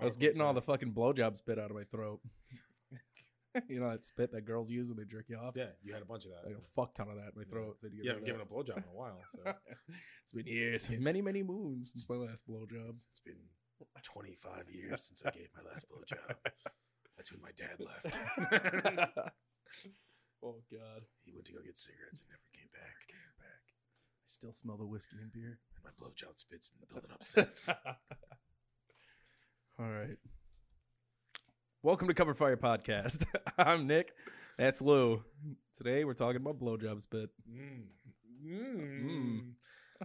I was getting all the fucking blowjob spit out of my throat. you know that spit that girls use when they jerk you off. Yeah, you had a bunch of that. I got a fuck ton of that in my throat. So I had to get You rid haven't of given that. a blowjob in a while, so it's been years, many many moons since my last blowjob. it's been 25 years since I gave my last blowjob. That's when my dad left. oh god, He went to go get cigarettes and never came back. I still smell the whiskey and beer. And my blowjob spit's been building up since. All right. Welcome to Cover Fire Podcast. I'm Nick. That's Lou. Today we're talking about blowjob spit. Mm. Mm-hmm. Mm.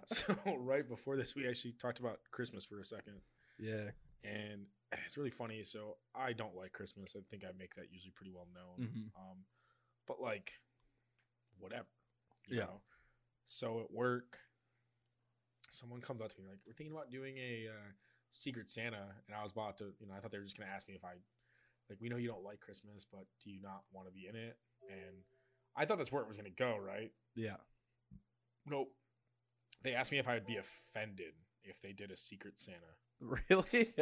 So right before this, we actually talked about Christmas for a second, Yeah. and it's really funny. So I don't like Christmas. I think I make that usually pretty well known. hmm Um, but like, whatever. You Yeah. Know? So at work, someone comes up to me like, "We're thinking about doing a uh, Secret Santa," and I was about to, you know, I thought they were just gonna ask me if I, like, we know you don't like Christmas, but do you not want to be in it? And I thought that's where it was gonna go, right? Yeah. Nope. They asked me if I would be offended if they did a Secret Santa. Really?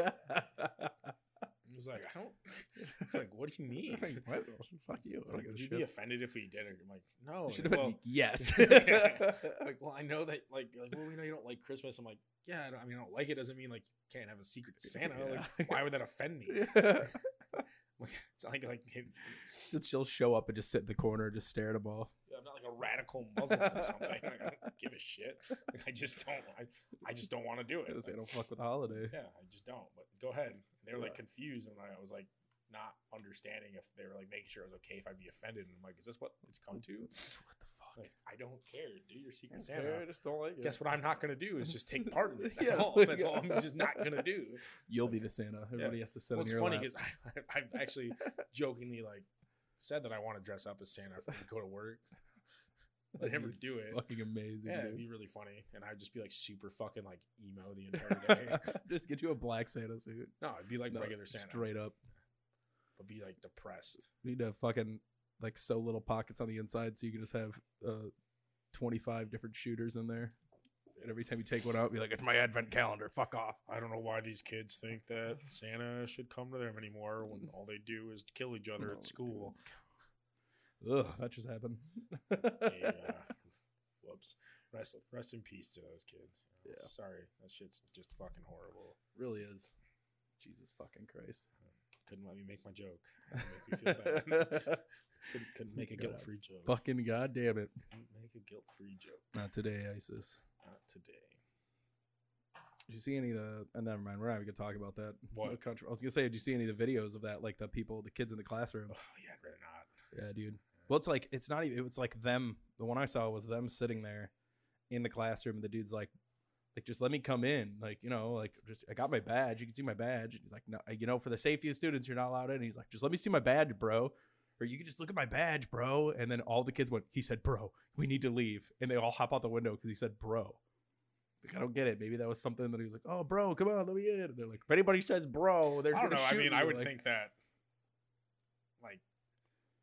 I was like, I don't. Like, what do you mean? Like, what? Fuck you. I don't Like, give a would you shit. be offended if we did it? I'm like, no. You should have well, been yes. like, well, I know that, like, like, well, we know you don't like Christmas. I'm like, yeah, I, don't, I mean, I don't like it. Doesn't mean like you can't have a Secret Santa. Yeah. Like, why would that offend me? Like, it's not like like Just- She'll show up and just sit in the corner, just stare at a ball. I'm not like a radical Muslim or something. Like, I don't give a shit. Like, I just don't. I, I just don't want to do it. I Like, don't fuck with the holiday. yeah, I just don't. But go ahead. And they were like Yeah. confused, and I was like not understanding if they were like making sure I was okay if I'd be offended. And I'm like, is this what it's come to? What the fuck? Like, I don't care. Do your I secret don't Santa. care, I just don't like it. Guess what I'm not gonna do is just take part in it. That's Yeah, all. like- That's all I'm just not gonna do. You'll be the Santa. Everybody has to Well, sit on it's your funny lap. because I've actually jokingly like said that I want to dress up as Santa if I go to work. I That'd never be do it. Fucking amazing. Yeah, dude. it'd be really funny, and I'd just be like super fucking like emo the entire day. just get you a black Santa suit. no, I'd be like No, regular Santa, Straight up. but be like depressed. You need to fucking like sew little pockets on the inside so you can just have uh, 25 different shooters in there. And every time you take one out, be like, it's my advent calendar. Fuck off. I don't know why these kids think that Santa should come to them anymore when all they do is kill each other Oh, at school. Ugh, that just happened. yeah. Whoops. Rest, rest in peace to those kids. Yeah. Sorry. That shit's just fucking horrible. Really is. Jesus fucking Christ. Couldn't let me make my joke. Make me feel bad. couldn't, couldn't make a God. guilt free joke. fucking goddamn it. Couldn't make a guilt free joke. Not today, Isis. Not today. Did you see any of the? And never mind, we're not even gonna talk about that. What? No contro- I was gonna say, did you see any of the videos of that? Like the people, the kids in the classroom. Oh, yeah, I'd rather not. Yeah, dude. Well, it's like it's not even. It was like them. The one I saw was them sitting there in the classroom, and the dude's like, like just let me come in. Like you know, like just I got my badge. You can see my badge. And he's like, no, uh, you know, for the safety of students, you're not allowed in. And he's like, just let me see my badge, bro. Or you can just look at my badge, bro. And then all the kids went. He said, bro, we need to leave, and they all hop out the window because he said, bro. Like, I don't get it. Maybe that was something that he was like, "Oh, bro, come on, let me in." And they're like, "If anybody says bro, they're I don't gonna know. I shoot mean, you." I would Like, think that, like,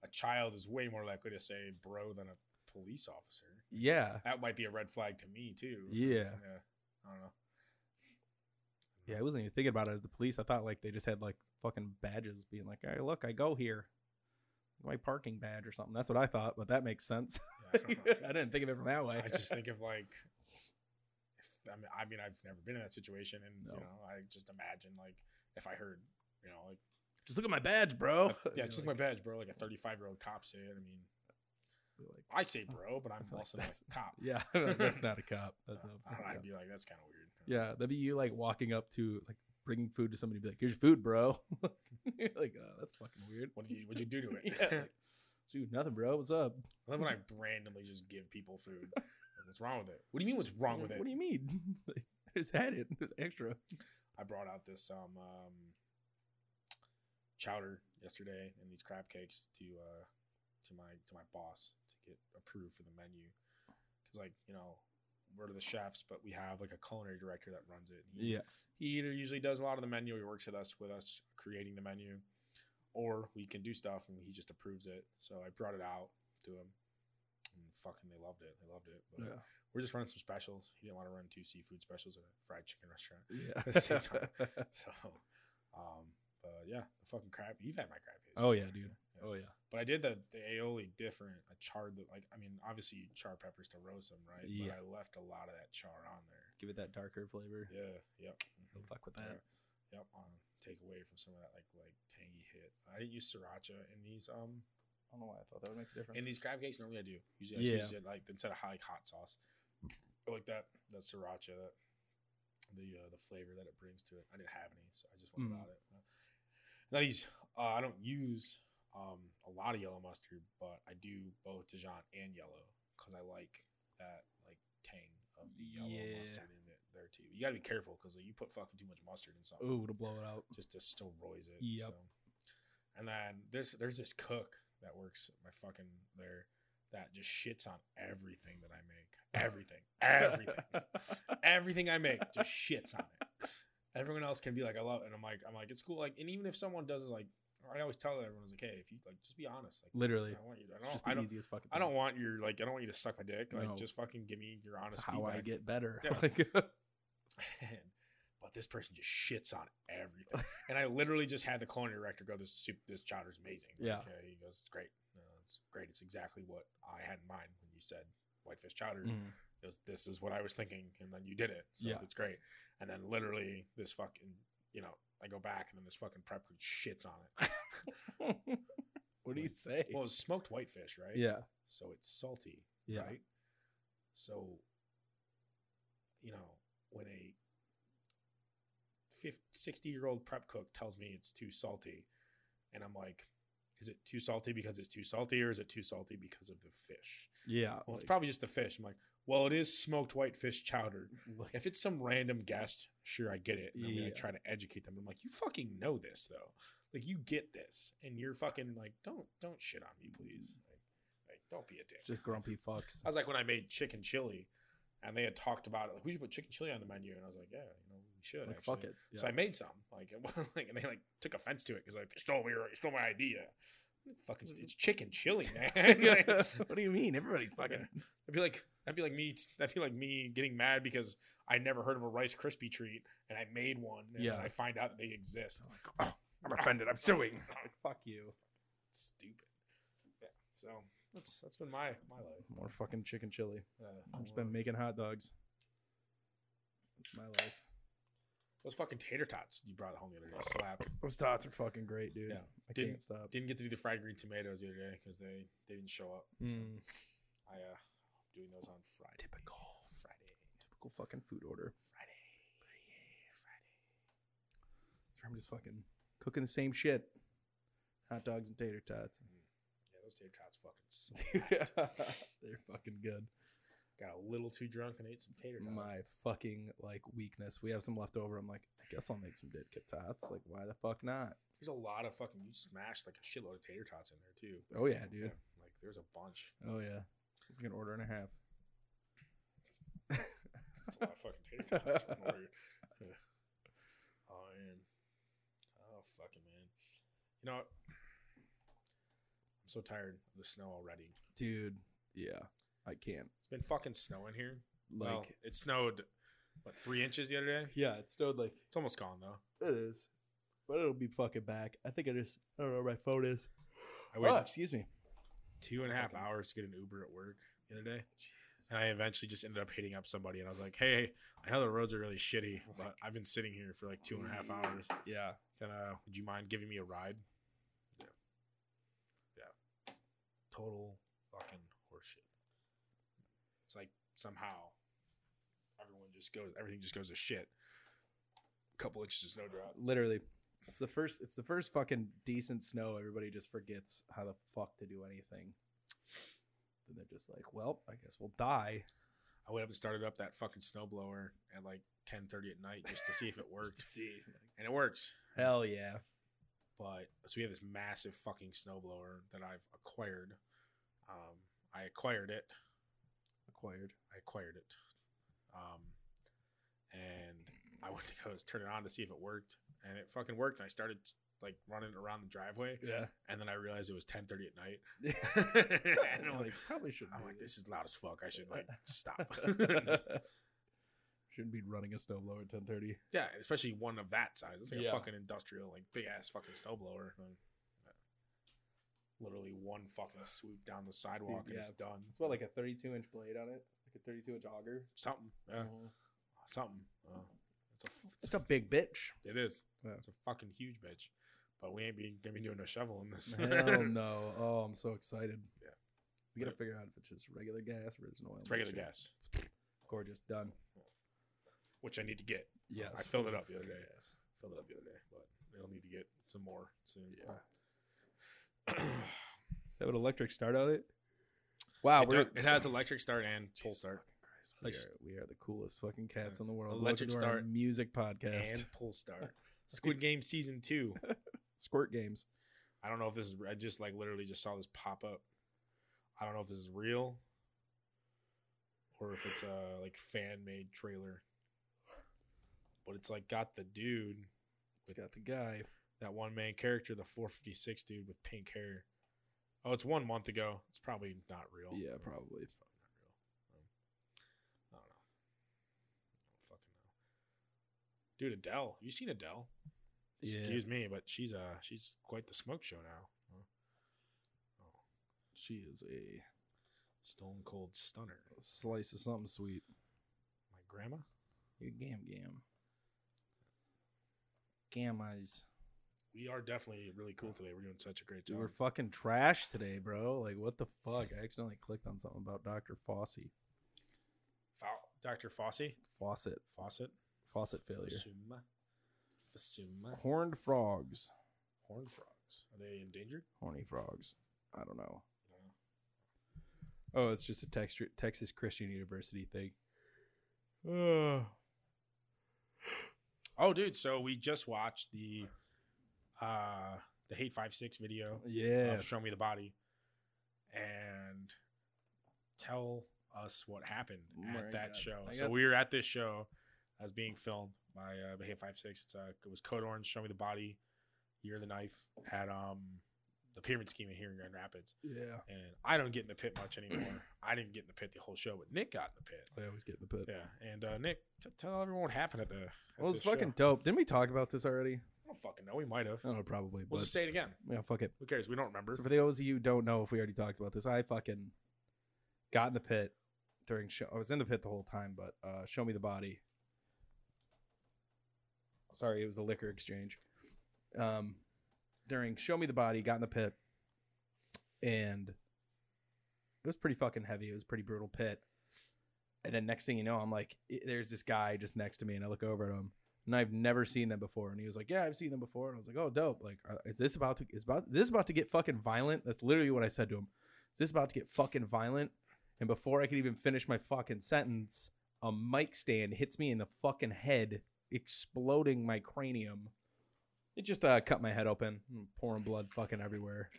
a child is way more likely to say bro than a police officer. yeah, That might be a red flag to me, too. yeah. Yeah. I don't know. Yeah, I wasn't even thinking about it as the police. I thought like they just had like fucking badges being like, hey, look, I go here. My parking badge or something. That's what I thought, but that makes sense. Yeah, I I don't know. didn't think of it from that way. I just think of like, if, I mean, I mean, I've never been in that situation, and No. you know, I just imagine like if I heard, you know, like Just look at my badge, bro. yeah, just look my badge, bro. Like a thirty-five-year-old cop say it. I mean, You're like, I say bro, but I'm like also not that's- a cop. yeah, that's not a cop. That's Uh, not a I don't know, fucking I'd cop. be like, that's kind of weird. Yeah, that'd be you like walking up to like bringing food to somebody, and be like, "Here's your food, bro." You're like, oh, that's fucking weird. What did you What'd you do to it? yeah, like, dude, nothing, bro. What's up? I love when I randomly just give people food. Like, what's wrong with it? What do you mean? What's wrong with Like, it? What do you mean? like, I just had it. It was extra. I brought out this um, um chowder yesterday and these crab cakes to uh to my to my boss to get approved for the menu because like you know we're the chefs but we have like a culinary director that runs it. He, Yeah, he either usually does a lot of the menu. He works with us with us creating the menu, or we can do stuff and he just approves it. So I brought it out to him. And fucking, they loved it. They loved it. But yeah, we're just running some specials. He didn't want to run two seafood specials at a fried chicken restaurant. yeah. At the same time. so Um, but yeah, the fucking crab. You've had my crab cakes. Oh, yeah, before. dude. Oh yeah. But I did the, the aioli different. I charred the like. I mean, obviously you char peppers to roast them, right? But Yeah. I left a lot of that char on there. Give it that darker flavor. Yeah. Yep. Don't mhm. fuck with that. Yeah, Yep. Um, take away from some of that like like tangy hit. I didn't use sriracha in these um I don't know why I thought that would make a difference. in these crab cakes. Normally I do. Usually I just Yeah. use it like instead of hot- like hot sauce, I like that that sriracha that the uh, the flavor that it brings to it. I didn't have any, so I just went Mm. without it. Now these uh, I don't use um a lot of yellow mustard, but I do both Dijon and yellow because I like that like tang of the yellow Yeah. mustard in it there too. You got to be careful because like, you put fucking too much mustard in something Ooh, to blow it out. just destroys it. Yep. So. And then there's there's this cook that works at my fucking there that just shits on everything that I make. Everything. Everything. everything I make just shits on it. Everyone else can be like, I love it. And I'm like, I'm like, it's cool. Like, and even if someone doesn't like I always tell everyone's like, hey, if you like just be honest. Like I Literally. don't want you I It's don't just I the don't, easiest fucking I don't thing. want your like I don't want you to suck my dick. Like No. just fucking give me your honest It's how feedback. I get better. Yeah. Like, And, but this person just shits on everything. and I literally just had the culinary director go, "This soup, this chowder's amazing." Yeah. Okay. He goes, "It's "Great, no, it's great. It's exactly what I had in mind when you said whitefish chowder." Mm. He goes, "This is what I was thinking," and then you did it. So Yeah. it's great. And then literally this fucking, you know, I go back and then this fucking prep crew shits on it. what do you say? well, it's smoked whitefish, right? Mm. yeah. So it's salty. Yeah. right? So, you know, when a 50, 60 year old prep cook tells me it's too salty, and I'm like, is it too salty because it's too salty, or is it too salty because of the fish? Yeah. Well, it's like- probably just the fish. I'm like, well, it is smoked white fish chowder. like- If it's some random guest, sure, I get it. And I'm gonna Yeah. try to educate them. I'm like, you fucking know this though. Like, you get this, and you're fucking like, don't don't shit on me, please. Like, like don't be a dick. just grumpy fucks. I was like when I made chicken chili, and they had talked about it, like we should put chicken chili on the menu, and I was like, yeah, you know, we should. Like, actually. fuck it. Yeah. So I made some, like, it wasn't like, and they like took offense to it because like they stole my you stole my idea. Fucking, it's chicken chili, man. Like, what do you mean? Everybody's fucking. I'd be like, that'd be like me, that'd be like me getting mad because I never heard of a Rice Krispie treat, and I made one, and Yeah. I find out they exist. I'm like, "Oh, I'm offended. I'm suing. Like, fuck you. Stupid. Yeah. So that's that's been my my life. More fucking chicken chili. Uh, I've just been making hot dogs. It's my life. those fucking tater tots you brought home the other day. Slap. Those tots are fucking great, dude. Yeah. I Didn't- can't stop. Didn't get to do the fried green tomatoes the other day because they, they didn't show up. So Mm, I uh doing those on Friday. Typical. Friday. typical fucking food order. Friday. Friday. I'm just fucking cooking the same shit. Hot dogs and tater tots. Yeah, those tater tots fucking slap. Dude, they're fucking good. Got a little too drunk and ate some tater tots. My fucking like weakness. We have some left over. I'm like, I guess I'll make some dead kip tots. Like, why the fuck not? There's a lot of fucking you smashed like a shitload of tater tots in there too. Oh yeah, dude. like there's a bunch. Oh yeah. It's like an order and a half. That's a lot of fucking tater tots. in order. oh man. Oh fucking man. You know, I'm so tired of the snow already. Dude, yeah. I can't. It's been fucking snowing here. Like well, it snowed what three inches the other day. yeah, it snowed like It's almost gone though. it is. But it'll be fucking back. I think I just I don't know where my phone is. I Oh, waited excuse me. two and a half fucking- hours to get an Uber at work the other day, and I eventually just ended up hitting up somebody, and I was like, "Hey, I know the roads are really shitty, but I've been sitting here for like two and a half hours. Yeah. Can uh, would you mind giving me a ride?" Yeah, yeah. Total fucking horseshit. It's like somehow everyone just goes, everything just goes to shit. A couple inches of snow drop. Literally. It's the first it's the first fucking decent snow. Everybody just forgets how the fuck to do anything. And they're just like, Well, I guess we'll die. I went up and started up that fucking snowblower at like 10:30 at night just to see if it Just to worked, see. and it works. Hell yeah. But so we have this massive fucking snowblower that I've acquired. Um, I acquired it. Acquired. I acquired it. Um, and I went to go turn it on to see if it worked, and it fucking worked. I started like running around the driveway, Yeah. and then I realized it was 10:30 at night. and I'm I'm like, probably should I'm like, this is loud as fuck. I should like stop. Shouldn't be running a snowblower at ten thirty. Yeah, especially one of that size. It's like Yeah. a fucking industrial, like big ass fucking snowblower. Like, literally one fucking swoop down the sidewalk and yeah. it's done. It's about like a thirty-two inch blade on it, like a thirty-two inch auger. something, yeah, Mhm. something. Uh, it's a, f- It's a big bitch. it is. Yeah. It's a fucking huge bitch. But we ain't be, gonna be doing no shovel in this. Hell no! Oh, I'm so excited. Yeah. we gotta figure out if it's just regular gas, virgin oil. it's regular Sure. gas, Gorgeous, done. which I need to get. Yes, I filled it up the other regular day. Filled it up the other day, but I'll need to get some more soon. Yeah. Is that what electric start on it? it, Wow, Ah, we're, does- it has electric start and pull Jesus start. fucking Christ, We Electric- are, we are the coolest fucking cats in the world. Electric Electric Star Start music podcast. and pull start. Squid Game season two. Squirt games. I don't know if this is. I just like literally just saw this pop up. I don't know if this is real or if it's a like fan made trailer. But it's like got the dude, It's got the guy. that one man character, the 456 dude with pink hair. Oh, it's one month ago. It's probably not real. Yeah, probably. It's probably not real. Um, I don't know. I don't fucking know. Dude, Adele. Have you seen Adele? Yeah. Excuse me, but she's uh she's quite the smoke show now. Huh? Oh, She is a Stone Cold Stunner. slice of something sweet. My grandma? You gam gam. Gam eyes. We are definitely really cool today. We're doing such a great Dude, job. we're fucking trash today, bro. Like, what the fuck? I accidentally clicked on something about Dr. Fawcett. Fou- Dr. Fossey? Faucet. Fawcett? Faucet failure. Fasuma. Fasuma. Horned frogs. Horned frogs. Are they endangered? Horny frogs. I don't know. I don't know. Oh, it's just a text- Texas Christian University thing. Uh, Oh, dude. So we just watched the uh the Hate Five Six video yeah. Oh, of Show Me the Body, and tell us what happened Oh my at that God. show. I So got- we were at this show that was being filmed by uh, the Hate Five Six. It's uh, it was Code Orange, Show Me the Body, Year of the Knife at um the Pyramid Scheme here in Grand Rapids. Yeah. And I don't get in the pit much anymore. I didn't get in the pit the whole show, but Nick got in the pit. I always get the pit. Yeah, and uh, Nick, t- tell everyone what happened at the. At Well, it's this show. fucking dope. Didn't we talk about this already? I don't fucking know. We might have. I don't know, probably. We'll Oh, but just say it again. yeah, fuck it. Who cares? We don't remember. So for those of you who don't know if we already talked about this, I fucking got in the pit during show. I was in the pit the whole time, but uh, show me the body. Sorry, it was the liquor exchange. Um, during show me the body, got in the pit, and it was pretty fucking heavy. It was a pretty brutal pit. And then next thing you know, I'm like, i- there's this guy just next to me, and I look over at him, and I've never seen them before. And he was like, "Yeah, I've seen them before." And I was like, "Oh, dope! Like, uh, is this about to is about this is about to get fucking violent?" That's literally what I said to him. Is this about to get fucking violent? And before I could even finish my fucking sentence, a mic stand hits me in the fucking head, exploding my cranium. It just uh, cut my head open, I'm pouring blood fucking everywhere.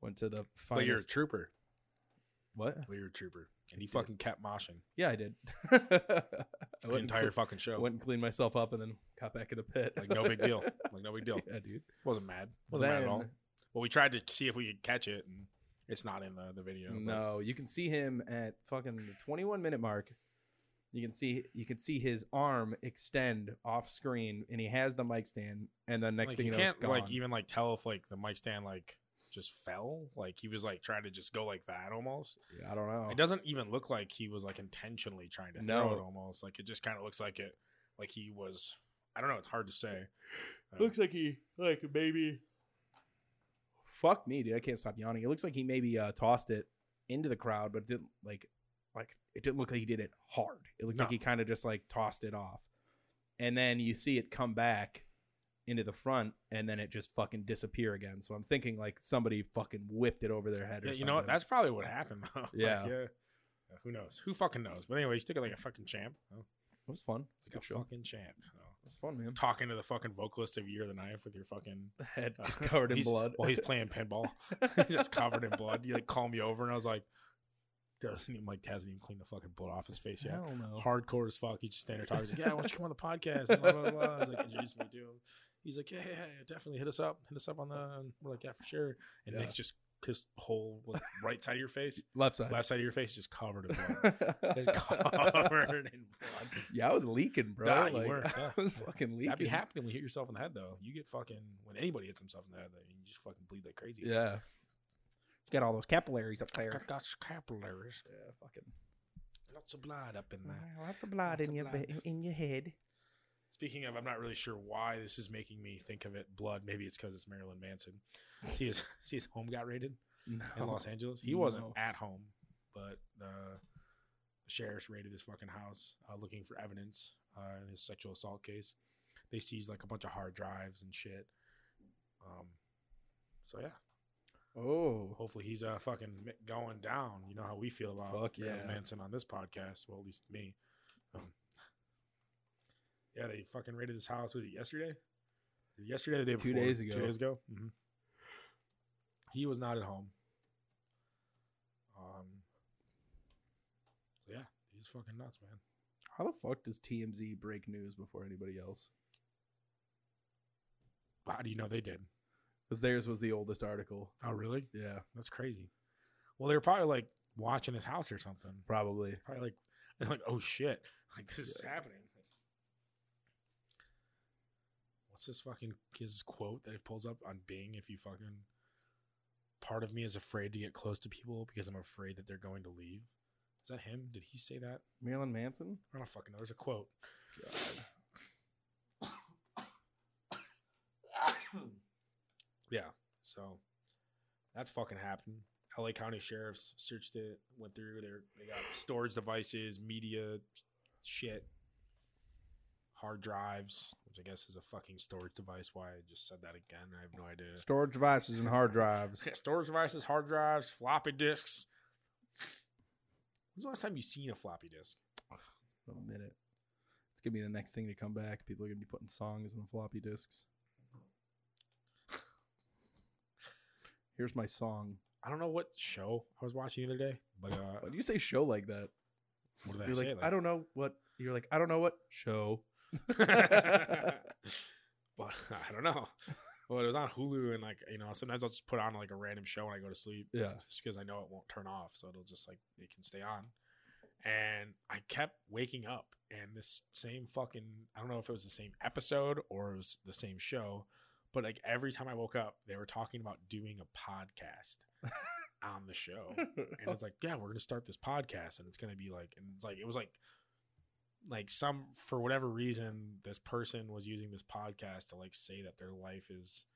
Went to the but you're a finest. trooper. what? But you're a trooper, and you fucking kept moshing Yeah, I did. I the went and entire cle- fucking show. went and cleaned myself up and then got back in the pit. Like no big deal. Like no big deal. yeah, dude. Wasn't mad. Wasn't mad at all. Then- Well, we tried to see if we could catch it, and it's not in the, the video. but No, you can see him at fucking the 21 minute mark. You can see you can see his arm extend off screen, and he has the mic stand. And then next like, thing you you know, can't it's gone. like even like tell if like the mic stand like just fell. Like he was like trying to just go like that almost. Yeah, I don't know. It doesn't even look like he was like intentionally trying to Oh. No. throw it almost. Like it just kind of looks like it. Like he was. I don't know. It's hard to say. Uh, looks like he like maybe. Fuck me, dude! I can't stop yawning. It looks like he maybe uh, tossed it into the crowd, but it didn't like like it didn't look like he did it hard. It looked No. like he kind of just like tossed it off, and then you see it come back into the front, and then it just fucking disappear again. So I'm thinking like somebody fucking whipped it over their head. Or Yeah, you know what? something. That's probably what happened though. Like, Yeah. yeah. Yeah, Who knows? Who fucking knows? But anyway, he took it like a fucking champ. Oh, it was fun. It's a like a good show. fucking champ. Oh. It was fun, man. Talking to the fucking vocalist of Year of the Knife with your fucking Head just covered in He's- blood. Well, he's playing pinball. he's just covered in blood. You like call me over and I was like, doesn't even like hasn't even cleaned the fucking blood off his face yet. Hell no. Hardcore as fuck. He just standing there talking. He's like, yeah, why don't you come on the podcast? And blah blah blah. I was like, introduce me to him. He's like, yeah, yeah, yeah, definitely hit us up, hit us up on the. and We're like, yeah, for sure. And Yeah. Nick's just piss hole with right side of your face, Left side. left side of your face just covered in blood. Just covered in blood. yeah, I was leaking, bro. Nah, you like, were, yeah. I was fucking leaking. That'd be happening when you hit yourself in the head, though. You get fucking when anybody hits themselves in the head, though, you just fucking bleed like crazy. Yeah. Got all those capillaries up there. Got- got capillaries, Yeah, fucking. Mm-hmm. lots of blood up in there. Lots of blood Lots in of your blood. in your head. Speaking of, I'm not really sure why this is making me think of it. Blood. Maybe it's because it's Marilyn Manson. See his see his home got raided in Los Angeles. He wasn't No. at home, but uh, the sheriff's raided his fucking house uh, looking for evidence uh, in his sexual assault case. They seized like a bunch of hard drives and shit. Um, so yeah, Oh, hopefully he's uh fucking mi- going down. You know how we feel about Fuck Marilyn yeah. Manson on this podcast. Well, at least me. Um, yeah, they fucking raided his house. Was it yesterday? Yesterday, or the day Two before. days Two ago. days ago. hmm He was not at home. Um. So yeah, he's fucking nuts, man. how the fuck does TMZ break news before anybody else? How do you know they did? Because theirs was the oldest article. Oh, really? Yeah, That's crazy. Well, they were probably like watching his house or something. probably. probably like they're like oh shit like this is Yeah. happening what's this fucking his quote that it pulls up on bing if you fucking part of me is afraid to get close to people because i'm afraid that they're going to leave is that him did he say that Marilyn Manson. i don't fucking know there's a quote yeah so that's fucking happened la county sheriffs searched it went through their they got storage devices media shit hard drives which i guess is a fucking storage device why i just said that again i have no idea Storage devices and hard drives. storage devices, hard drives, floppy disks. When's the last time you seen a floppy disk? a minute. It's gonna be the next thing to come back. People are gonna be putting songs on the floppy disks. Here's my song. I don't know what show I was watching the other day, but uh, Why do you say show like that? what did I You're say? like, I don't know what. You're like, I don't know what show. but I don't know. Well, it was on Hulu, and like you know, sometimes I'll just put on like a random show when I go to sleep, Yeah. just because I know it won't turn off, so it'll just like it can stay on. And I kept waking up, and this same fucking I don't know if it was the same episode or it was the same show, but like every time I woke up, they were talking about doing a podcast on the show Oh. and it's like, yeah, we're gonna start this podcast, and it's gonna be like, and it's like, it was like, like some for whatever reason, this person was using this podcast to like say that their life is,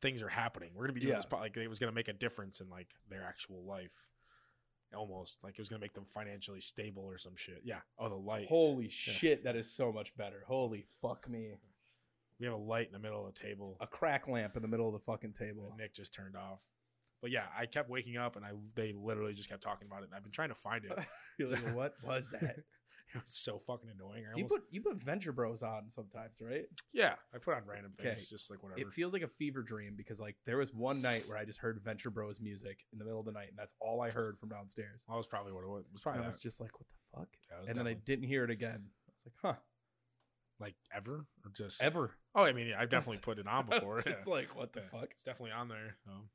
things are happening. We're gonna be doing this, Yeah. pod- like it was gonna make a difference in like their actual life, almost like it was gonna make them financially stable or some shit. Yeah. Oh, the light. Holy shit, that is so much better. Holy fuck me. we have a light in the middle of the table. A crack lamp in the middle of the fucking that table. Nick just turned off. But yeah, I kept waking up and I they literally just kept talking about it, and I've been trying to find it. You're like, what was that? It was so fucking annoying. I You almost put you put Venture Bros on sometimes, right? Yeah, I put on random things, Okay. just like whatever. It feels like a fever dream because like there was one night where I just heard Venture Bros music in the middle of the night, and that's all I heard from downstairs. that was probably what it was. It was probably And I that. was just like, what the fuck? Yeah, it was And then I definitely- didn't hear it again. I was like, huh? like ever or just Ever? Oh, I mean, yeah, I've definitely put it on I was before. just yeah. like, what the Yeah. fuck? It's definitely on there. Um,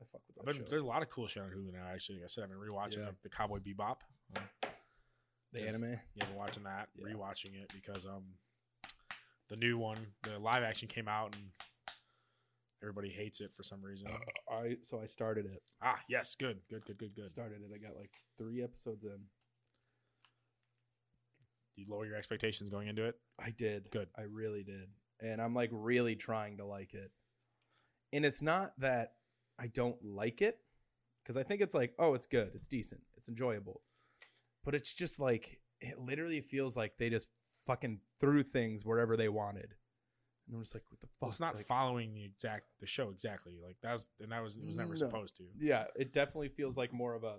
I fuck with I've that been- show. there's a lot of cool shit on Hulu now. Actually, like I said I've been rewatching Yeah. like, the Cowboy Bebop. Um, The there's- anime. Yeah, been watching that, Yeah. rewatching it because um, the new one, the live action came out and everybody hates it for some reason. Uh, I so I started it. ah, yes, good, good, good, good, good. Started it. I got like three episodes in. You lower your expectations going into it. I did. Good. I really did. And I'm like really trying to like it. And it's not that I don't like it cuz I think it's like, oh, it's good. It's decent. It's enjoyable. But it's just like it literally feels like they just fucking threw things wherever they wanted. And I'm just like, what the fuck? Well, it's not Like, following the exact the show exactly. Like that was and that was it was never No. supposed to. Yeah, it definitely feels like more of a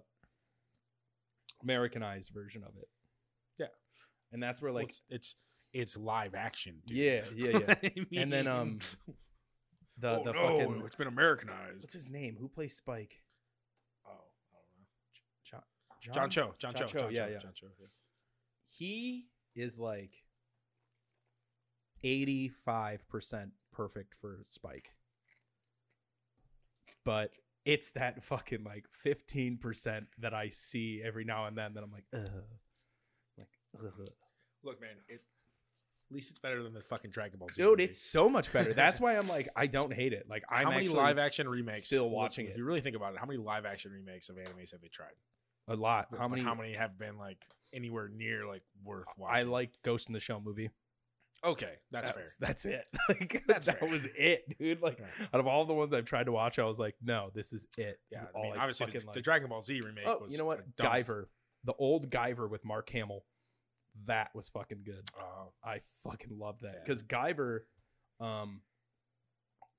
Americanized version of it. Yeah. And that's where Like like it's it's, it's live action. Dude. yeah, yeah, yeah. I And then, mean, um, The oh, the no, fucking it's been Americanized. what's his name? Who plays Spike? Oh, I John, don't know. John Cho, John, Cho, John Cho, John yeah, Cho, yeah. John Cho. yeah. He is like 85% perfect for Spike. but it's that fucking like 15% that I see every now and then that I'm like, Ugh. like, Ugh. Look, man, it, at least it's better than the fucking Dragon Ball Z. dude, movie. it's so much better. That's why I'm like, I don't hate it. Like, I'm how many actually live action remakes? still listen, watching If it. you really think about it, how many live action remakes of animes have they tried? a lot. How Like, many? How many have been like anywhere near like worth I watching? like Ghost in the Shell movie. okay, that's, fair. That's it. Like That's that fair. was it, dude. Like Yeah. out of all the ones I've tried to watch, I was like, no, this is it. This Yeah, is I mean, all obviously the, fucking the like. Dragon Ball Z remake. Oh, was you know a what? dumb- Guyver, the old Guyver with Mark Hamill, that was fucking good. Oh, I fucking love that Yeah. because Guyver, um,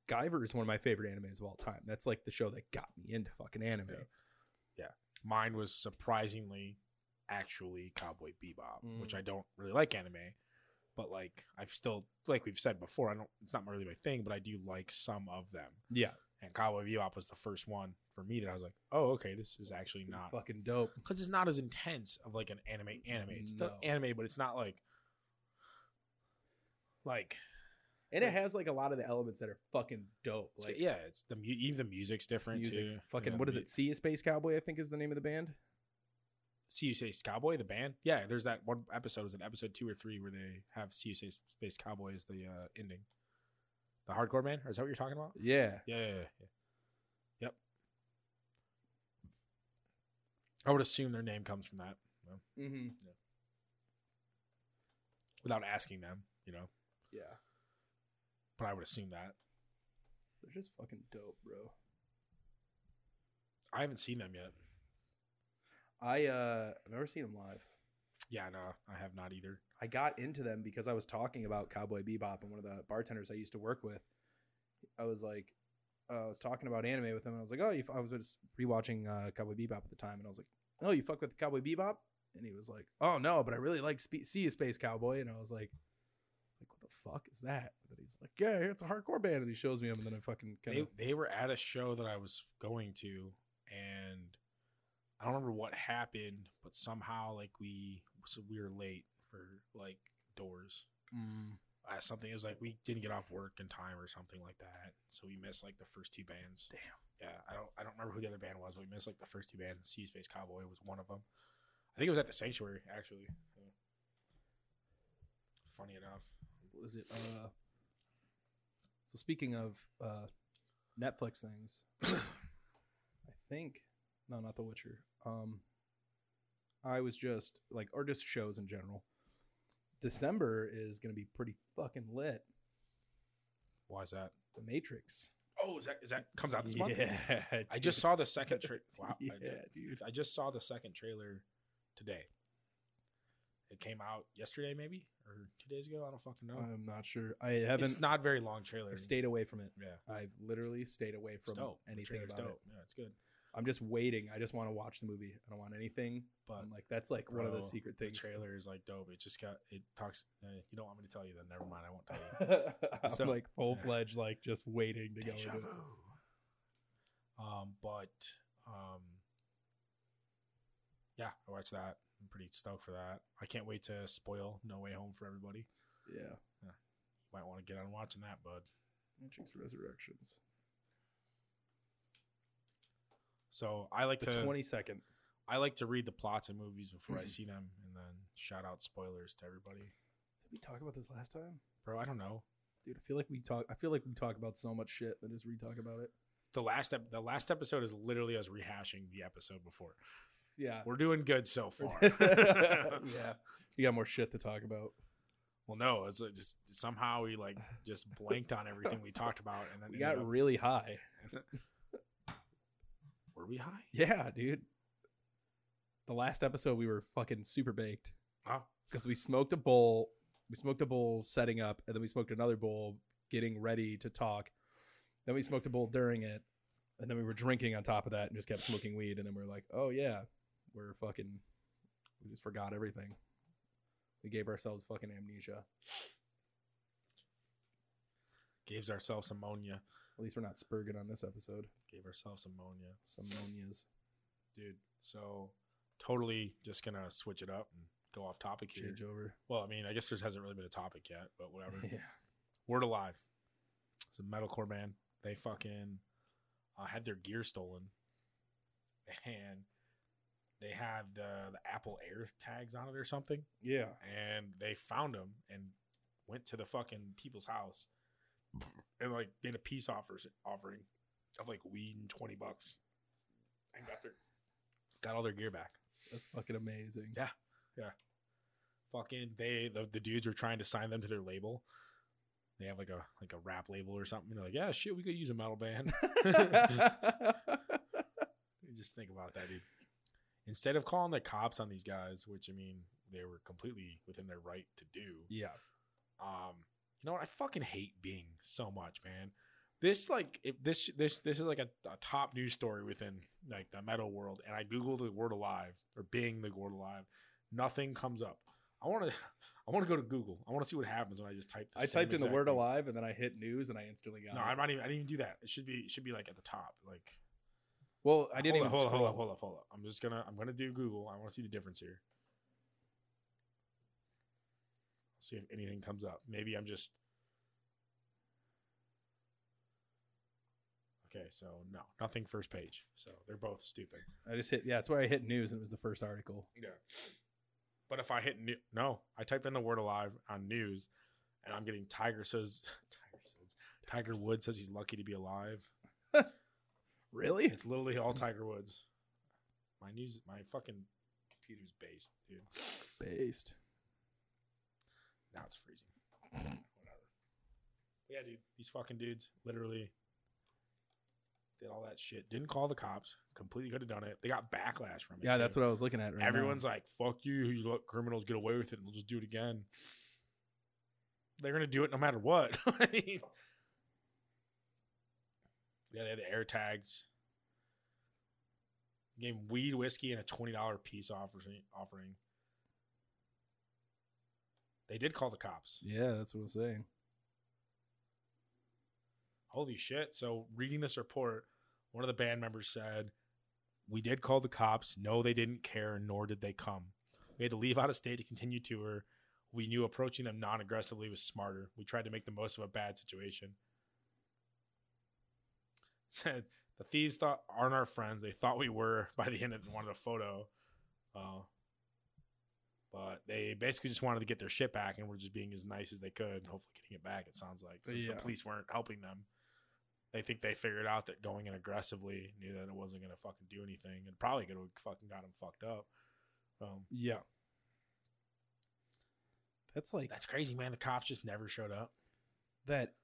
Guyver is one of my favorite animes of all time. That's like the show that got me into fucking anime. Yeah. mine was surprisingly actually Cowboy Bebop, which Mm. I don't really like anime, but like I've still like we've said before, I don't. It's not really my thing, but I do like some of them. Yeah, And Cowboy Bebop was the first one for me that I was like, oh, okay, this is actually not fucking dope. because it's not as intense of like an anime anime. It's still No. anime, but it's not like like And it has like a lot of the elements that are fucking dope. it's- Like yeah, it's the mu- even the music's different music, too. fucking Yeah, what is the- it? Sea Space Cowboy, I think, is the name of the band. See you say Cowboy the band? Yeah, there's that one episode. Is it episode two or three where they have See you say Space Cowboy as the uh, ending? The hardcore man, or is that what you're talking about? Yeah, Yeah, yeah, yeah, yeah. Yep. I would assume their name comes from that mm-hmm. without asking them, you know. yeah. But I would assume that. They're just fucking dope, bro. I haven't seen them yet. I uh, I've never seen them live. Yeah, no, I have not either. I got into them because I was talking about Cowboy Bebop and one of the bartenders I used to work with. I was like, uh, I was talking about anime with him, and I was like, oh, you f-, I was just rewatching uh, Cowboy Bebop at the time, and I was like, oh, you fuck with Cowboy Bebop? And he was like, oh no, but I really like Spe- See You Space Cowboy, and I was like, like what the fuck is that? And he's like, yeah, it's a hardcore band, and he shows me him, and then I fucking kind They of they were at a show that I was going to, and I don't remember what happened, but somehow like we so we were late for like doors. Mm. Uh, something it was like we didn't get off work in time or something like that, so we missed like the first two bands. Damn. Yeah, I don't I don't remember who the other band was, but we missed like the first two bands. and Sea Space Cowboy was one of them. I think it was at the Sanctuary actually. Yeah. Funny enough, what was it? Uh, so speaking of uh, Netflix things, I think no, not The Witcher. Um, I was just like, or just shows in general. December is going to be pretty fucking lit. why is that? The Matrix Oh, is that is that comes out this month? Yeah, I just saw the second trailer. Wow, I, Yeah, did- dude. I just saw the second trailer today. It came out yesterday, maybe or two days ago. I don't fucking know. I'm not sure. I Uh, haven't. it's not very long trailer. I've stayed away from it. yeah, it's I've literally stayed away from dope. The anything trailer's about it. dope. Yeah, it's good. I'm just waiting. I just want to watch the movie. I don't want anything. But I'm like, that's like one of bro, the secret the things. trailer is like dope. It just got it talks. Uh, you don't want me to tell you then. Never mind. I won't tell you. I'm So- like full fledged, like just waiting to go. Deja into it. vu. Um, but um, yeah, I watched that. I'm pretty stoked for that. I can't wait to spoil No Way Home for everybody. Yeah, Might want to get on watching that, bud. Matrix Resurrections. So I like The to twenty Mm-hmm. second. I like to read the plots of movies before I see them, and then shout out spoilers to everybody. Did we talk about this last time, Bro, I don't know. dude? I feel like we talk. I feel like we talk about so much shit and just re-talk about it. The last ep- the last episode is literally us rehashing the episode before. Yeah. We're doing good so far. yeah. You got more shit to talk about. Well, no, it's like just somehow we like just blanked on everything we talked about, and then We ended got up- really high. were we high? Yeah, dude. The last episode we were fucking super baked Huh? because we smoked a bowl. We smoked a bowl setting up, and then we smoked another bowl getting ready to talk. Then we smoked a bowl during it, and then we were drinking on top of that, and just kept smoking weed. And then we are like, "Oh yeah, we're fucking." We just forgot everything. We gave ourselves fucking amnesia. Gave ourselves ammonia. At least we're not spurging on this episode. Gave ourselves ammonia, Some monias. dude. So totally just gonna switch it up and go off topic here. change over. Well, I mean, I guess there hasn't really been a topic yet, but whatever. Yeah. Word Alive. It's a metalcore band. They fucking uh, had their gear stolen, and they had the the Apple Air tags on it or something, Yeah. and they found them and went to the fucking people's house and like made a peace offers offering of like weed and twenty bucks, and got their got all their gear back. That's fucking amazing. Yeah. fucking they the, the dudes were trying to sign them to their label. They have like a like a rap label or something. They're like, yeah, shit, we could use a metal band. Just think about that, dude. Instead of calling the cops on these guys, which I mean they were completely within their right to do. yeah. Um, you know what? I fucking hate Bing so much, man. This like if this this this is like a, a top news story within like the metal world, and I googled the word alive or Bing the word alive, nothing comes up. I want to I want to go to Google. I want to see what happens when I just type. I typed in the word alive. alive and then I hit news and I instantly got No, it. I'm not even. I didn't even do that. It should be. It should be like at the top. Like well, I didn't hold Up, even hold up, hold up, scroll. hold up, hold up. I'm just gonna. I'm gonna do Google. I want to see the difference here. See if anything comes up. Maybe I'm just. Okay, so no, nothing first page. So they're both stupid. I just hit yeah, that's why I hit news and it was the first article. Yeah. But if I hit new, no, I typed in the word alive on news, and I'm getting Tiger says, Tiger says, Tiger Woods says he's lucky to be alive. Really? It's literally all Tiger Woods. My news, my fucking computer's based, dude. Based. Now it's freezing. Mm-hmm. Whatever. But yeah, dude. These fucking dudes literally did all that shit. Didn't call the cops. Completely could have done it. They got backlash from it. Yeah, that's what I was looking at right now. Everyone's like, "Fuck you! You let criminals get away with it, and we'll just do it again." They're gonna do it no matter what. I mean- yeah, they had the air tags. Gave 'em weed, whiskey, and a twenty dollar peace offering. Offering. They did call the cops. Yeah, that's what I was saying. Holy shit! So reading this report, one of the band members said, "We did call the cops. No, they didn't care, nor did they come. We had to leave out of state to continue tour. We knew approaching them non-aggressively was smarter. We tried to make the most of a bad situation." Said the thieves thought aren't our friends. They thought we were by the end of one of the photo, uh, but they basically just wanted to get their shit back, and were just being as nice as they could. Hopefully, getting it back. It sounds like since Yeah. the police weren't helping them they think they figured out that going in aggressively knew that it wasn't going to fucking do anything and probably could have fucking got him fucked up. Um, Yeah. That's like that's crazy, man. The cops just never showed up. that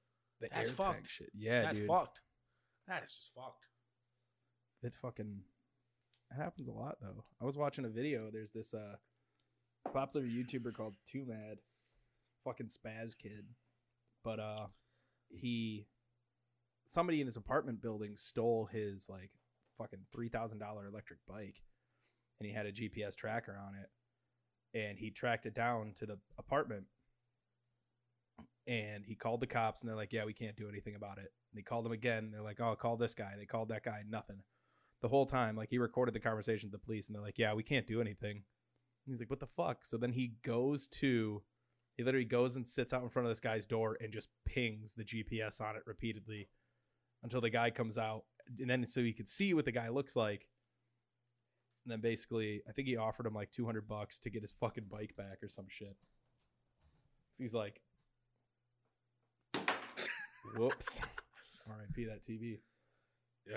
the That's air tag fucked. shit. Yeah, that's dude. fucked. That is just fucked. It fucking it happens a lot though. I was watching a video. There's this uh popular YouTuber called Too Mad, fucking spaz kid, but uh he somebody in his apartment building stole his like fucking three thousand dollar electric bike, and he had a GPS tracker on it, and he tracked it down to the apartment. And he called the cops, and they're like, "Yeah, we can't do anything about it." And he called them again. They're like, "Oh, call this guy." They called that guy. Nothing the whole time. Like he recorded the conversation with the police, and they're like, "Yeah, we can't do anything." And he's like, "What the fuck?" So then he goes to, he literally goes and sits out in front of this guy's door and just pings the GPS on it repeatedly until the guy comes out, and then so he could see what the guy looks like. And then basically, I think he offered him like two hundred bucks to get his fucking bike back or some shit. So he's like, "Whoops." R.I.P. that TV. Yeah.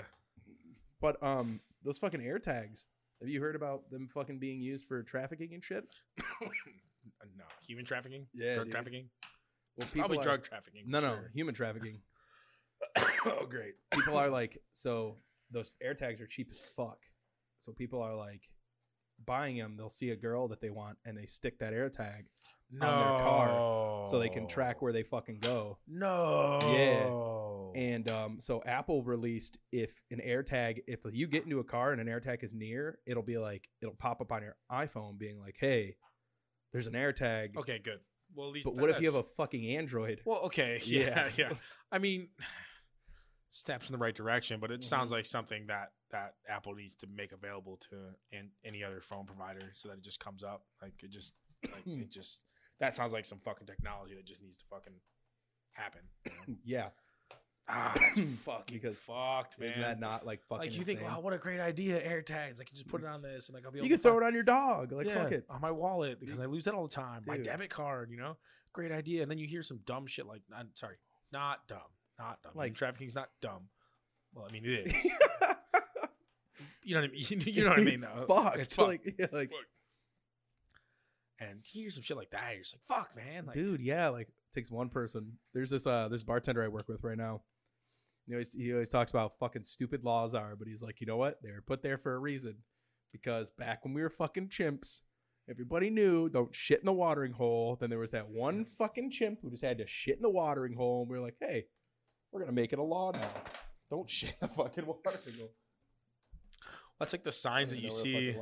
But um, those fucking air tags. Have you heard about them fucking being used for trafficking and shit? no. Human trafficking? Yeah, Drug dude. trafficking? Well, people Probably are- drug trafficking. No, for no, sure. human trafficking. oh, great. People are like, so those air tags are cheap as fuck. So people are like buying them. They'll see a girl that they want, and they stick that air tag No. their so they can track where they fucking go. No. And um, so Apple released if an AirTag, if you get into a car and an AirTag is near, it'll be like it'll pop up on your iPhone being like, "Hey, there's an AirTag." okay, good. Well, at least. But what if you have that's- a fucking Android? Well, okay, yeah, yeah. I mean, steps in the right direction, but it Mm-hmm. sounds like something that that Apple needs to make available to an any other phone provider, so that it just comes up. Like it just, like Hmm. it just. That sounds like some fucking technology that just needs to fucking happen. you know? yeah. Ah, that's fucking Because fucked, man. Isn't that not like fucking? like you think, insane? wow, what a great idea, AirTags. I can just put it on this, and like I'll be able you can to throw find- it on your dog. Like Yeah, fuck it. on my wallet because I lose that all the time. My Dude. debit card, you know, great idea. And then you hear some dumb shit like, I'm sorry, not dumb, not dumb. Like Like- trafficking's not dumb. Well, I mean it is. you know what I mean? You know what I mean? It's though. fucked. It's fucked. Like, yeah, like, and you hear some shit like that, you're just like, fuck, man. Like, dude, yeah, like takes one person. There's this uh this bartender I work with right now. He always he always talks about how fucking stupid laws are, but he's like, you know what? They were put there for a reason. Because back when we were fucking chimps, everybody knew don't shit in the watering hole. Then there was that one fucking chimp who just had to shit in the watering hole, and we were like, hey, we're gonna make it a law now. Don't shit in the fucking watering hole. that's like the signs that you see.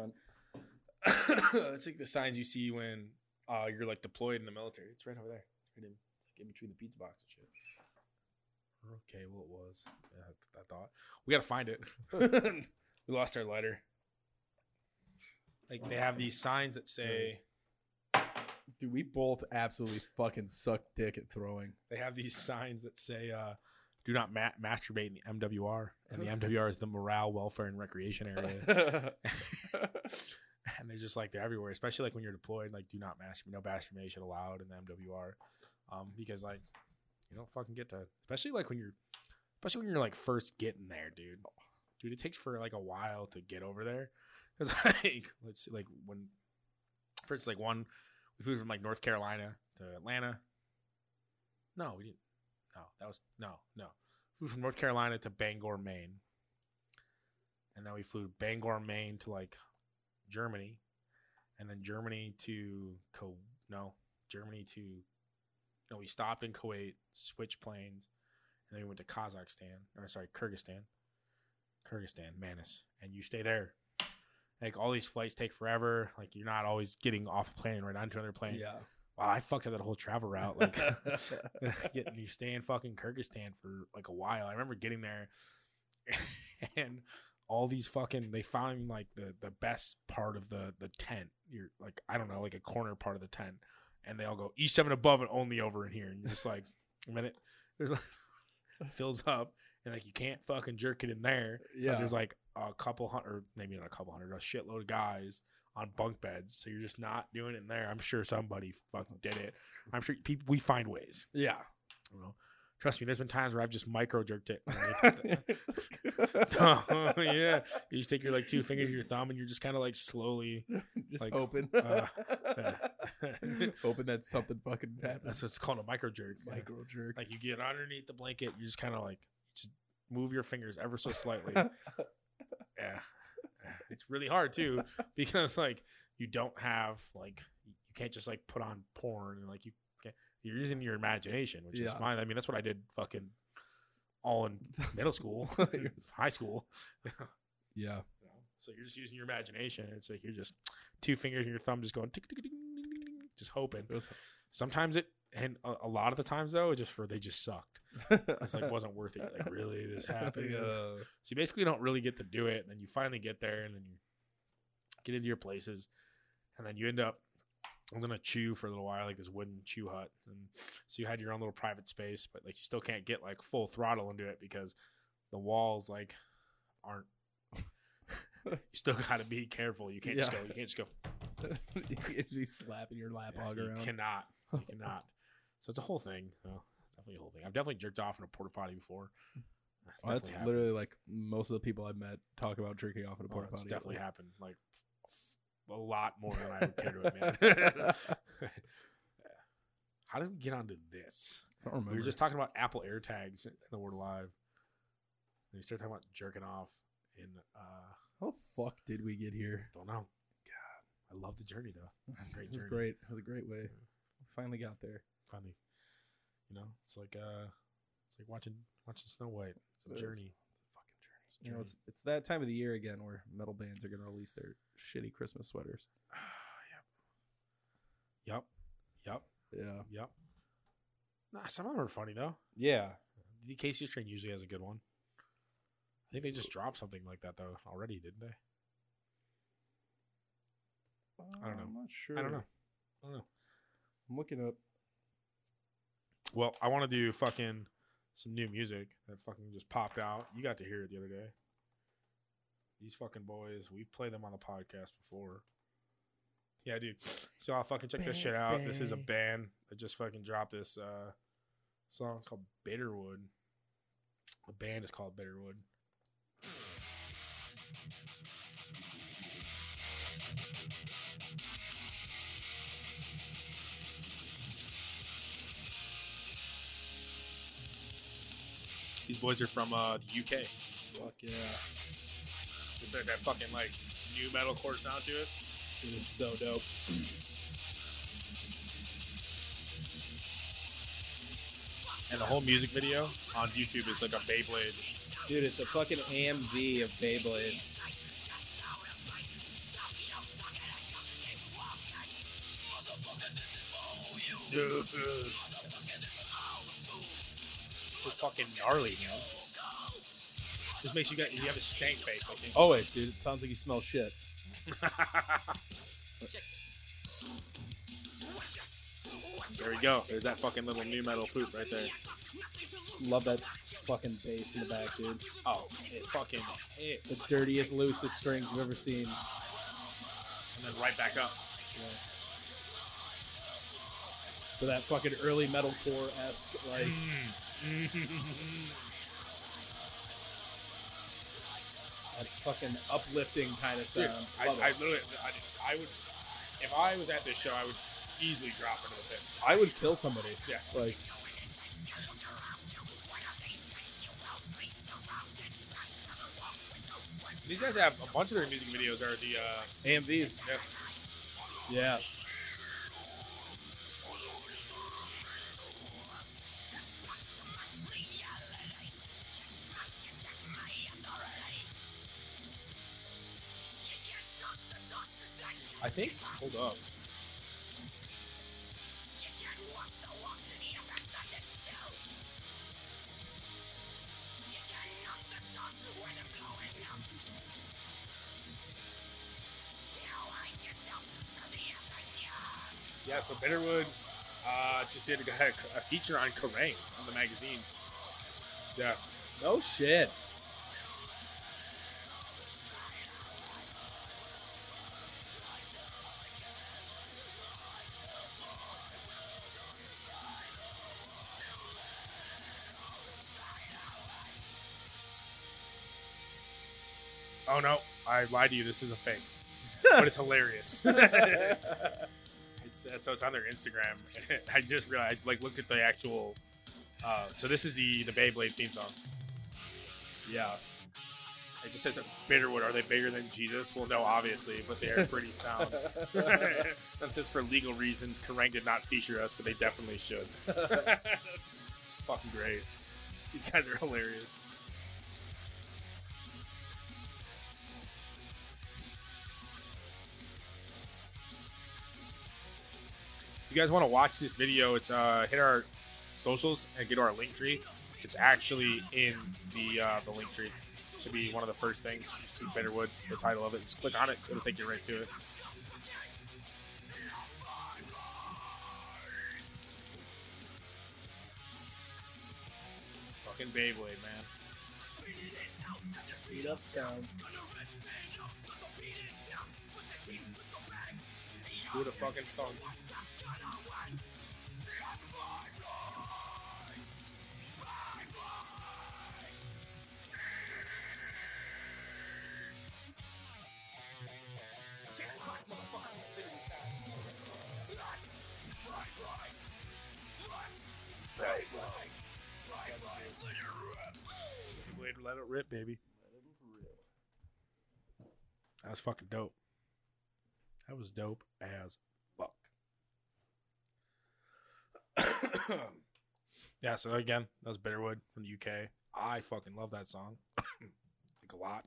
it's like the signs you see when uh, you're like deployed in the military. It's right over there. It's right in, it's like in between the pizza box and shit. Okay, well it was. Yeah, I thought we gotta find it. we lost our letter. Like they have these signs that say Nice. Dude, we both absolutely fucking suck dick at throwing. they have these signs that say uh, do not ma- masturbate in the MWR, and the MWR is the morale, welfare, and recreation area. and they're just like they're everywhere, especially like when you're deployed. Like, do not masturbate, no masturbation allowed in the MWR, um, because like you don't fucking get to, especially like when you're, especially when you're like first getting there, dude. Dude, it takes for like a while to get over there, because like let's see, like when first like one we flew from like North Carolina to Atlanta. No, we didn't. No, that was no, no. Flew from North Carolina to Bangor, Maine. And then we flew Bangor, Maine to like Germany, and then Germany to Co- no Germany to no we stopped in Kuwait, switched planes, and then we went to Kazakhstan or sorry Kyrgyzstan, Kyrgyzstan Manus, and you stay there. Like all these flights take forever. Like you're not always getting off a plane and right onto another plane. yeah. Wow, I fucked up that whole travel route. Like getting you stay in fucking Kyrgyzstan for like a while. I remember getting there and all these fucking they found like the the best part of the the tent. You're like I don't know, like a corner part of the tent. And they all go E seven above and only over in here. And you're just like a minute there's like fills up and like you can't fucking jerk it in there. 'cause Yeah. There's like a couple hundred or maybe not a couple hundred, a shitload of guys on bunk beds. So you're just not doing it in there. I'm sure somebody fucking did it. I'm sure people we find ways. yeah. You know, trust me, there's been times where I've just micro jerked it. Oh, yeah, you just take your like two fingers, your thumb, and you're just kind of like slowly. Just Like, open. uh, yeah. open that something fucking happens. That's what's called a micro jerk. Yeah. Micro jerk. Like you get underneath the blanket, you just kind of like just move your fingers ever so slightly. yeah, it's really hard too because like you don't have like you can't just like put on porn and like you can't, you're using your imagination, which is Yeah. fine. I mean, that's what I did fucking all in middle school, high school. yeah. you know? So you're just using your imagination. It's like you're just two fingers and your thumb just going, tick, tick, tick, tick, tick, tick, just hoping. Sometimes it, and a, a lot of the times though, it just for they just sucked. It's like wasn't worth it. Like really, this happened. Yeah. So you basically don't really get to do it. And then you finally get there and then you get into your places. And then you end up, I was in a chew for a little while, like this wooden chew hut. And so you had your own little private space, but like you still can't get like full throttle into it because the walls like aren't. you still got to be careful. You can't just go, Yeah. you can't just go, you can't be slapping your lap hog yeah, you around. cannot. You cannot. So it's a whole thing. So it's definitely a whole thing. I've definitely jerked off in a porta potty before. That's Oh, that's definitely happened. literally like most of the people I've met talk about drinking off at a Oh, porta It's potty. definitely happened. Like f- f- a lot more than I would care to admit. How did we get onto this? I don't remember. We were just talking about Apple AirTags in the word live. Then we started talking about jerking off in uh How the fuck did we get here? don't know. God. I love the journey though. It's a great it was journey. great. It was a great way. We finally got there. Finally. You know, it's like uh it's like watching watching Snow White. It's a It is. journey. It's a You journey. know, it's it's that time of the year again where metal bands are going to release their shitty Christmas sweaters. yep. Yep. Yeah. Yep. Nah, some of them are funny though. Yeah. The Casey's train usually has a good one. I think they just dropped something like that though already, didn't they? don't know. Uh, I'm not sure. I don't know. I don't know. I'm looking up. Well, I want to do fucking some new music that fucking just popped out. You got to hear it the other day. These fucking boys, we've played them on the podcast before. Yeah, dude. So I'll fucking check this shit out. This is a Baby. band that just fucking dropped this uh song. It's called Bitterwood. The band is called Bitterwood. These boys are from uh, the UK. Fuck yeah. It's like that fucking like new metalcore sound to it. Dude, it's so dope. And the whole music video on YouTube is like a Beyblade. Dude, it's a fucking AMV of Beyblade. Just fucking gnarly, man. Just makes you got you have a stank face. I think. Always, dude. It sounds like you smell shit. there we go. There's that fucking little new metal poop right there. Love that fucking bass in the back, dude. Oh, it fucking The hits. dirtiest, loosest strings I've ever seen. And then right back up. But that fucking early metalcore esque, like, that fucking uplifting kind of Dude, sound. I, Love I it. literally, I, I would, if I was at this show, I would easily drop into the pit. I would kill somebody. Yeah. Like, These guys have a bunch of their music videos are the uh, AMVs. Yeah. Yeah. I think. Hold up. Yeah, so Bitterwood uh, just did a, a feature on Kerrang on the magazine. Yeah, No shit. Oh no, I lied to you. This is a fake, but it's hilarious. it's uh, so it's on their Instagram. I just realized, I, like, looked at the actual. Uh, so this is the the Beyblade theme song. Yeah, it just says Bitterwood. Are they bigger than Jesus? Well, no, obviously, but they are pretty sound. that says for legal reasons, Kerrang did not feature us, but they definitely should. it's fucking great. These guys are hilarious. If you guys want to watch this video, it's uh, hit our socials and get to our link tree. It's actually in the uh, the link tree. Should be one of the first things. You see Bitterwood, the title of it. Just click on it. It'll take you right to it. Fucking Beyblade, man. Beat up sound. Who the fucking thunk? Beyblade, Let it rip, baby. That was fucking dope. That was dope as fuck. yeah, so again, that was Bitterwood from the UK. I fucking love that song. like a lot.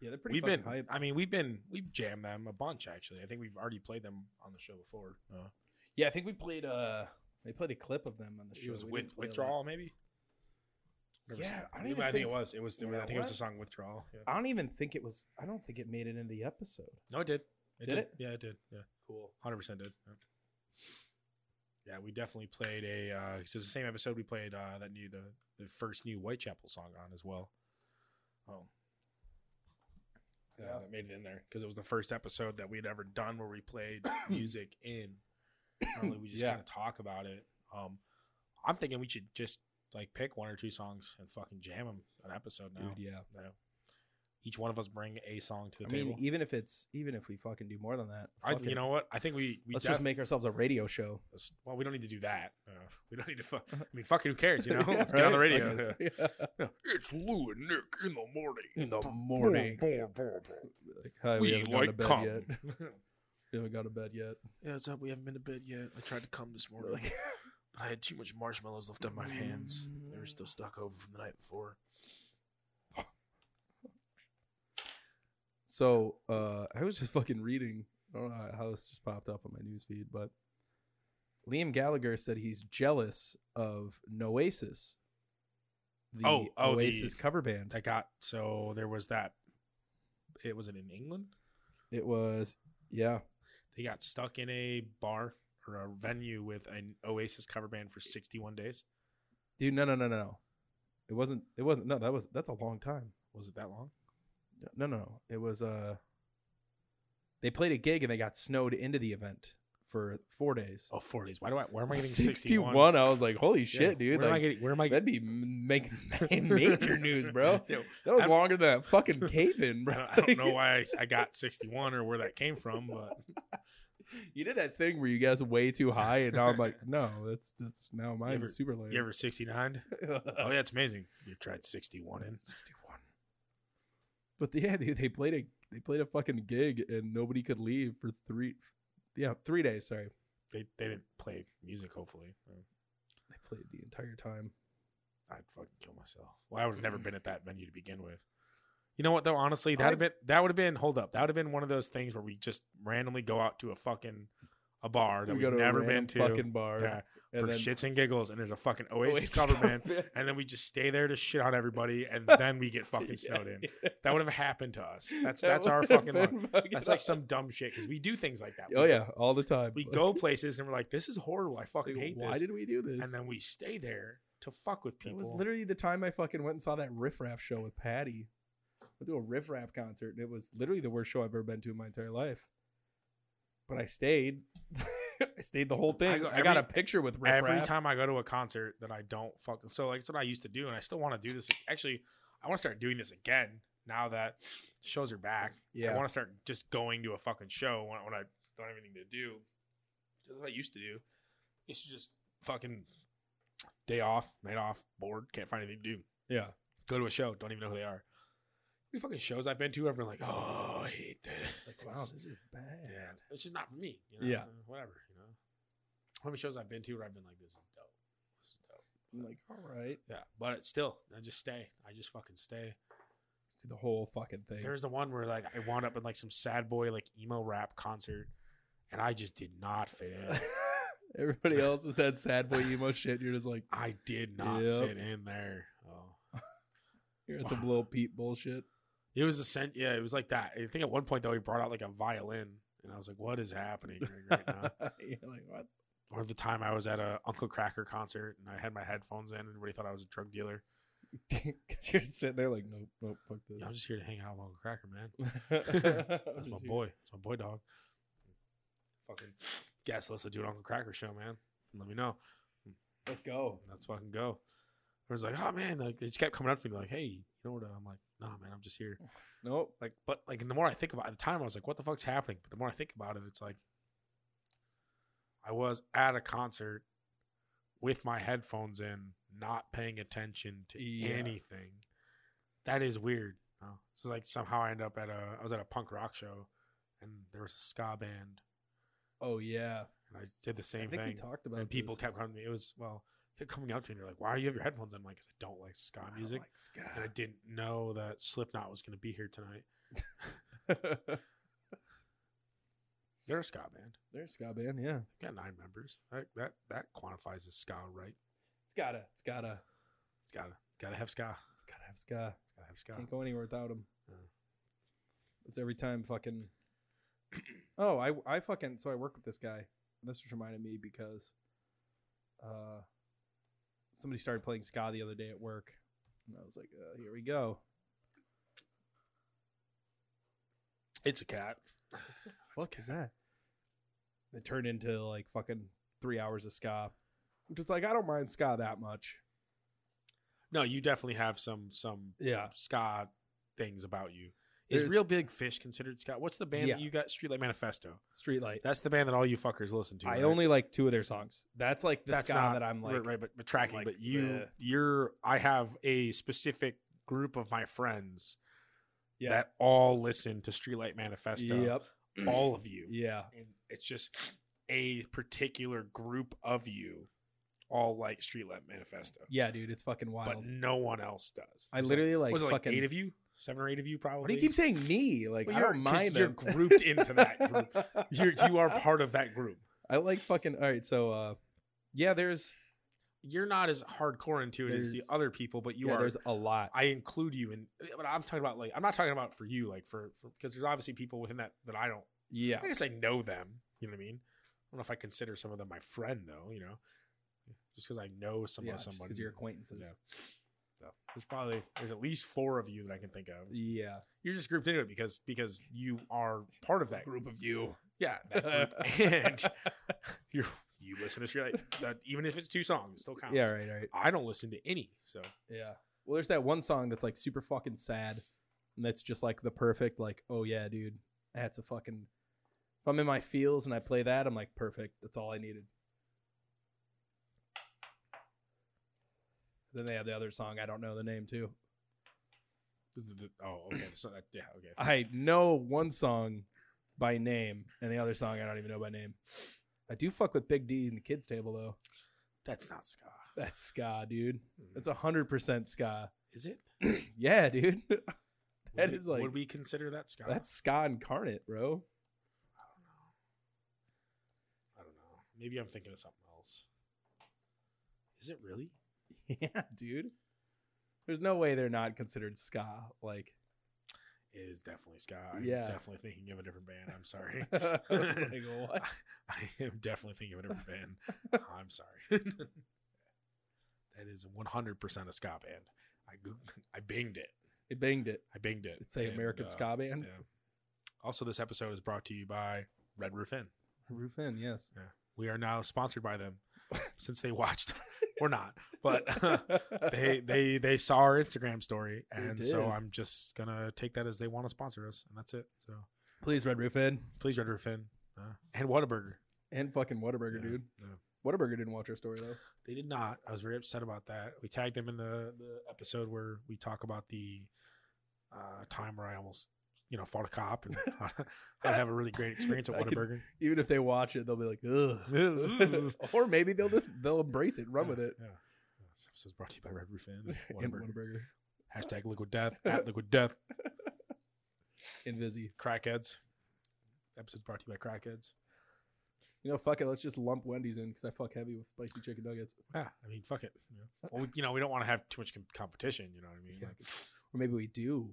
Yeah, they're pretty we've been fucking hype. I mean, we've been we've jammed them a bunch actually. I think we've already played them on the show before. Uh, Yeah, I think we played. uh They played a clip of them on the show. it was We with didn't play a lot. withdrawal maybe. Yeah, I don't I even think, think- it was. It was. Yeah, I think it was what? the song withdrawal. Yeah. I don't even think it was. I don't think it made it into the episode. No, it did. It Did it? Yeah, it did. Yeah, Cool. hundred percent did. Yeah. Yeah, we definitely played a. Uh, so it's the same episode we played uh, that new the the first new Whitechapel song on as well. Oh, yeah, Yeah. that made it in there because it was the first episode that we'd ever done where we played music in. Normally, we just Yeah. kind of talk about it. Um, I'm thinking we should just like pick one or two songs and fucking jam them an episode now. Dude, yeah. Yeah. Each one of us bring a song to the I table. mean, even if it's even if we fucking do more than that, I, fuck you it. know what? I think we we let's def- just make ourselves a radio show. Let's- well, we don't need to do that. Uh, we don't need to. Fu- I mean, fucking who cares? You know, let's get Right? on the radio. Fucking- Yeah. Yeah. It's Lou and Nick in the morning. In the Brr, morning. brr, brr, brr. Like, hi, we, We haven't like gone to bed cum. yet. We haven't gone to bed yet. yeah, what's up? We haven't been to bed yet. I tried to come this Like, but I had too much marshmallows left on my hands. They were still stuck over from the night before. so uh, I was just fucking reading. I don't know how- how this just popped up on my news feed, but Liam Gallagher said he's jealous of Noasis, the Oh, oh, the- Oasis cover band. That got so there was that. It was it in England. It was, yeah, They got stuck in a bar or a venue with an Oasis cover band for 61 days. dude. No, no, no, no, no. It wasn't. It wasn't. No, that was. That's a long time. Was it that long? No, no, no. It was uh they played a gig and they got snowed into the event for four days. Oh, 40 days. Why do I? Where am I getting 61? I was like, holy Yeah. shit, dude! Where am I Like, getting? Where am I? that'd be m- making major news, bro. Yo, That was I'm- longer than that fucking cave in, I bro. don't- I don't know why I, s- I got 61 or where that came from, but you did that thing where you guys way too high, and now I'm like, no, that's that's now mine's ever- super late. you ever 69? Oh yeah, it's amazing. You tried 61 in. 61. But yeah, they, they played a they played a fucking gig and nobody could leave for three, yeah, three days. Sorry, They they didn't play music. Hopefully, they played the entire time. I'd fucking kill myself. Well, I would have never been at that venue to begin with. You know what though? Honestly, that have been that would have been. Hold up, that would have been one of those things where we just randomly go out to a fucking a bar that We we go have to a never random been to. fucking bar yeah, and for then- shits and giggles, and there's a fucking Oasis, Oasis cover cover band, band. and then we just stay there to shit on everybody, and then we get fucking snowed in. That would have happened to us. That's That that's our would've fucking luck. been fucking That's like awesome. some dumb shit because we do things like that. Oh We- yeah, all the time. we Like, go places and we're like, this is horrible. I fucking like, hate why this. did we do this? and then we stay there to fuck with that people. was literally the time I fucking went and saw that Riff Raff show with Patty. I went to a Riff Raff concert and it was literally the worst show I've ever been to in my entire life. But I stayed. I stayed the whole thing. I, go- got a every- picture with Riff every Raff. time I go to a concert that I don't fucking so like it's what I used to do, and I still want to do this. Actually, I want to start doing this again now that shows are back. Yeah. I want to start just going to a fucking show when, when I don't have anything to do. That's what I used to do. It's just fucking day off, night off, bored, can't find anything to do. Yeah. Go to a show, don't even know who they are. The fucking shows I've been to, I've been like, oh, I hate this. Like wow, this is bad. Yeah, it's just not for me. You know? Yeah. Uh, Whatever. You know, how many shows I've been to where I've been like, this is dope. This is dope. I'm like, all right. Yeah, but it's still, I just stay. I just fucking stay. See the whole fucking thing. There's the one where like I wound up in like some sad boy like emo rap concert, and I just did not fit in. Everybody else is that sad boy emo shit. and You're just like, I did not Yep. fit in there. Oh. you're on some little Pete bullshit. It was a sen- yeah, it was like that. I think at one point though he brought out like a violin, and I was like, what is happening right now? You're like, what? or the time I was at a Uncle Cracker concert and I had my headphones in, and everybody thought I was a drug dealer. Because you're sitting there like, nope, nope, fuck Yeah, I'm just here to hang out with Uncle Cracker, man. this. That's my boy. That's my boy dog. Fucking guess let's do an Uncle Cracker show, man. Let me know. Let's go. Let's fucking go. I was like, oh man, like they just kept coming up to me like, hey, you know what? uh," I'm like, nah, man, I'm just here. Nope. Like, but like the more I think about it, at the time, I was like, what the fuck's happening? But the more I think about it, it's like I was at a concert with my headphones in, not paying attention to Yeah. anything. That is weird. Oh, it's like somehow I end up at a I was at a punk rock show and there was a ska band Oh yeah. and I did the same I think thing. we talked about and people this. kept coming to me. It was well, kept coming up to me. They're like, "Why do you have your headphones?" on?" I'm like, "Cause I don't like ska I don't music." like and I didn't know that Slipknot was going to be here tonight. ska. They're a ska band. There's ska band. Yeah. They've got nine members. That that, that quantifies as ska, right? It's gotta. It's gotta. It's gotta gotta have ska. It's gotta have ska. It's gotta have ska. Can't go anywhere without him. Yeah. It's every time fucking. Oh, I I fucking so I work with this guy. This just reminded me because uh, somebody started playing ska the other day at work, and I was like, uh, "Here we go." It's a cat. fuck is that? It turned into like fucking three hours of ska, which is like I don't mind ska that much. No, you definitely have some some Yeah, ska things about you. Is There's- Real Big Fish considered ska? What's the band Yeah. that you got? Streetlight Manifesto. Streetlight. That's the band that all you fuckers listen to. I right? only like two of their songs. That's like the That's ska not- that I'm like. right, right, but, but tracking. like, but you, bleh. you're. I have a specific group of my friends Yeah. that all listen to Streetlight Manifesto. Yep. All of you. Yeah. and it's just a particular group of you all like Streetlight Manifesto, Yeah, dude, it's fucking wild. but no one else does. I There's literally like, like was it like fucking. eight of you, seven or eight of you, probably. Why do you keep saying me? Like Well, I you're- don't 'cause mind. You're them. grouped into that group. You're, you are part of that group. I like fucking. All right, so uh, yeah, there's You're not as hardcore into it as the There's- other people, but you yeah, are. there's a lot. I include you in, but I'm talking about like I'm not talking about for you, like for because there's obviously people within that that I don't. yeah, I guess I know them. You know what I mean? I don't know if I consider some of them my friend though. You know, just because I know some yeah, of just someone. 'cause you're acquaintances. Yeah. So there's probably there's at least four of you that I can think of. Yeah. You're just grouped into it because because you are part of that group of you. Yeah, that group. and yeah. you you listen to Streetlight. That, even if it's two songs, it still counts. Right. Right. I don't listen to any. So Yeah. Well, there's that one song that's like super fucking sad, and that's just like the perfect like, oh yeah, dude, that's a fucking. If I'm in my feels and I play that, I'm like perfect. That's all I needed. Then they have the other song. I don't know the name too. th- th- th- oh okay so that, yeah okay I know one song by name, and the other song I don't even know by name. I do fuck with Big D and the kids table though. that's not ska. Hmm. That's ska, dude. That's hundred percent ska. is it? yeah, dude. That Would we- is like- would we consider that ska? That's ska incarnate, bro. I don't know. I don't know. Maybe I'm thinking of something else. Is it really? Yeah, dude. There's no way they're not considered ska. Like, It is definitely ska. I'm Yeah. definitely thinking of a different band. I'm sorry. I was like, what? I am definitely thinking of a different band. I'm sorry. that is 100% a ska band. I goog- I binged it. It banged it. I binged it. It's a And, American uh, ska band. yeah. Also, this episode is brought to you by Red Roof Inn. Roof in, yes. We are now sponsored by them since they watched. We're not, but they they they saw our Instagram story, They and so did. I'm just gonna take that as they want to sponsor us, and that's it. So please red roof in please, Red Roof Inn uh, and Whataburger. and fucking Whataburger, Yeah, dude. yeah. Whataburger didn't watch our story though. They did not. I was very upset about that. We tagged them in the, the episode where we talk about the uh, time where I almost, you know, fought a cop and I have a really great experience at I could- Whataburger. Even if they watch it, they'll be like, ugh. or maybe they'll just they'll embrace it, run with it. Yeah. yeah. This episode's brought to you by Red Roof Inn. And Whataburger. Whataburger. Hashtag liquid death. At liquid death. And Vizzy. Crackheads. Episode's brought to you by Crackheads. You know, fuck it, let's just lump Wendy's in because I fuck heavy with spicy chicken nuggets. Yeah, I mean, fuck it. You know, well, we, you know we don't want to have too much com- competition. You know what I mean? Yeah. Like, Or maybe we do.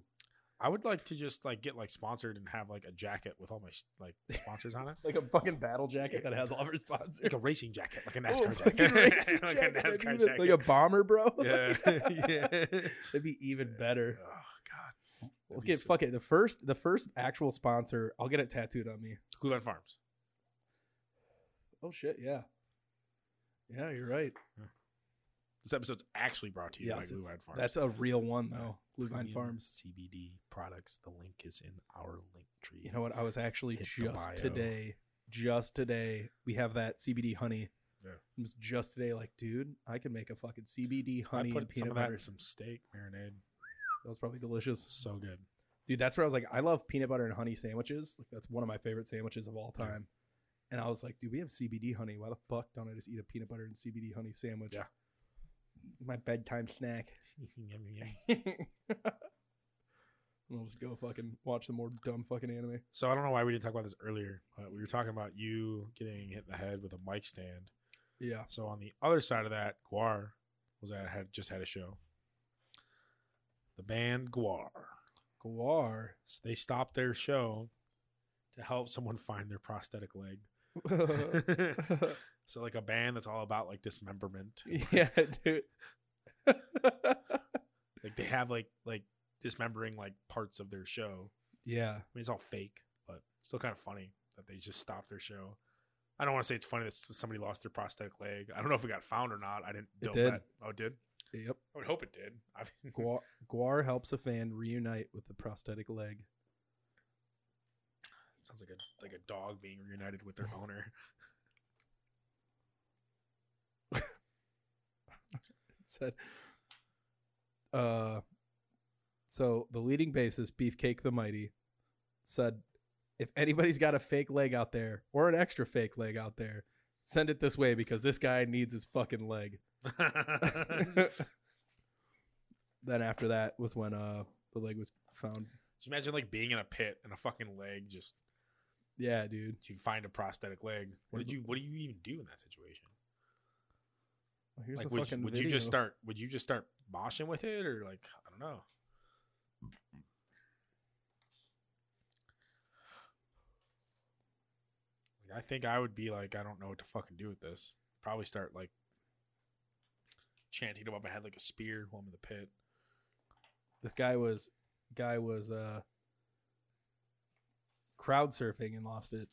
I would like to just like get like sponsored and have like a jacket with all my s- like sponsors on it, Like a fucking battle jacket that has all of our sponsors. like a racing jacket, like a Oh, NASCAR fucking jacket, racing like jacket, a that'd NASCAR even- jacket. like a bomber, bro. yeah, yeah. That'd be even Oh better. god, We'll be get sick. fuck it. The first, the first actual sponsor, I'll get it tattooed on me. Cleveland Farms. Oh shit, yeah, yeah, you're right. This episode's actually brought to you Yes, by it's- Glue Farms. that's a real one though. Blue Vine Premium Farms. CBD products. The link is in our link tree. You know what? I was actually Hit the just bio. today, just today, we have that CBD honey. Yeah. It was just today, like, dude, I can make a fucking CBD I honey and put some peanut of that butter. in some steak marinade. That was probably delicious, So good. dude. That's where I was like, I love peanut butter and honey sandwiches. Like, that's one of my favorite sandwiches of all Yeah. time. And I was like, dude, we have CBD honey. Why the fuck don't I just eat a peanut butter and CBD honey sandwich? Yeah. my bedtime snack. Yum, yum, yum. and I'll just go fucking watch some more dumb fucking anime. So I don't know why we didn't talk about this earlier. But we were talking about you getting hit in the head with a mic stand. Yeah, So on the other side of that, Guar was at had just had a show. The band Guar. Guar. So they stopped their show to help someone find their prosthetic leg. so like a band that's all about like dismemberment. yeah, dude. Like they have like like dismembering like parts of their show. yeah. I mean, it's all fake, but still kind of funny that they just stopped their show. I don't want to say it's funny that s- somebody lost their prosthetic leg. I don't know if it got found or not. I didn't. It delve did. That. Oh, it did. Yep. I would hope it did. I mean, Guar, Guar helps a fan reunite with the prosthetic leg. sounds like a like a dog being reunited with their owner. It said, uh, so the leading bassist, Beefcake the Mighty, said, if anybody's got a fake leg out there or an extra fake leg out there, send it this way because this guy needs his fucking leg. Did then after that was when uh the leg was found. you imagine like being in a pit and a fucking leg just Yeah, dude. you find a prosthetic leg. What did you What do you even do in that situation? Well, here's like, the would, fucking would you just video. start? Would you just start moshing with it, or like I don't know? Like, I think I would be like, I don't know what to fucking do with this. Probably start like chanting above my head like a spear while I'm in the pit. This guy was guy was uh crowd surfing and lost it.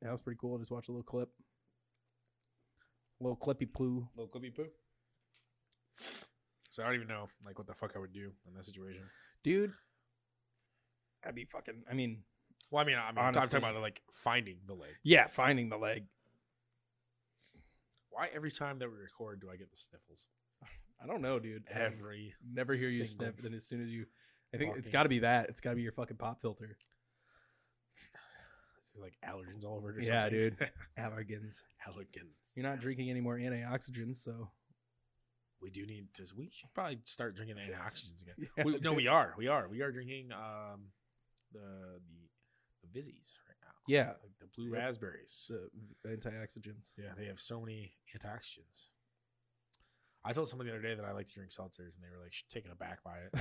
Yeah, that was pretty cool. I just watched a little clip. little clippy poo. Little clippy poo. So I don't even know like what the fuck I would do in that situation. Dude. I'd be fucking I mean Well, I mean, I mean I'm talking Honestly. about like finding the leg. Yeah, finding the leg. Why every time that we record do I get the sniffles? I don't know, dude. I don't- Every never hear you single sniff. Then as soon as you, I think it's fucking- got to be that. It's got to be your fucking pop filter. Is there, like allergens all over it or Yeah, something? dude. Allergens. allergens. You're not drinking any more antioxidants, so We do need to. We should probably start drinking the antioxidants again. Yeah, we, no, dude. we are. We are. We are drinking um the the the Vizzies right now. Yeah. like the blue Yep. raspberries. the antioxidants. yeah, they have so many antioxidants. I told someone the other day that I like to drink seltzers, and they were like sh- taken aback by it.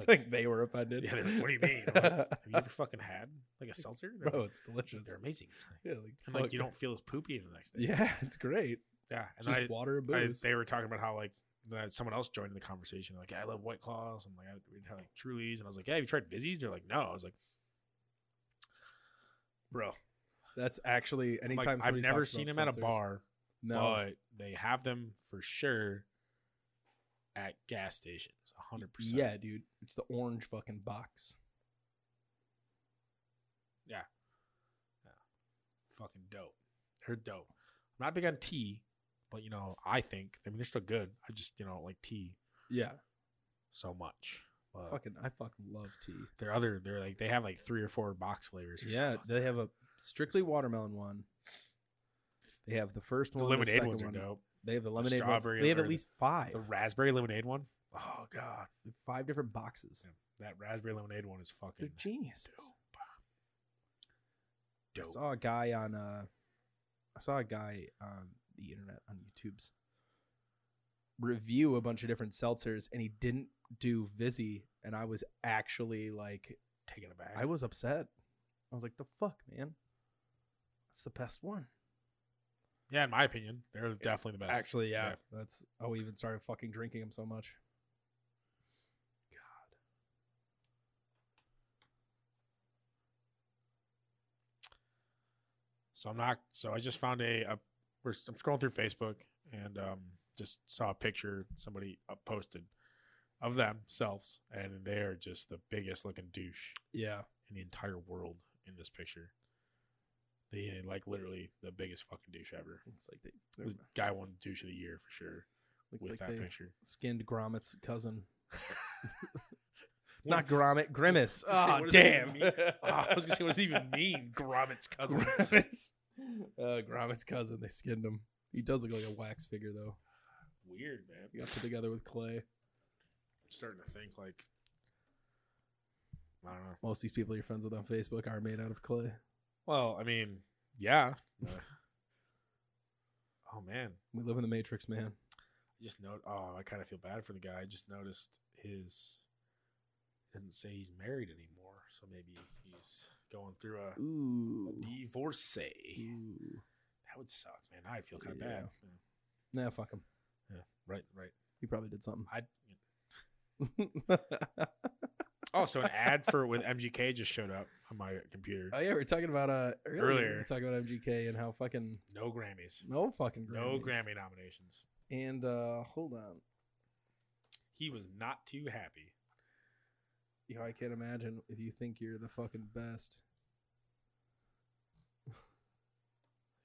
I think they were offended. Yeah, they're like, "What do you mean?" I'm like, Have you ever fucking had like a seltzer? They're Bro, like, it's delicious. they're amazing. Yeah, like, And like fuck. you don't feel as poopy the next day. Yeah, it's great. yeah. And Just I, water and I, booze. they were talking about how like then I- someone else joined the conversation. Like, I love White Claws, and like I, we had like Trulies, and I was like, Yeah, have you tried Vizzies? They're like, No. I was like, Bro, That's actually I'm like, anytime I've somebody never talks seen about them at a seltzers- bar, No, but they have them for sure at gas stations, hundred percent. yeah, dude, it's the orange fucking box. fucking dope. They're dope. I'm not big on tea, but you know, I think I mean they're still good. I just you know don't like tea Yeah, so much. But fucking, I fucking love tea. They're other. They're like they have like three or four box flavors. Or Yeah, something. they have a strictly watermelon one. They have the first the one, lemonade second ones one. are dope. They have the lemonade ones. strawberry They have or at the- least five, The raspberry lemonade one. Oh god, five different boxes. that raspberry lemonade one is fucking They're geniuses. I dope. saw a guy on uh, I saw a guy on the internet on YouTube's review a bunch of different seltzers, and he didn't do Vizzy, and I was actually like, Taking it back. I was upset. I was like, the fuck, man. That's the best one. yeah, in my opinion, they're definitely the best. Actually, yeah, Yeah. That's oh, we even started fucking drinking them so much. God. So I'm not. So I just found a. a we're, I'm scrolling through Facebook and um, just saw a picture somebody up posted of themselves, and they are just the biggest looking douche Yeah. in the entire world in this picture. They like literally the biggest fucking douche ever. Looks like they It was guy won douche of the year for sure looks with like that they picture. skinned Gromit's cousin. What- Not Gromit, Grimace. I was gonna say, Oh, what does that damn. even mean? Ah, I was gonna say, what does it even mean? Gromit's cousin. Grimace. Uh, Gromit's cousin. They skinned him. He does look like a wax figure, though. Weird, man. He got put together with clay. I'm starting to think like I don't know. Most of these people you're friends with on Facebook are made out of clay. Well, I mean, yeah. oh man, We live in the Matrix, man. I just note. Oh, I kind of feel bad for the guy. I just noticed his doesn't say he's married anymore, so maybe he's going through a Ooh. divorce. That would suck, man. I'd feel kind of Yeah. bad. Nah, fuck him. Right, right. He probably did something. I oh, so an ad for with MGK just showed up on my computer. Oh yeah, we were talking about uh earlier, We Earlier. were talking about MGK and how fucking No Grammys, no fucking Grammys. no Grammy nominations. And uh hold on, He was not too happy. you know, I can't imagine if you think you're the fucking best.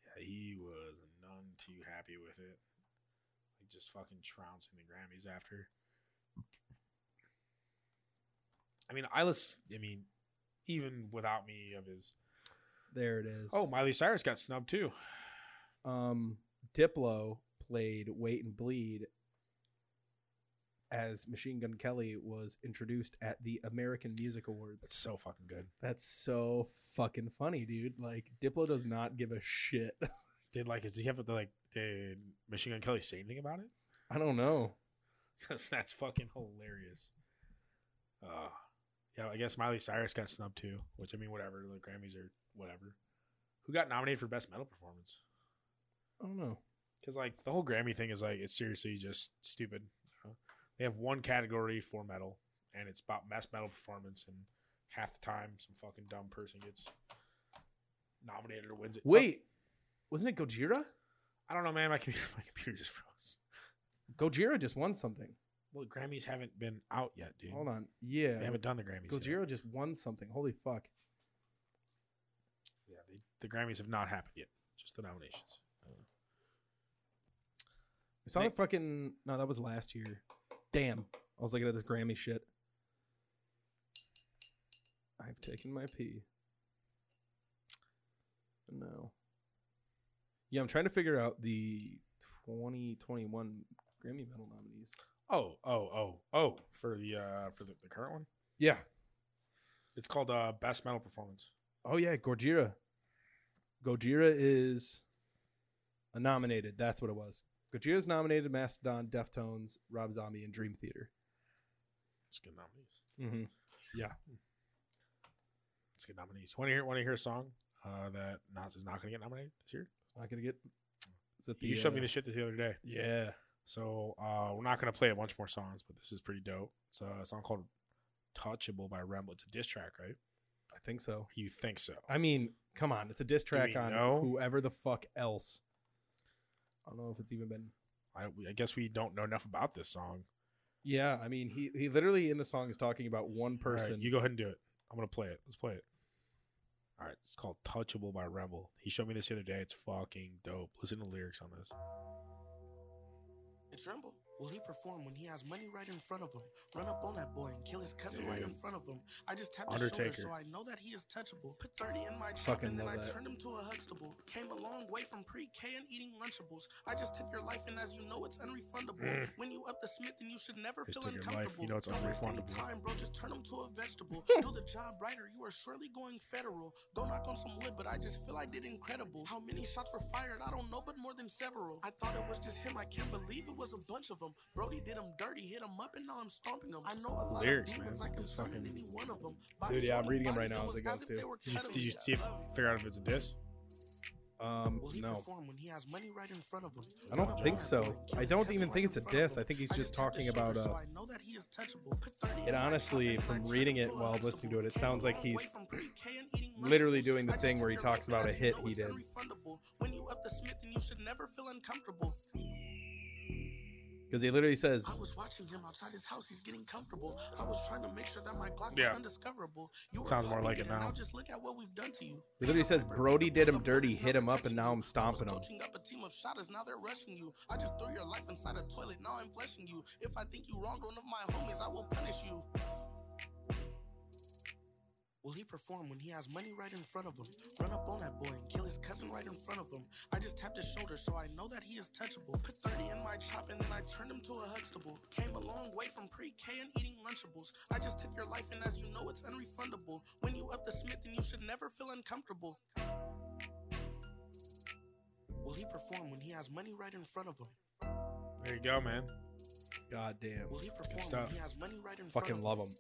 Yeah, he was none too happy with it. Like just fucking trouncing the Grammys after. I mean, I listen. I mean, even without me of his. There it is. Oh, Miley Cyrus got snubbed too. um, Diplo played "Wait and Bleed" as Machine Gun Kelly was introduced at the American Music It's Awards. so fucking good. That's so fucking funny, dude. Like Diplo does not give a shit. Did like? Does he have to like? Did Machine Gun Kelly say anything about it? I don't know. Because that's fucking hilarious. Uh, yeah, I guess Miley Cyrus got snubbed too, which I mean, whatever. The Grammys are whatever. Who got nominated for Best Metal Performance? I don't know. Because, like, the whole Grammy thing is like, it's seriously just stupid. you know? They have one category for metal, and it's about Best Metal Performance, and half the time, some fucking dumb person gets nominated or wins it. Fuck- Wait, wasn't it Gojira? I don't know, man. My computer, my computer just froze. Gojira just won something. Well, the Grammys haven't been out yet, dude. Hold on. Yeah. They haven't done the Grammys yet. Gojira just won something. Holy fuck. Yeah, they, the Grammys have not happened yet. Just the nominations. Uh, I saw Nick- the fucking no, that was last year. Damn. I was looking at this Grammy shit. I've taken my pee. No. Yeah, I'm trying to figure out the 2021 Grammy medal nominees. Oh, oh, oh, oh! For the uh, for the, the current one, Yeah. it's called uh, Best Metal Performance. Oh yeah, Gojira. Gojira is a nominated. That's what it was. Gojira's nominated Mastodon, Deftones, Rob Zombie, and Dream Theater. It's good nominees. Mm-hmm. It's good nominees. Want to hear? Want to hear a song uh, that Nas is not going to get nominated this year? Not gonna get. Is it you showed me uh, this shit the other day. Yeah. So uh, we're not going to play a bunch more songs, but this is pretty dope. It's a song called "Touchable" by Rebel. It's a diss track, right? I think so. You think so? I mean, come on, it's a diss track we on know? whoever the fuck else. I don't know if it's even been. I, we- I guess we don't know enough about this song. Yeah, I mean, he he literally in the song is talking about one All right, person. you go ahead and do it. I'm gonna play it. Let's play it. All right, it's called "Touchable" by Rebel. He showed me this the other day. It's fucking dope. Listen to the lyrics on this. And Tremble, will he perform when he has money right in front of him? Run up on that boy and kill his cousin right in Dude. front of him. I just tapped his shoulder Undertaker. so I know that he is touchable. Put 30 in my chop Fucking and then love I that. turned him to a Huxtable. Came a long way from pre-K and eating Lunchables. I just took your life and as you know it's unrefundable. Mm. When you up the Smith and you should never Just feel took your life, uncomfortable. you know it's Don't waste any unrefundable. time, bro. Just turn him to a vegetable. Do the job right or you are surely going federal. Go knock on some wood, but I just feel I did incredible. How many shots were fired? I don't know, but more than several. I thought it was just him. I can't believe it was a bunch of them. Brody did him dirty, hit him up, and now I'm stomping him. I know a lot Lyrics, of demons. man. I can It's summon fucking- any one of them. Dude, yeah, I'm reading 'em right now oh, as it goes, too. Did you, did you see if, figure out if it's a diss? um, Will he no, perform when he has money right in front of him? I don't Run think up so. on that boy and kill I his don't cousin even right think in it's a front of diss. him. I think he's I just tapped his talking about. shoulder Uh, so I know that he is touchable. Put 30 in it my honestly, cup and from I reading turned it to a while listening to it, it vegetable. sounds like Came a long he's way from pre-K and eating literally lunchables. doing the I just thing took where he your talks life about as a you hit know he it's did. unrefundable. When you up the Smith and you should never feel uncomfortable. because he literally says, I was watching him outside his house. He's getting comfortable. I was trying to make sure that my Glock Yeah. was undiscoverable. You were Sounds more close, like we it did, and now. just look at what we've done to you. he literally says Brody did him dirty, hit him up, and now I'm stomping I him. was coaching up a team of shotters, now they're rushing you. I just threw your life inside a toilet, now I'm flushing you. If I think you wronged one of my homies, I will punish you. Will he perform when he has money right in front of him? Run up on that boy and kill his cousin right in front of him. I just tapped his shoulder so I know that he is touchable. Put 30 in my chop and then I turned him to a Huxtable. Came a long way from pre-K and eating Lunchables. I just took your life and as you know it's unrefundable. When you up the Smith and you should never feel uncomfortable. Will he perform when he has money right in front of him? There you go, man. God damn. Will he perform stuff. when he has money right in Fucking front love of him.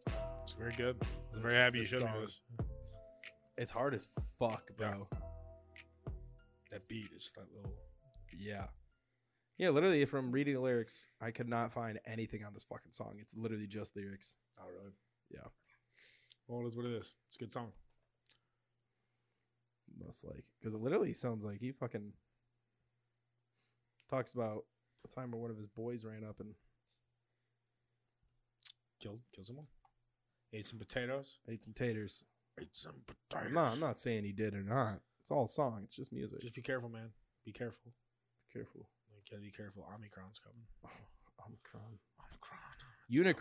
It's very good. I'm very happy you showed me song. this. It's hard as fuck, bro. That beat is oh. just that little. Yeah. Yeah, literally from reading the lyrics, I could not find anything on this fucking song. It's literally just lyrics. Oh really? Yeah. Well, it is what it is. It's a good song. Most like because it literally sounds like he fucking talks about the time where one of his boys ran up and Killed, killed someone. Ate some potatoes. ate some taters. Ate some I'm potatoes. not, I'm not saying he did or not. It's all song. It's just music. Just be careful, man. Be careful. careful. You gotta be careful. Omicron's coming. Oh, Omicron.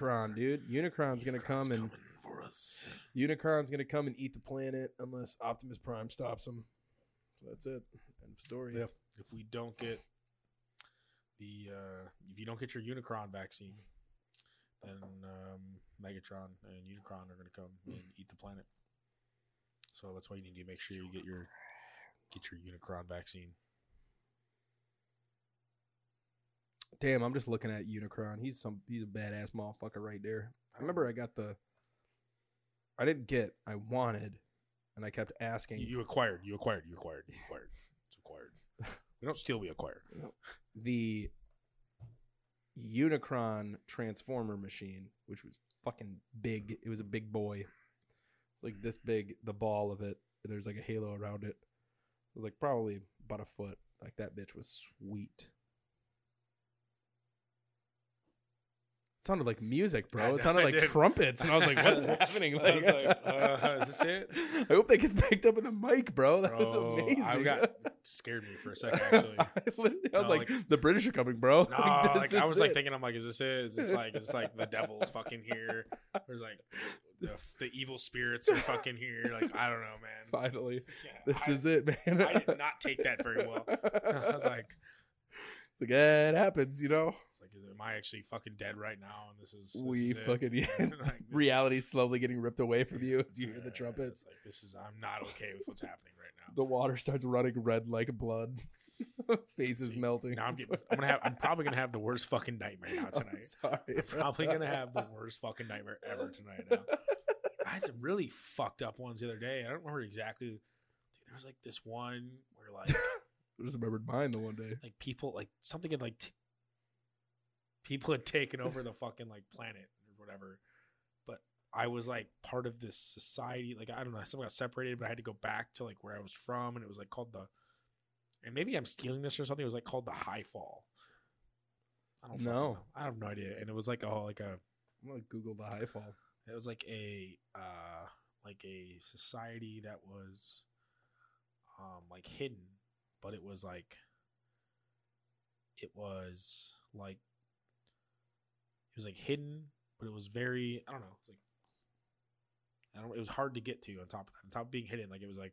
Omicron. Unicron, dude. Unicron's gonna come and for us. Unicron's gonna come and eat the planet unless Optimus Prime stops him. So that's it. End of story. Yep. If we don't get the uh, if you don't get your Unicron vaccine, then um, Megatron and Unicron are gonna come and eat the planet. So that's why you need to make sure you get your get your Unicron vaccine. Damn, I'm just looking at Unicron. He's some he's a badass motherfucker right there. I remember I got the I didn't get, I wanted, and I kept asking You, you acquired. You acquired. You acquired. You acquired. It's acquired. We don't steal. We acquire. the Unicron transformer machine, which was fucking big. It was a big boy. It's like this big, the ball of it. And there's like a halo around it. It was like probably about a foot. Like that bitch was sweet. It sounded like music, bro. Yeah, it sounded I like did. trumpets, and I was like, "What is happening?" I was like, uh, is this it? I hope that gets picked up in the mic, bro. That Bro, was amazing. I got scared me for a second. Actually. I, literally- I No, was like, the British are coming, bro. No, Like, like, this I is was like it. thinking, I'm like, is this it? Is this like, is this like the devil's fucking here? Or is like the, the evil spirits are fucking here? Like, I don't know, man. finally, Yeah, this I, is it, man. I did not take that very well. I was like, It's like, eh, it happens, you know. it's like, is, am I actually fucking dead right now? And this is this we is it? fucking yeah. Like, this- reality's slowly getting ripped away from you as you hear Yeah, the it's trumpets. Like, this is I'm not okay with what's happening right now. The water starts running red like blood. Faces See, melting. Now I'm getting. I'm gonna have. I'm probably gonna have the worst fucking nightmare now tonight. sorry. probably gonna have the worst fucking nightmare ever tonight. Now. I had some really fucked up ones the other day. I don't remember exactly. Dude, there was like this one where like I just remembered mine the one day. like people like something had like t- people had taken over the fucking like planet or whatever. But I was like part of this society. Like I don't know, something got separated, but I had to go back to like where I was from, and it was like called the. And maybe I'm stealing this or something. It was like called the High Fall. I don't fucking No. know. I have no idea. And it was like a like a I'm gonna Google the high fall. it was like a uh like a society that was um like hidden but it was like it was like it was like hidden but it was very i don't know it was like i don't it was hard to get to on top of that on top of being hidden like it was like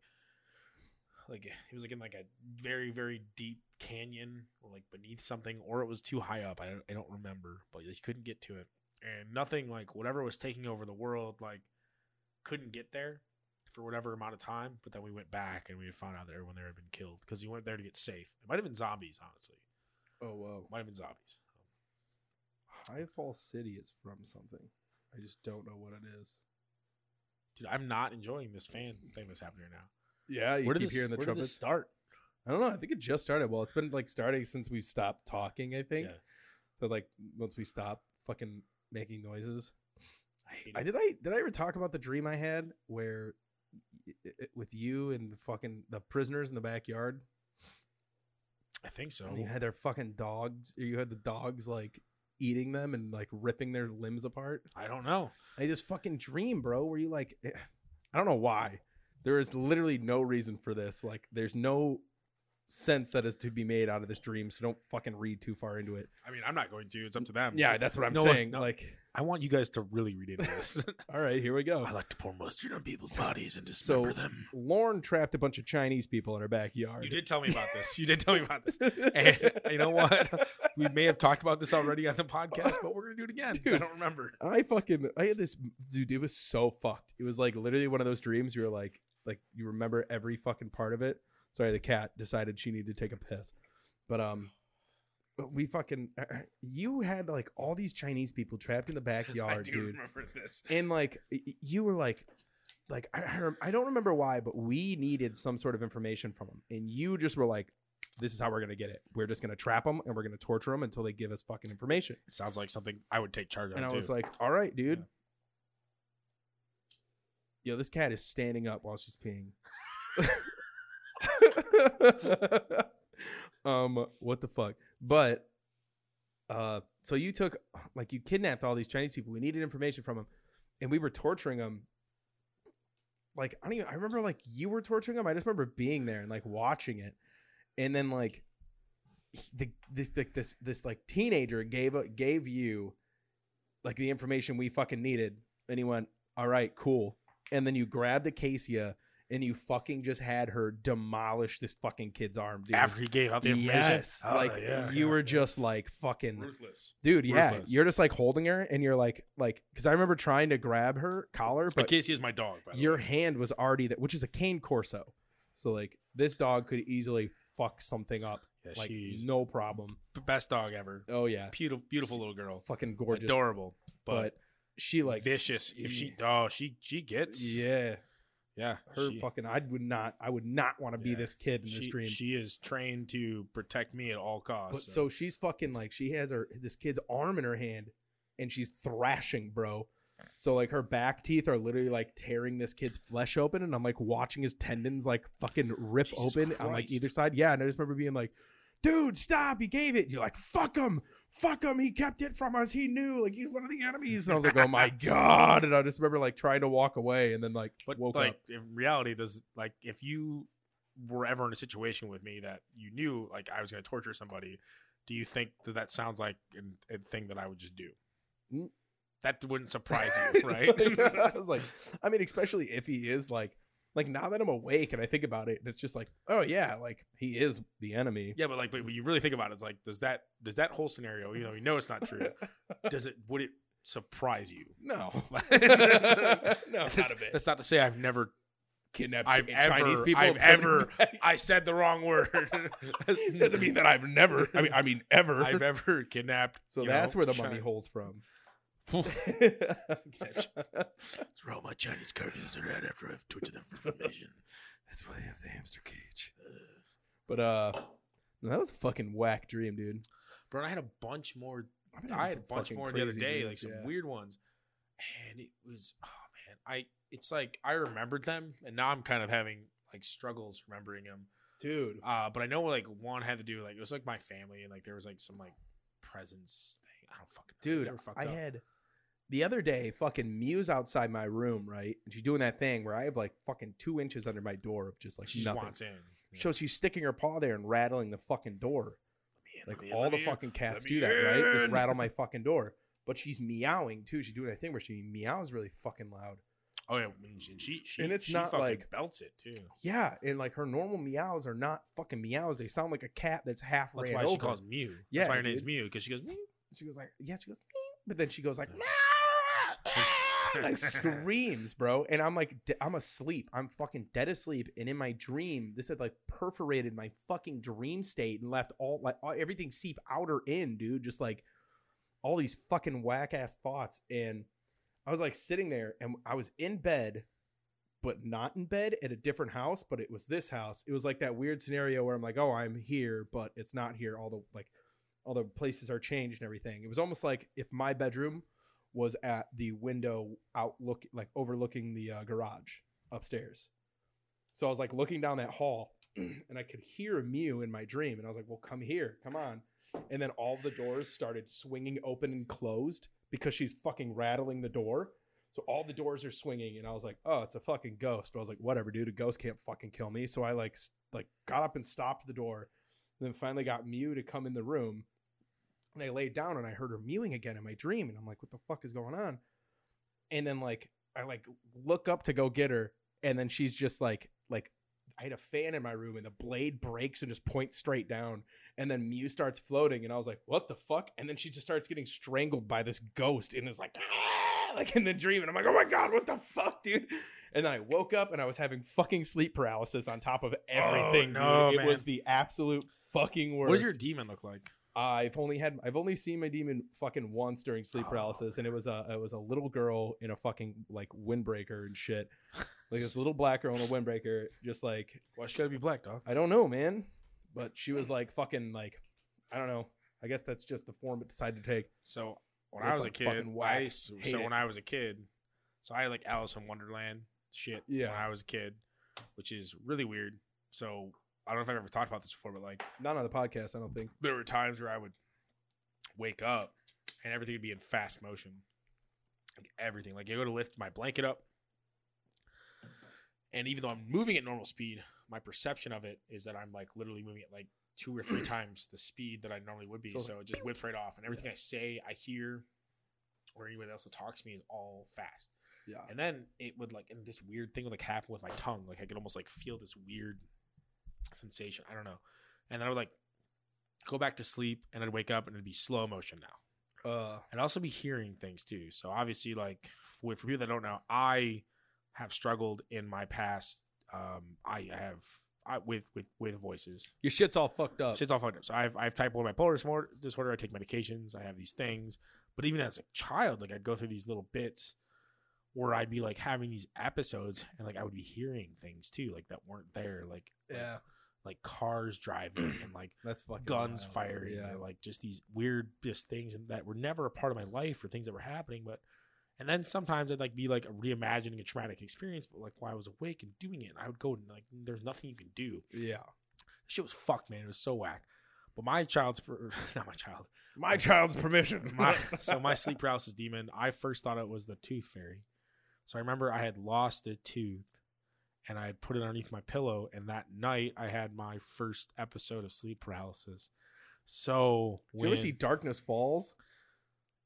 like it was like in like a very very deep canyon or like beneath something or it was too high up i don't, I don't remember but you couldn't get to it and nothing like whatever was taking over the world like couldn't get there for whatever amount of time but then we went back and we found out that everyone there had been killed because we went there to get safe it might have been zombies honestly Oh wow. it might have been zombies High Fall City is from something. I just don't know what it is. dude i'm not enjoying this fan thing that's happening right now Yeah, you where did keep this, hearing the where did this start trumpets. I don't know. I think it just started. Well, it's been like starting since we stopped talking. I think. Yeah. So like once we stopped fucking making noises, i hate it. I did I did I ever talk about the dream I had where y- y- with you and the fucking the prisoners in the backyard I think so and you had their fucking dogs. You had the dogs like eating them and like ripping their limbs apart. i don't know I had this fucking dream, bro, where you like, eh, I don't know why. There is literally no reason for this. Like, there's no sense that is to be made out of this dream. So don't fucking read too far into it. i mean i'm not going to it's up to them Yeah, that's what I'm No, saying. no. Like, i want you guys to really read into this all right, here we go. i like to pour mustard on people's bodies and So- dismember them Lauren trapped a bunch of Chinese people in her backyard. you did tell me about this you did tell me about this And you know what? we may have talked about this already on the podcast, but we're gonna do it again. 'cause I Dude. don't remember. I fucking I had this dude. It was so fucked. It was like literally one of those dreams. You're like like you remember every fucking part of it. Sorry, the cat decided she needed to take a piss, but um, we fucking uh, you had like all these Chinese people trapped in the I backyard, do dude. remember this. And like y- y- you were like like I I rem- I don't remember why, but we needed some sort of information from them. And you just were like this is how we're going to get it. We're just going to trap them and we're going to torture them until they give us fucking information. It sounds like something I would take charge of. and I too. was like, "All right, dude." Yo, this cat is standing up while she's peeing. um, what the fuck? But uh, so you took like you kidnapped all these Chinese people. We needed information from them, and we were torturing them. Like I don't even. I remember like you were torturing them. I just remember being there and like watching it, and then like he- the this like this this like teenager gave a- gave you like the information we fucking needed. And he went, All right, cool. And then you grabbed Acacia and you fucking just had her demolish this fucking kid's arm, dude. after he gave out the information, yes. Oh, like yeah, yeah, you were yeah. just like fucking ruthless. dude, yeah. ruthless. You're just like holding her and you're like like cuz I remember trying to grab her collar, But but Casey is my dog. By the your way. hand was already that which is a cane corso. So like this dog could easily fuck something up Yeah, like she's no problem. the best dog ever. Oh yeah. Beautiful, beautiful little girl, Fucking gorgeous. adorable, but, but she like vicious. If she, oh, she she gets yeah. yeah. her she, fucking I would not I would not want to be Yeah. this kid in this she, dream. she is trained to protect me at all but costs. so she's fucking like she has her this kid's arm in her hand and she's thrashing, bro. So like her back teeth are literally like tearing this kid's flesh open and I'm like watching his tendons like fucking rip Jesus open on like Christ. either side. Yeah, and I just remember being like, dude, stop, he gave it. And you're like, fuck him. Fuck him. He kept it from us. He knew. Like he's one of the enemies. And I was like, oh my God. And I just remember like trying to walk away and then like But woke like up. in reality, does like if you were ever in a situation with me that you knew like I was going to torture somebody, do you think that that sounds like an- a thing that I would just do? Mm. That wouldn't surprise you, right? Like, I was like, I mean, especially if he is like, like now that I'm awake and I think about it, it's just like, oh yeah, like he is the enemy. yeah, but like, but when you really think about it, it's like, does that does that whole scenario, even though we know it's not true, does it would it surprise you? No, no, Not a bit. That's Oh, not to say I've never kidnapped I've Chinese ever- people. I've and put them ever- back. I said the wrong word. That's- doesn't mean that I've never. I mean, I mean ever. I've ever kidnapped. so you know, that's where the Chi- money hole's from. Throw my Chinese curtains around after I've tweeted them for information. That's why I have the hamster cage. But uh, that was a fucking whack dream, dude. Bro, I had a bunch more. I've been having I had a some bunch fucking more the other crazy day, dreams, like some yeah. weird ones, and it was oh man, I it's like I remembered them, and now I'm kind of having like struggles remembering them. dude. Uh, but I know like one had to do like it was like my family, and like there was like some like presence thing. I don't fucking know. They dude were fucked i up. had the other day fucking muse outside my room right and she's doing that thing where i have like fucking two inches under my door of just like she just nothing wants in. Yeah. so she's sticking her paw there and rattling the fucking door Let me in, like let me in, all let the me in. fucking Let cats do me that right just in. rattle my fucking door but she's meowing too she's doing that thing where she meows really fucking loud Oh yeah, and she- she she And it's she not, fucking like- belts it too. yeah and like her normal meows are not fucking meows they sound like a cat that's half That's ran why over she calls Mew. Yeah, That's why her name's dude. Mew because she goes Mew. she goes like yeah she goes meow, but then she goes like Yeah. "Meow," like screams bro and i'm like d- i'm asleep i'm fucking dead asleep and in my dream this had like perforated my fucking dream state and left all like all, everything seep out or in dude just like all these fucking whack ass thoughts and i was like sitting there and i was in bed but not in bed at a different house but it was this house it was like that weird scenario where i'm like oh i'm here but it's not here all the like all the places are changed and everything. It was almost like if my bedroom was at the window outlook, like overlooking the uh, garage upstairs. So I was like looking down that hall and I could hear a mew in my dream. And I was like, well, come here, come on. And then all the doors started swinging open and closed because she's fucking rattling the door. So all the doors are swinging, and I was like, "Oh, it's a fucking ghost." But I was like, "Whatever, dude. A ghost can't fucking kill me." So I like, s- like, got up and stopped the door, and then finally got Mew to come in the room, and I laid down and I heard her mewing again in my dream, and I'm like, "What the fuck is going on?" And then like, I like look up to go get her, and then she's just like, like, I had a fan in my room, and the blade breaks and just points straight down, and then Mew starts floating, and I was like, "What the fuck?" And then she just starts getting strangled by this ghost, and is like, "Ah!" like in the dream, and I'm like, "Oh my god, what the fuck, dude!" And then I woke up and I was having fucking sleep paralysis on top of everything. Oh, no, dude. It man. was the absolute fucking worst. What does your demon look like? I've only had I've only seen my demon fucking once during sleep Oh, paralysis, and it was a it was a little girl in a fucking like windbreaker and shit, like this little black girl in a windbreaker, just like Why she gotta be black, dog? I don't know, man, but she was like fucking like I don't know. I guess that's just the form it decided to take. So when Well, I was it's a like kid, fucking whack. I used to- Hate so it. when I was a kid, so I had like Alice in Wonderland shit Yeah. when I was a kid, which is really weird. So I don't know if I've ever talked about this before, but like Not on the podcast, I don't think. there were times where I would wake up and everything would be in fast motion. Like everything. Like I go to lift my blanket up. And even though I'm moving at normal speed, my perception of it is that I'm like literally moving at like two or three times the speed that I normally would be. So- So, it just whips right off. And everything I say, I hear, or anybody else that talks to me is all fast. Yeah. And then it would like, and this weird thing would like happen with my tongue. Like I could almost like feel this weird sensation. I don't know. And then I would like go back to sleep and I'd wake up and it'd be slow motion now. Uh, I'd also be hearing things too. So obviously, like for, for people that don't know, I have struggled in my past. Um, I have I, with with with voices. your shit's all fucked up. Shit's all fucked up. So I've I've type one bipolar dismor- disorder. I take medications. I have these things. But even as a child, like I'd go through these little bits where I'd be like having these episodes, and like I would be hearing things too, like that weren't there, like like- yeah, like cars driving and like that's fucking guns wild. firing Yeah. or like just these weird just things that were never a part of my life or things that were happening but and then sometimes i'd like be like reimagining a traumatic experience but like while i was awake and doing it and i would go and like there's nothing you can do yeah. shit was fucked man it was so whack but my child's for not my child My child's permission. my, so my sleep paralysis demon i first thought it was the tooth fairy so i remember i had lost a tooth and i had put it underneath my pillow and that night i had my first episode of sleep paralysis so Did you ever when- see Darkness Falls?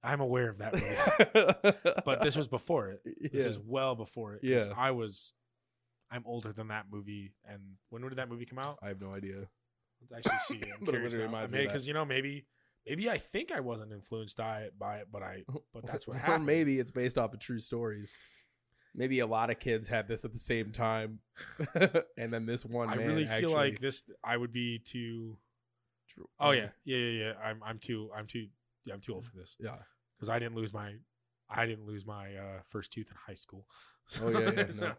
i'm aware of that movie but but this was before it this Yeah. is well before it 'cause Yeah. i was i'm older than that movie and when did that movie come out I have no idea. Let's actually see. I'm But it curious literally now. reminds me of that. because you know maybe maybe I think I wasn't influenced by it, by it, but I but that's what happened. Or maybe it's based off of true stories. Maybe a lot of kids had this at the same time, and then this one. I man really actually, feel like this. I would be too. Oh yeah, yeah, yeah, yeah. I'm I'm too I'm too yeah, I'm too old for this yeah. because I didn't lose my I didn't lose my uh, first tooth in high school. Oh yeah, yeah. So- no.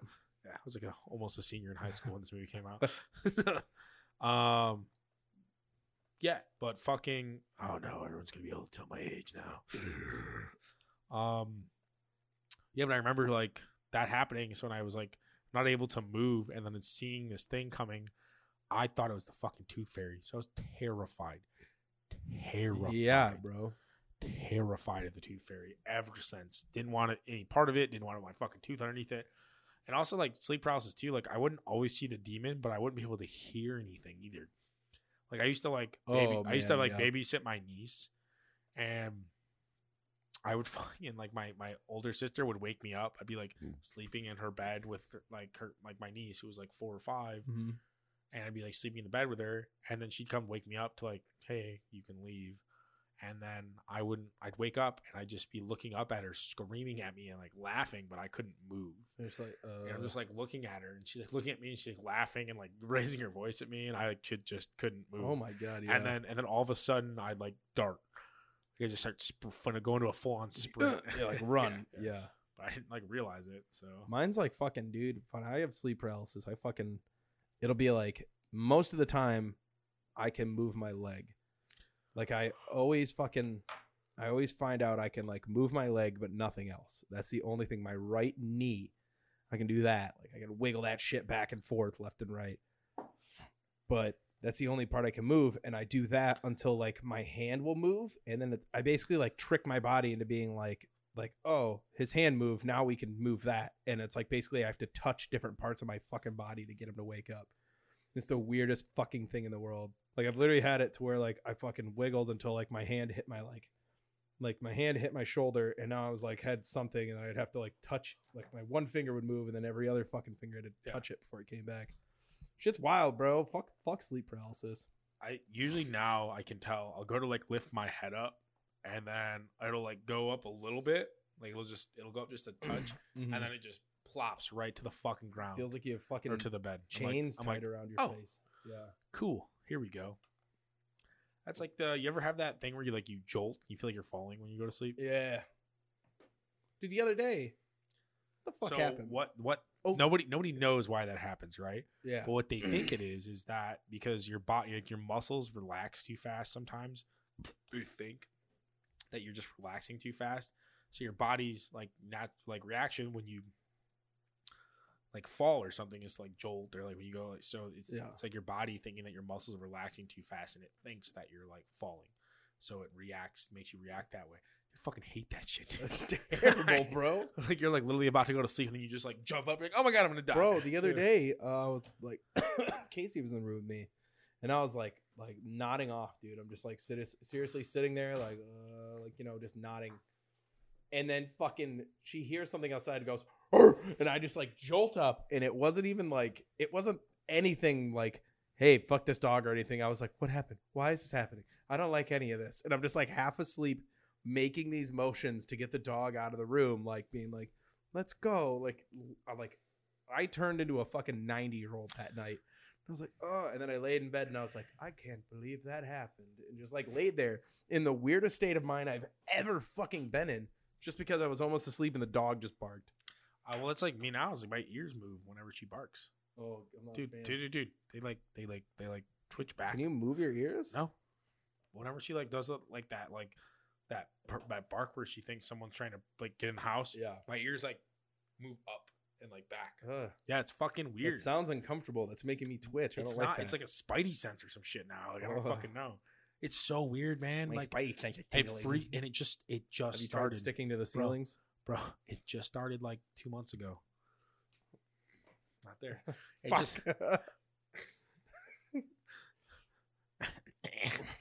yeah, I was like a, almost a senior in high school when this movie came out. um, yeah, but fucking oh no, everyone's gonna be able to tell my age now. um, yeah, but I remember like that happening. So when I was like not able to move, and then seeing this thing coming, I thought it was the fucking tooth fairy. So I was terrified, terrified, yeah, bro. terrified of the tooth fairy ever since. Didn't want it, any part of it. Didn't want my fucking tooth underneath it. And also like sleep paralysis too. Like I wouldn't always see the demon, but I wouldn't be able to hear anything either. Like I used to like baby, Oh, I used to man, like yeah. babysit my niece, and I would fucking like my my older sister would wake me up. I'd be like Hmm. sleeping in her bed with like her like my niece who was like four or five, Mhm. and I'd be like sleeping in the bed with her, and then she'd come wake me up to like, hey, you can leave, and then I wouldn't. I'd wake up and I'd just be looking up at her, screaming at me and like laughing, but I couldn't move. There's like, And uh, I'm just like looking at her, and she's like looking at me, and she's like laughing and like raising her voice at me, and I like could just couldn't move. oh my god, yeah. And then and then all of a sudden I'd like dart. I just start sp- fun- going to a full on sprint, yeah, like run, Yeah, yeah. yeah. But I didn't like realize it. So Mine's like fucking dude. When I have sleep paralysis, I fucking it'll be like most of the time I can move my leg. Like I always fucking I always find out I can like move my leg but nothing else. That's the only thing. My right knee, I can do that. Like I can wiggle that shit back and forth, left and right. But that's the only part I can move, and I do that until like my hand will move, and then it, I basically like trick my body into being like like oh his hand moved now we can move that and it's like basically i have to touch different parts of my fucking body to get him to wake up it's the weirdest fucking thing in the world like i've literally had it to where like i fucking wiggled until like my hand hit my like like my hand hit my shoulder and now i was like had something and i'd have to like touch like my one finger would move and then every other fucking finger had to Yeah. touch it before it came back shit's wild bro fuck fuck sleep paralysis I usually now I can tell. I'll go to like lift my head up, and then it'll like go up a little bit. Like it'll just it'll go up just a touch, and then it just plops right to the fucking ground Mm-hmm. feels like you have fucking or to the bed. I'm like- "Oh." chains I'm tied like, around your "Oh." face yeah cool. Here we go. That's like the you ever have that thing where you like you jolt, you feel like you're falling when you go to sleep. Yeah. Dude, the other day, what the fuck so happened? what what Oh. nobody nobody knows why that happens, right? Yeah. But what they think it is is that because your body, like your muscles relax too fast sometimes, they think that you're just relaxing too fast. So your body's like not like reaction when you like fall or something is like jolt or like when you go like so it's Yeah. it's like your body thinking that your muscles are relaxing too fast and it thinks that you're like falling. So it reacts, makes you react that way. You fucking hate that shit. dude. That's terrible, Like, bro. Like you're like literally about to go to sleep and then you just like jump up, you're like, oh my god, I'm gonna die. Bro, the other Dude. day, uh, I was like, Casey was in the room with me, and I was like, like nodding off, dude. I'm just like sit- seriously sitting there, like, uh, like you know, just nodding. And then fucking, she hears something outside and goes, "Arr!" and I just like jolt up, and it wasn't even like, it wasn't anything like, hey, fuck this dog or anything. I was like, what happened? Why is this happening? I don't like any of this. And I'm just like half asleep, making these motions to get the dog out of the room, like being like, let's go, like, I'm like I turned into a fucking 90 year old that night. I was like, oh, and then I laid in bed and I was like, I can't believe that happened. And just like laid there in the weirdest state of mind I've ever fucking been in just because I was almost asleep and the dog just barked. Uh, well, it's like me now. It's like my ears move whenever she barks. Oh, I'm not Dude, dude, dude, dude. They like, they like, they like twitch back. Can you move your ears? no. Whenever she like does it like that, like that per- that bark where she thinks someone's trying to like get in the house, Yeah. my ears like move up and like back. Ugh, Yeah, it's fucking weird. it sounds uncomfortable. That's making me twitch. I it's don't not. like It's that. like a spidey sense or some shit now. Like I don't Ugh. fucking know. It's so weird, man. like spidey sense is it tingling. free and it just it Have just you started started, sticking to the ceilings? bro. It just started like two months ago. Not there. It Fuck. just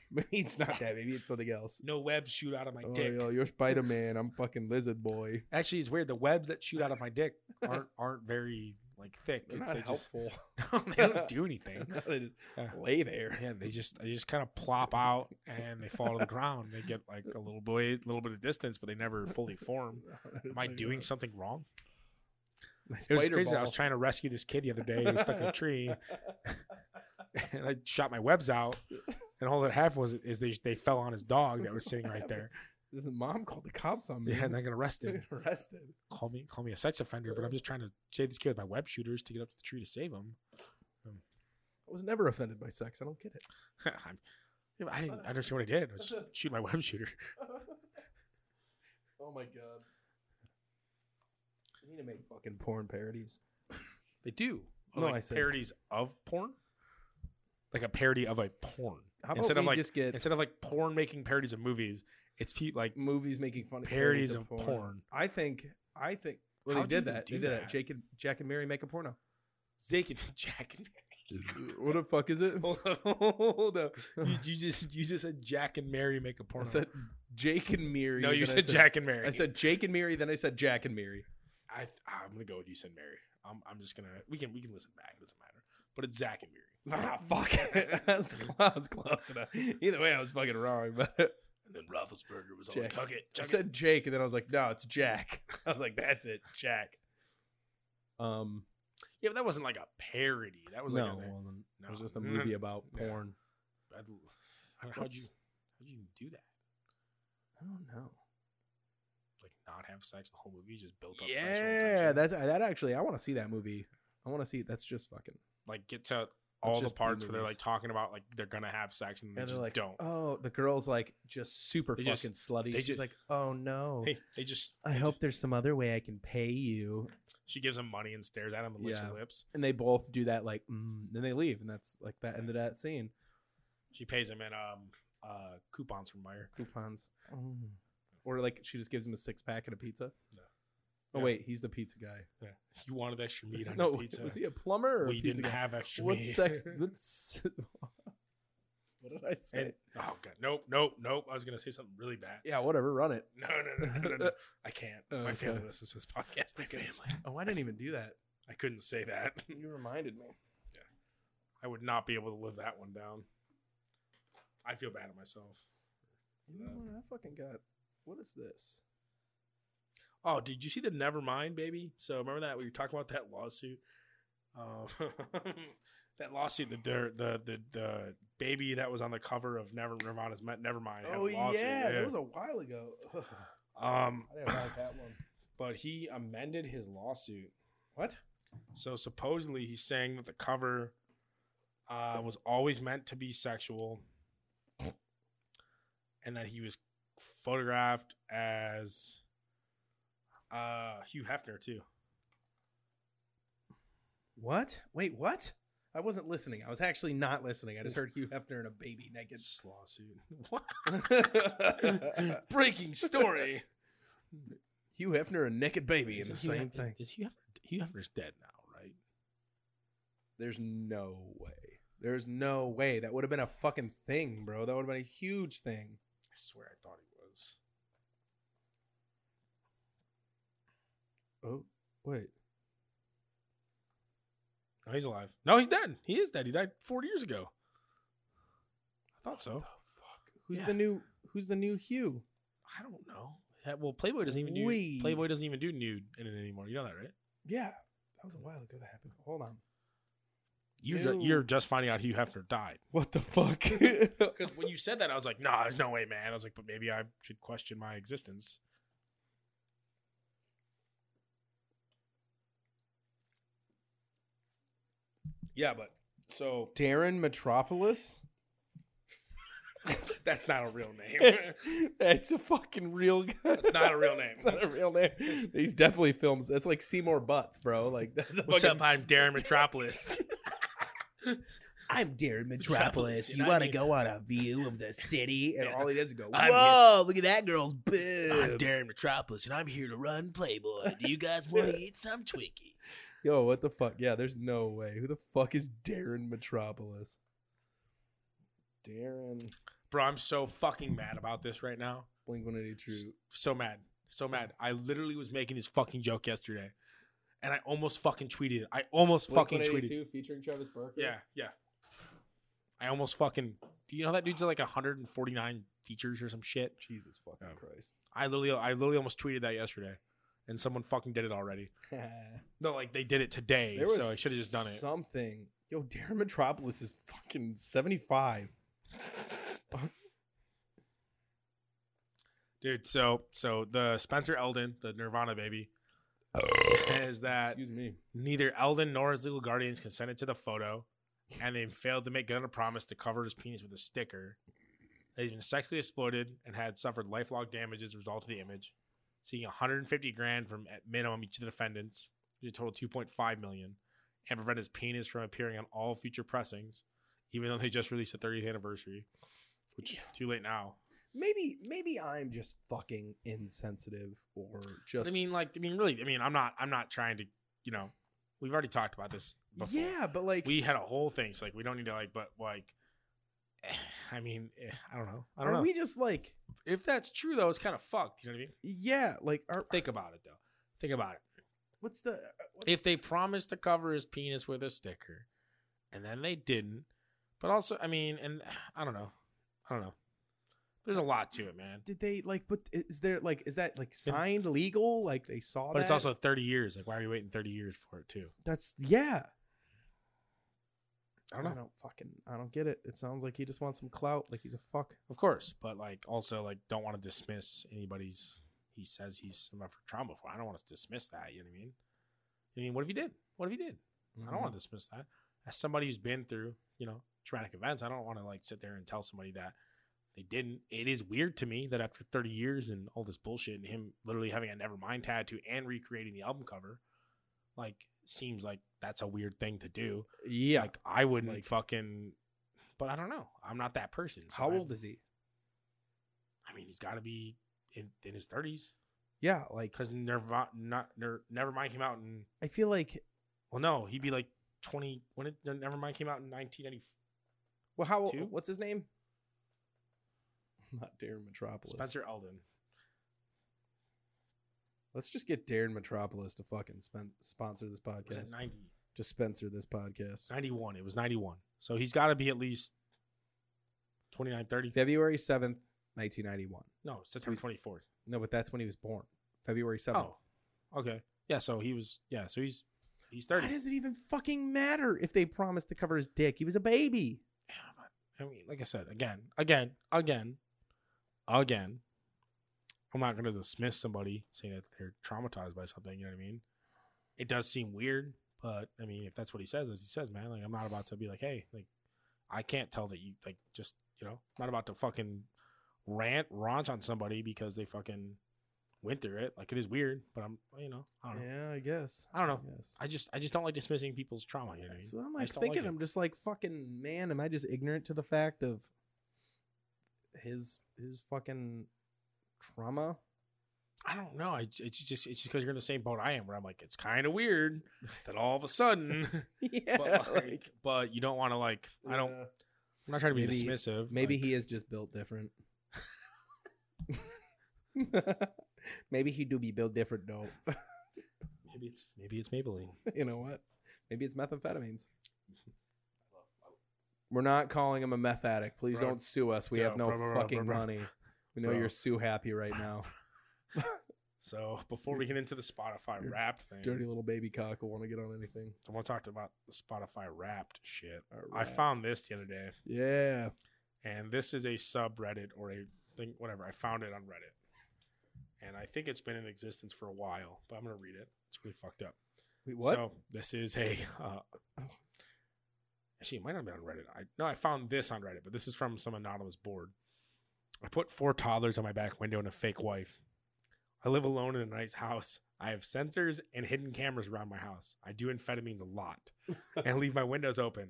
Maybe it's not that. Maybe it's something else. no webs shoot out of my Oh, dick. yo, you're Spider Man. I'm fucking Lizard Boy. Actually, it's weird. The webs that shoot out of my dick aren't aren't very like thick. They're It's- not they just helpful. they don't do anything. they just Yeah. lay there. Yeah, they just they just kind of plop out and they fall to the ground. They get like a little boy, little bit of distance, but they never fully form. Am I uh, doing something wrong? It was crazy. I was trying to rescue this kid the other day. He was stuck in a tree, and I shot my webs out. And all that happened was is they they fell on his dog that was sitting right there. His mom called the cops on me. Yeah, and I got arrested. arrested. call me call me a sex offender, but I'm just trying to save this kid with my web shooters to get up to the tree to save him. I was never offended by sex. I don't get it. I'm, yeah, but I didn't understand what I did. I was just shoot my web shooter. oh my god. I need to make fucking porn parodies. They do. No, like I said- parodies of porn, like a parody of a porn. How about Instead we of, like- just get Instead of like porn making parodies of movies, it's pe- like movies making funny parodies of porn. I think. I think. Well, How they do did you that. do they did that? that. Jake and Jack and Mary make a porno. Zake and Jack and what the fuck is it? hold up, hold up. You, you just you just said Jack and Mary make a I porn. said Jake and Mary. no, you then I said, Jack and Mary. I said Jake and Mary. Then I said Jack and Mary. I th- ah, I'm gonna go with you said Mary. I'm I'm just gonna we can we can listen back. It doesn't matter. But it's Zach and Mary. Ah, fuck. That's close, close enough. Either way, I was fucking wrong. But I And then Roethlisberger was Jack. all like, "Cuck it, chuck it." said Jake, and then I was like, no, it's Jack. I was like, that's it, Jack. Um, Yeah, but that wasn't like a parody. That was like no, a, it wasn't. no, It was just a no, movie no. about Yeah. porn. I'd- I don't know, how'd you What's- how'd you do that? I don't know. Like not have sex the whole movie, You just built up. Yeah, sexual that that's that. Actually, I want to see that movie. I want to see. That's just fucking. like get to all the just B parts where they're movies. like talking about like they're gonna have sex and they And just they're like, don't. oh, the girl's like just super They fucking just- slutty. they She's just- like, oh no. Hey, they just. I they hope just- there's some other way I can pay you. she gives him money and stares at him and licks Yeah. her lips. And they both do that, like, mm, then they leave, and that's like that ended that scene. She pays him in um uh coupons from Meyer. Coupons, or like she just gives him a six pack and a pizza. Mm. No. Oh Yeah. wait, he's the pizza guy. Yeah. You wanted extra meat on no, your pizza. was he a plumber? Or a we pizza didn't guy? have extra What meat. sex? What's, what did I say? And- oh god, nope, nope, nope. I was gonna say something really bad. yeah, whatever. Run it. No, no, no, no, no, no. I can't. Oh, My okay. family listens to this podcast. I couldn't, Oh, I didn't even do that. I couldn't say that. You reminded me. I would not be able to live that one down. I feel bad at myself. You know what? I fucking got. What is this? Oh, did you see the Nevermind baby? So remember that we were talking about that lawsuit. Um, that lawsuit, the the the the, the baby that was on the cover of Never Nirvana's Met Nevermind. had a Oh yeah, lawsuit, that was a while ago. Ugh, um, I didn't like that one. but he amended his lawsuit. What? So supposedly he's saying that the cover uh, was always meant to be sexual, and that he was photographed as uh, Hugh Hefner too. What? Wait, what? I wasn't listening. I was actually not listening. I just heard Hugh Hefner and a baby naked. This lawsuit. What? Breaking Story. Hugh Hefner and naked baby in the Isn't Hugh same Hef- thing. Is Hugh Hefner, Hugh Hefner's dead now, right? There's no way. There's no way. That would have been a fucking thing, bro. That would have been a huge thing. I swear I thought he was. Oh, wait. No, he's alive. No, he's dead. He is dead. He died 40 years ago. I thought so. Who's Yeah. the new who's the new Hugh? I don't know. That, well, Playboy doesn't even do Wee. Playboy doesn't even do nude in it anymore. You know that, right? Yeah. That was a while ago that happened. Hold on. You're ju- Ew. you're just finding out Hugh Hefner died. What the fuck? Because when you said that, I was like, nah, there's no way, man. I was like, but maybe I should question my existence. Yeah, but so Darren Metropolis? that's not a real name. It's, it's a fucking real guy. It's not a real name. It's not a real name. He's definitely films. That's like Seymour Butts, bro. Like that's a What's up? fucking- I'm Darren Metropolis. I'm Darren Metropolis, and I wanna mean- on a view of the city? And all he does is go, I'm look at that girl's boobs. Metropolis, and I'm here to run Playboy. Do you guys wanna eat some Twinkies? Yo, what the fuck? Yeah, there's no way. Who the fuck is Darren Metropolis? Darren Bro, I'm so fucking mad about this right now. Blink 182. So mad. So mad. I literally was making this fucking joke yesterday, and I almost fucking tweeted it. I almost fucking tweeted it. featuring Travis Barker. Yeah, yeah. I almost fucking. Do you know that dude's at like 149 features or some shit? Jesus fucking Um, Christ. I literally, I literally almost tweeted that yesterday, and someone fucking did it already. No, like they did it today, so I should have just done it. Something. Yo, Darren Metropolis is fucking 75. dude. So so the Spencer Eldon, the Nirvana baby, says that Excuse me. neither Eldon nor his legal guardians consented to the photo, and they failed to make good on a promise to cover his penis with a sticker. That he's been sexually exploited and had suffered lifelong damage as a result of the image, seeking 150 grand from at minimum each of the defendants, which total 2.5 million, and prevent his penis from appearing on all future pressings, even though they just released the 30th anniversary, which is too late now. Maybe maybe I'm just fucking insensitive or But just I mean, like, I mean, really, I mean, I'm not, I'm not trying to, you know, we've already talked about this. Before. Yeah, but like we had a whole thing. So like, we don't need to like, but like, I mean, eh, I don't know. I don't are know. we just like if that's true though, it's kind of fucked. You know what I mean? yeah, like are Think about it though. Think about it. what's the what, If they promised to cover his penis with a sticker, and then they didn't, but also, I mean, and I don't know. I don't know. There's a lot to it, man. did they like but is there like is that like signed legal? Like they saw But it's that? also 30 years. Like, why are we waiting 30 years for it too? that's yeah. I don't know. I don't fucking I don't get it. It sounds like he just wants some clout, like he's a fuck. Of course, but like also like don't want to dismiss anybody's. He says he's suffered trauma before. I don't want to dismiss that. You know what I mean? I mean, what if he did? What if he did? I Mm-hmm. don't want to dismiss that. As somebody who's been through, you know, traumatic events, I don't want to like sit there and tell somebody that they didn't. It is weird to me that after 30 years and all this bullshit and him literally having a Nevermind tattoo and recreating the album cover, like seems like that's a weird thing to do. Yeah. Like I wouldn't Like- fucking. But I don't know. I'm not that person. so How I- old is he? I mean, he's got to be in, in his 30s Yeah, like because Nirvana, not, Nir, Nevermind came out in, I feel like well, no, he'd be like 20. When did Nevermind came out in 1990? well how Two? what's his name? Not Darren Metropolis. Spencer Eldon. Let's just get Darren Metropolis to fucking spend, sponsor this Was podcast. it 90? Just sponsor this podcast. 91. It was 91. So he's got to be at least 29, 30. February 7th, 1991. No, September 24th. No, but that's when he was born. February 7th. Oh, okay. Yeah, so he was, yeah, so he's He's 30. Why does it even fucking matter if they promised to cover his dick? He was a baby. I mean, like I said, again, again, again, again. I'm not going to dismiss somebody saying that they're traumatized by something. You know what I mean? It does seem weird, but I mean, if that's what he says, as he says, man, like I'm not about to be like, hey, like I can't tell that you like just you know, I'm not about to fucking rant raunch on somebody because they fucking went through it. Like it is weird, but I'm you know, I don't know. Yeah, I guess. Oh. I don't know. Yes. I just I just don't like dismissing people's trauma. You know what I mean? That's what I'm I like just don't like thinking. it. I'm just like fucking man. Am I just ignorant to the fact of his his fucking trauma? I don't know. I, it's just it's just because you're in the same boat I am, where I'm like, it's kind of weird that all of a sudden, yeah, but, like, but you don't want to like. I don't. I'm not trying to be Maybe- dismissive. Maybe like, he is just built different. maybe he do be built different though. Maybe it's maybe it's Maybelline. you know what? Maybe it's methamphetamines. We're not calling him a meth addict. Please Bro. don't sue us. We Yo, have no bro, bro, bro, fucking bro, bro. money. We know Bro. you're sue happy right now. So before we get into the Spotify You're Wrapped thing, Dirty little baby cock will want to get on anything. I want to talk about the Spotify Wrapped shit. I Alright. found this the other day, Yeah. and this is a subreddit or a thing, whatever. I found it on Reddit, and I think it's been in existence for a while. But I'm gonna read it. It's really fucked up. Wait, what? So this is a. Uh, actually, it might not be on Reddit. I no, I found this on Reddit, but this is from some anonymous board. I put four toddlers on my back window and a fake wife. I live alone in a nice house. I have sensors and hidden cameras around my house. I do amphetamines a lot and leave my windows open.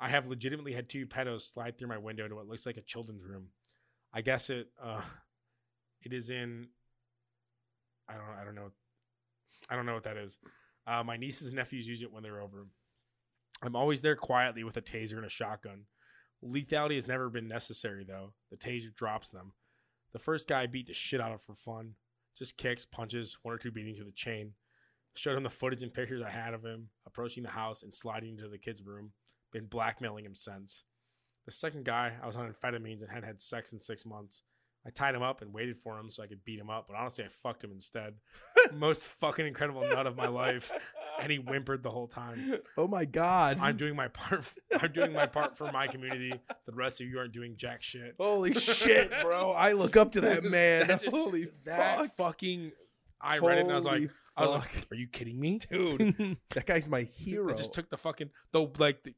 I have legitimately had two pedos slide through my window into what looks like a children's room. I guess it uh it is in I don't I don't know I don't know what that is. Uh, my nieces and nephews use it when they're over. I'm always there quietly with a taser and a shotgun. Lethality has never been necessary, though. The taser drops them. The first guy I beat the shit out of for fun. Just kicks, punches, one or two beatings with a chain. Showed him the footage and pictures I had of him approaching the house and sliding into the kid's room. Been blackmailing him since. The second guy, I was on amphetamines and hadn't had sex in six months. I tied him up and waited for him so I could beat him up, but honestly, I fucked him instead. Most fucking incredible nut of my life and he whimpered the whole time. oh my god. I'm doing my part. I'm doing my part for my community. The rest of you aren't doing jack shit. Holy shit, bro. I look up to that man. That just- Holy that fuck. fucking. I read it and I was like, Holy I was like, fuck. are you kidding me, Dude, that guy's my hero. I just took the fucking though. Like, the,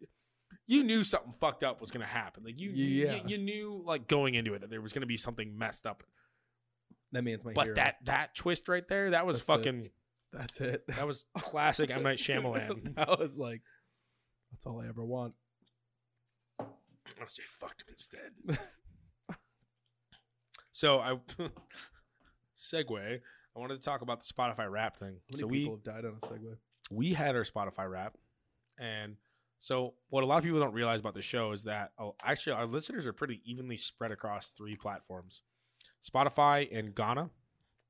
you knew something fucked up was gonna happen. Like you, you- Yeah. you, knew like going into it that there was gonna be something messed up. that man's my But hero. that that twist right there, that was That's it. fucking. that's it. That was classic M Night Shyamalan. I was like, that's all I ever want. I would say fucked him instead. so I segue. I wanted to talk about the Spotify rap thing. How many so we people have died on a segue? we had our Spotify rap, and so what a lot of people don't realize about the show is that oh, actually our listeners are pretty evenly spread across three platforms: Spotify and Ghana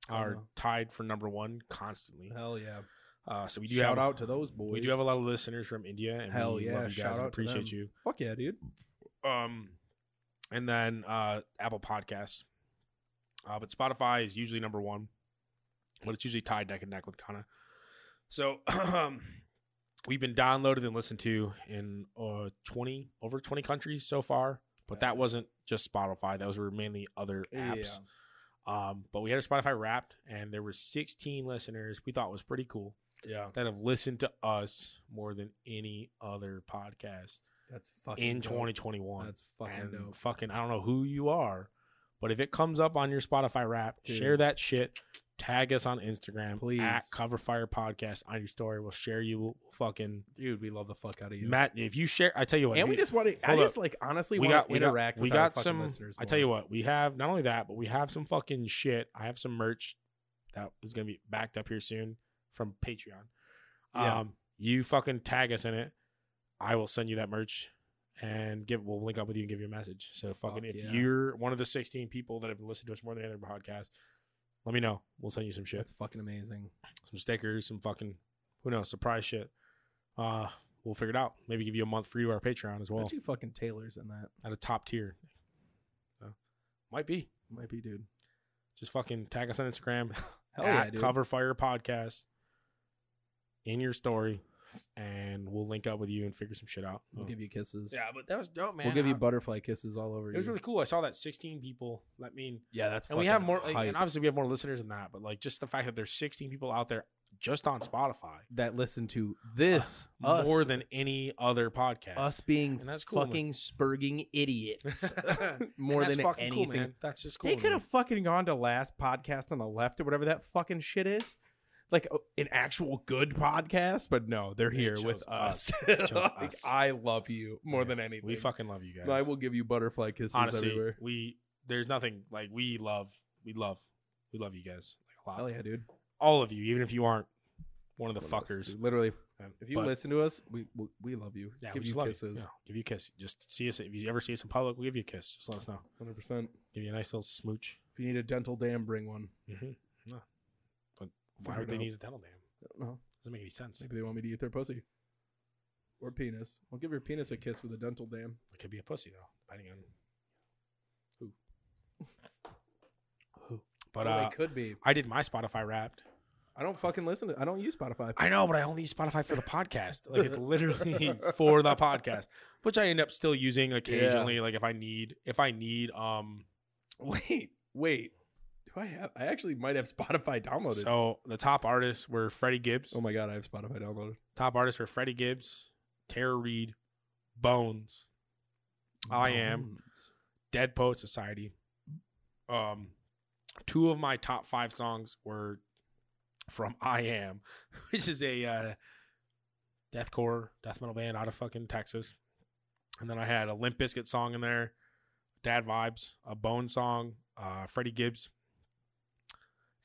are Ghana. tied for number one constantly. Hell yeah. Uh, so we do Shout have, out to those boys. we do have a lot of listeners from India, and Hell we yeah, love you shout guys and out to appreciate them. you. Fuck yeah, dude. Um, and then uh, Apple Podcasts. Uh, but Spotify is usually number one, but it's usually tied neck and neck with Kana. So um, we've been downloaded and listened to in uh, twenty over twenty countries so far. But that wasn't just Spotify; those were mainly other apps. Um, but we had a Spotify Wrapped, and there were sixteen listeners. We thought was pretty cool Yeah. that have listened to us more than any other podcast That's fucking in dope. twenty twenty one That's fucking and dope. fucking I don't know who you are, but if it comes up on your Spotify rap, Dude. share that shit. Tag us on Instagram, Please. at Cover Fire Podcast on your story. We'll share you. We'll fucking Dude, we love the fuck out of you. Matt. If you share, I tell you what, and if we you- just want to. I hold just like honestly we got want to we got interact. we with our got fucking some. Listeners I tell you what, we have not only that, but we have some fucking shit. I have some merch that is gonna be backed up here soon from Patreon. Yeah. Um, you fucking tag us in it. I will send you that merch and give. We'll link up with you and give you a message. So fucking, Fuck if yeah. you're one of the 16 people that have listened to us more than any other podcast, let me know. We'll send you some shit, That's fucking amazing. some stickers, some fucking who knows surprise shit. Uh, we'll figure it out. Maybe give you a month free to our Patreon as Well, well you fucking tailors in that at a top tier. So, might be. might be, dude. Just fucking tag us on Instagram Hell Oh, yeah, at dude. Cover Fire Podcast. in your story, and we'll link up with you and figure some shit out. We'll give you kisses. yeah, but that was dope, man. Uh, we'll give you I- butterfly kisses all over It was you. really cool. I saw that 16 people. That mean, yeah, that's and we fucking have more, like, hype. and obviously we have more listeners than that. But like, just the fact that there's 16 people out there just on Spotify, that listen to this us, more than any other podcast. us being And that's cool, man. fucking spurging idiots And more that's than fucking anything. Cool, man. That's just cool. they could man. have fucking gone to last podcast on the left or whatever that fucking shit is. Like uh, an actual good podcast, but no, they're They here chose with us. us. They chose Like, us. I love you more Yeah. than anything. We fucking love you guys. I will give you butterfly kisses honestly. everywhere. We there's nothing like we love. We love. We love you guys like a lot. Hell yeah, dude. All of you, even if you aren't one of the One of us, fuckers. dude. Literally, Um, if you but- listen to us, we we, we love you. yeah, give we you just love kisses, You. Yeah, give you a kiss. Just see us if you ever see us in public. We will give you a kiss. Just let us know. hundred percent. Give you a nice little smooch. If you need a dental dam, bring one. Mm-hmm. No. But Figure why would it they out. need a dental dam? No, Doesn't make any sense. maybe they want me to eat their pussy or penis. I'll give your penis a kiss with a dental dam. It could be a pussy though, depending on who. who? But Oh, uh, they could be. I did my Spotify Wrapped. I don't fucking listen to. I don't use Spotify. I know, but I only use Spotify for the podcast. Like it's literally for the podcast, which I end up still using occasionally. Like if I need, if I need, um. Wait, wait. Do I have? I actually might have Spotify downloaded. So the top artists were Freddie Gibbs. oh my god, I have Spotify downloaded. Top artists were Freddie Gibbs, Tara Reid, Bones, I am. Bones. Dead Poet Society. Um, two of my top five songs were from I Am, which is a uh, deathcore death metal band out of fucking Texas. And then I had a Limp Bizkit song in there, Dad Vibes, a Bone song, uh, Freddie Gibbs.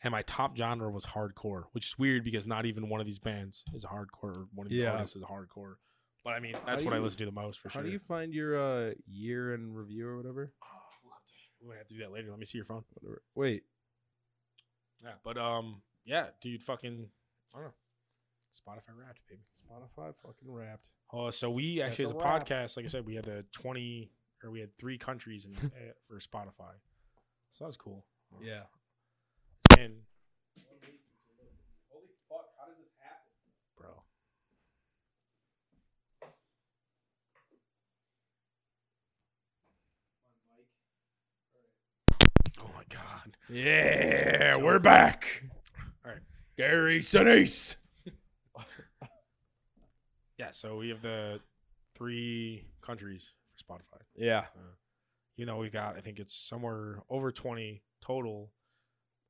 And my top genre was hardcore, which is weird because not even one of these bands is hardcore. Or one of these Yeah. artists is hardcore. But I mean, that's do what I you- listen to the most for How sure. do you find your uh, year in review or whatever? Oh, we'll have to, we might have to do that later. Let me see your phone. Whatever. Wait, Yeah, but um, yeah, dude, fucking, I don't know. Spotify Wrapped, baby. Spotify fucking wrapped. Oh, so we That's actually as a a wrap. podcast, like I said, we had the twenty or we had three countries in, eh, for Spotify, so that was cool. Yeah. and Holy fuck! How does this happen? bro, oh my god, Yeah, So- we're back. All right. Gary Sinise. yeah. So we have the three countries for Spotify. Yeah, even though we've got I think it's somewhere over 20 total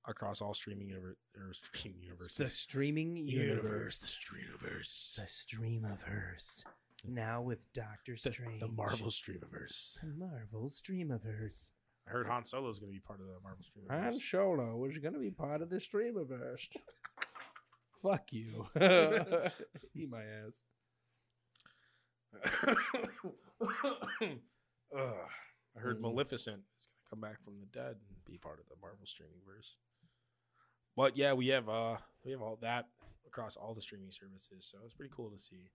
across all streaming univer- or streaming universes. streaming the streamiverse, streamiverse. Now with Doctor the, the Marvel streamiverse. Marvel streamiverse. I heard Han Solo is going to be part of the Marvel streamiverse. Han Solo was going to be part of the streamiverse. Fuck you. Eat my ass. Ugh. I heard Mm. Maleficent is going to come back from the dead and be part of the Marvel streaming verse. But yeah, we have uh we have all that across all the streaming services, so it's pretty cool to see.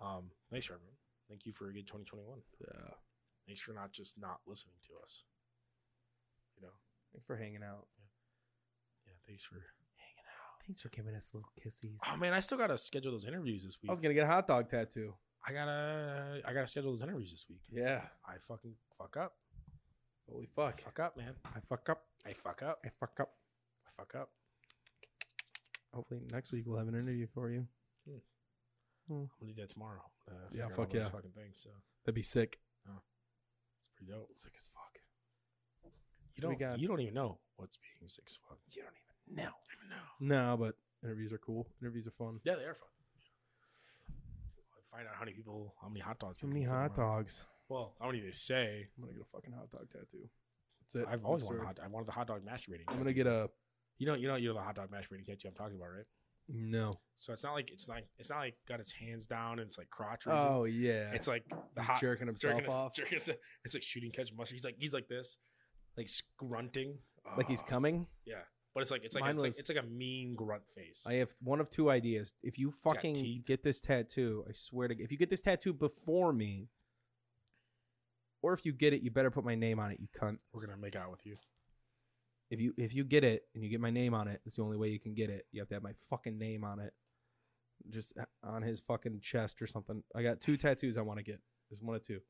Um, thanks for everyone. Thank you for a good 2021. Yeah. Thanks for not just not listening to us. You know, Thanks for hanging out. yeah. Thanks for. Thanks for giving us little kissies. Oh man, I still gotta schedule those interviews this week. I was going to get a hot dog tattoo. I gotta, I gotta schedule those interviews this week. Yeah. I fucking fuck up. Holy I fuck. fuck up, man. I fuck up. I fuck up. I fuck up. I fuck up. Hopefully next week we'll have an interview for you. I'm gonna do that tomorrow. Uh, figure Yeah, out fuck all those yeah. fucking things. So That'd be sick. it's pretty dope. Sick as fuck. You So we don't, got- you don't even know what's being sick as fuck. You don't even know. I don't even know. No, but interviews are cool. Interviews are fun. Yeah, they are fun. I Find out how many people, how many hot dogs. Too people many fucking hot want. dogs. Well, how many they say. I'm gonna get a fucking hot dog tattoo. That's it. I've always I'm wanted. sorry. Hot, I wanted the hot dog masturbating. I'm gonna get a You know, you know, you know the hot dog mashed potato tattoo I'm talking about, right? no. So it's not like it's like it's not like got its hands down and it's like crotch. Region. Oh yeah, it's like the He's hot jerking himself jerking, his- off, jerking his- It's like shooting catch mustard. He's like he's like this, like grunting, like he's Ah. coming. But it's like it's like Mine it's, was- like it's like a mean grunt face. I have one of two ideas. If you got fucking teeth. get this tattoo, I swear to. g- If you get this tattoo before me, or if you get it, you better put my name on it. You cunt. We're gonna make out with you. If you if you get it and you get my name on it, it's the only way you can get it. You have to have my fucking name on it. just uh, on his fucking chest or something. I got two tattoos I want to get. There's one of two,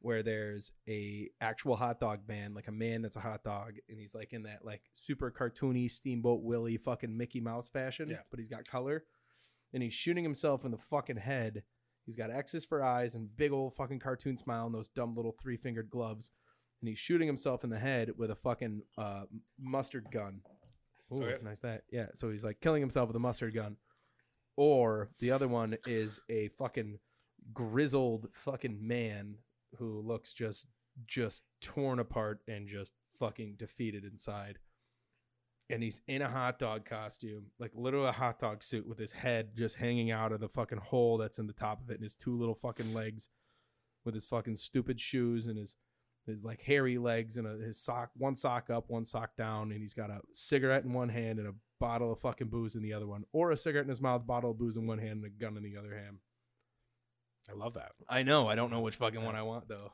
where there's a actual hot dog man, like a man that's a hot dog, and he's like in that like super cartoony Steamboat Willie fucking Mickey Mouse fashion, Yeah. but he's got color, and he's shooting himself in the fucking head. He's got X's for eyes and big old fucking cartoon smile and those dumb little three fingered gloves, and he's shooting himself in the head with a fucking uh, mustard gun. Ooh, Okay. recognize that. Yeah, so he's like killing himself with a mustard gun. Or the other one is a fucking grizzled fucking man who looks just just torn apart and just fucking defeated inside. And he's in a hot dog costume, like literally a hot dog suit with his head just hanging out of the fucking hole that's in the top of it and his two little fucking legs with his fucking stupid shoes and his his like hairy legs and a, his sock one sock up one sock down and he's got a cigarette in one hand and a bottle of fucking booze in the other one or a cigarette in his mouth bottle of booze in one hand and a gun in the other hand I love that. i know i don't know which fucking one i want though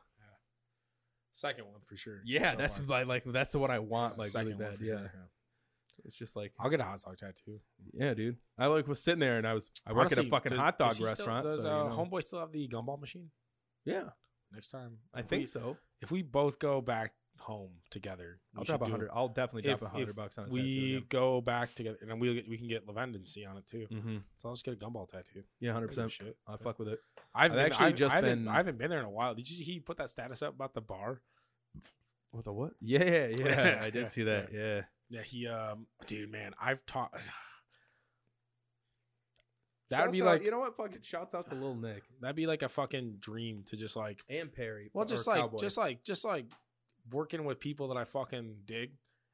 Second one for sure. yeah So that's far. like, like that's the one i want like Second really one bad for yeah sure, it's just like I'll get a hot dog tattoo. yeah dude i like was sitting there and i was i work Honestly, at a fucking does- hot dog does he still- restaurant does so, uh, you know. Homeboy still have the gumball machine? yeah Next time, i if think we, so If we both go back home together, we i'll should drop a do it. hundred i'll definitely If- drop a hundred if bucks on a We tattoo go back together, and then we we can get Lavendancy on it too. mm-hmm. So let's get a gumball tattoo. yeah I 100 don't give a percent. shit. i fuck with it I've, I've been- actually I've- just I haven't- been- I haven't been there in a while. Did you see he put that status up about the bar? What the what? Yeah, yeah, I Yeah, did see that. Yeah, Yeah, he um, dude, man, I've taught. That Shouts would be out- like you know what? Fucking shouts out to Lil Nick that'd be like a fucking dream to just like and Perry. Well, or just like Cowboy. just like just like working with people that I fucking dig,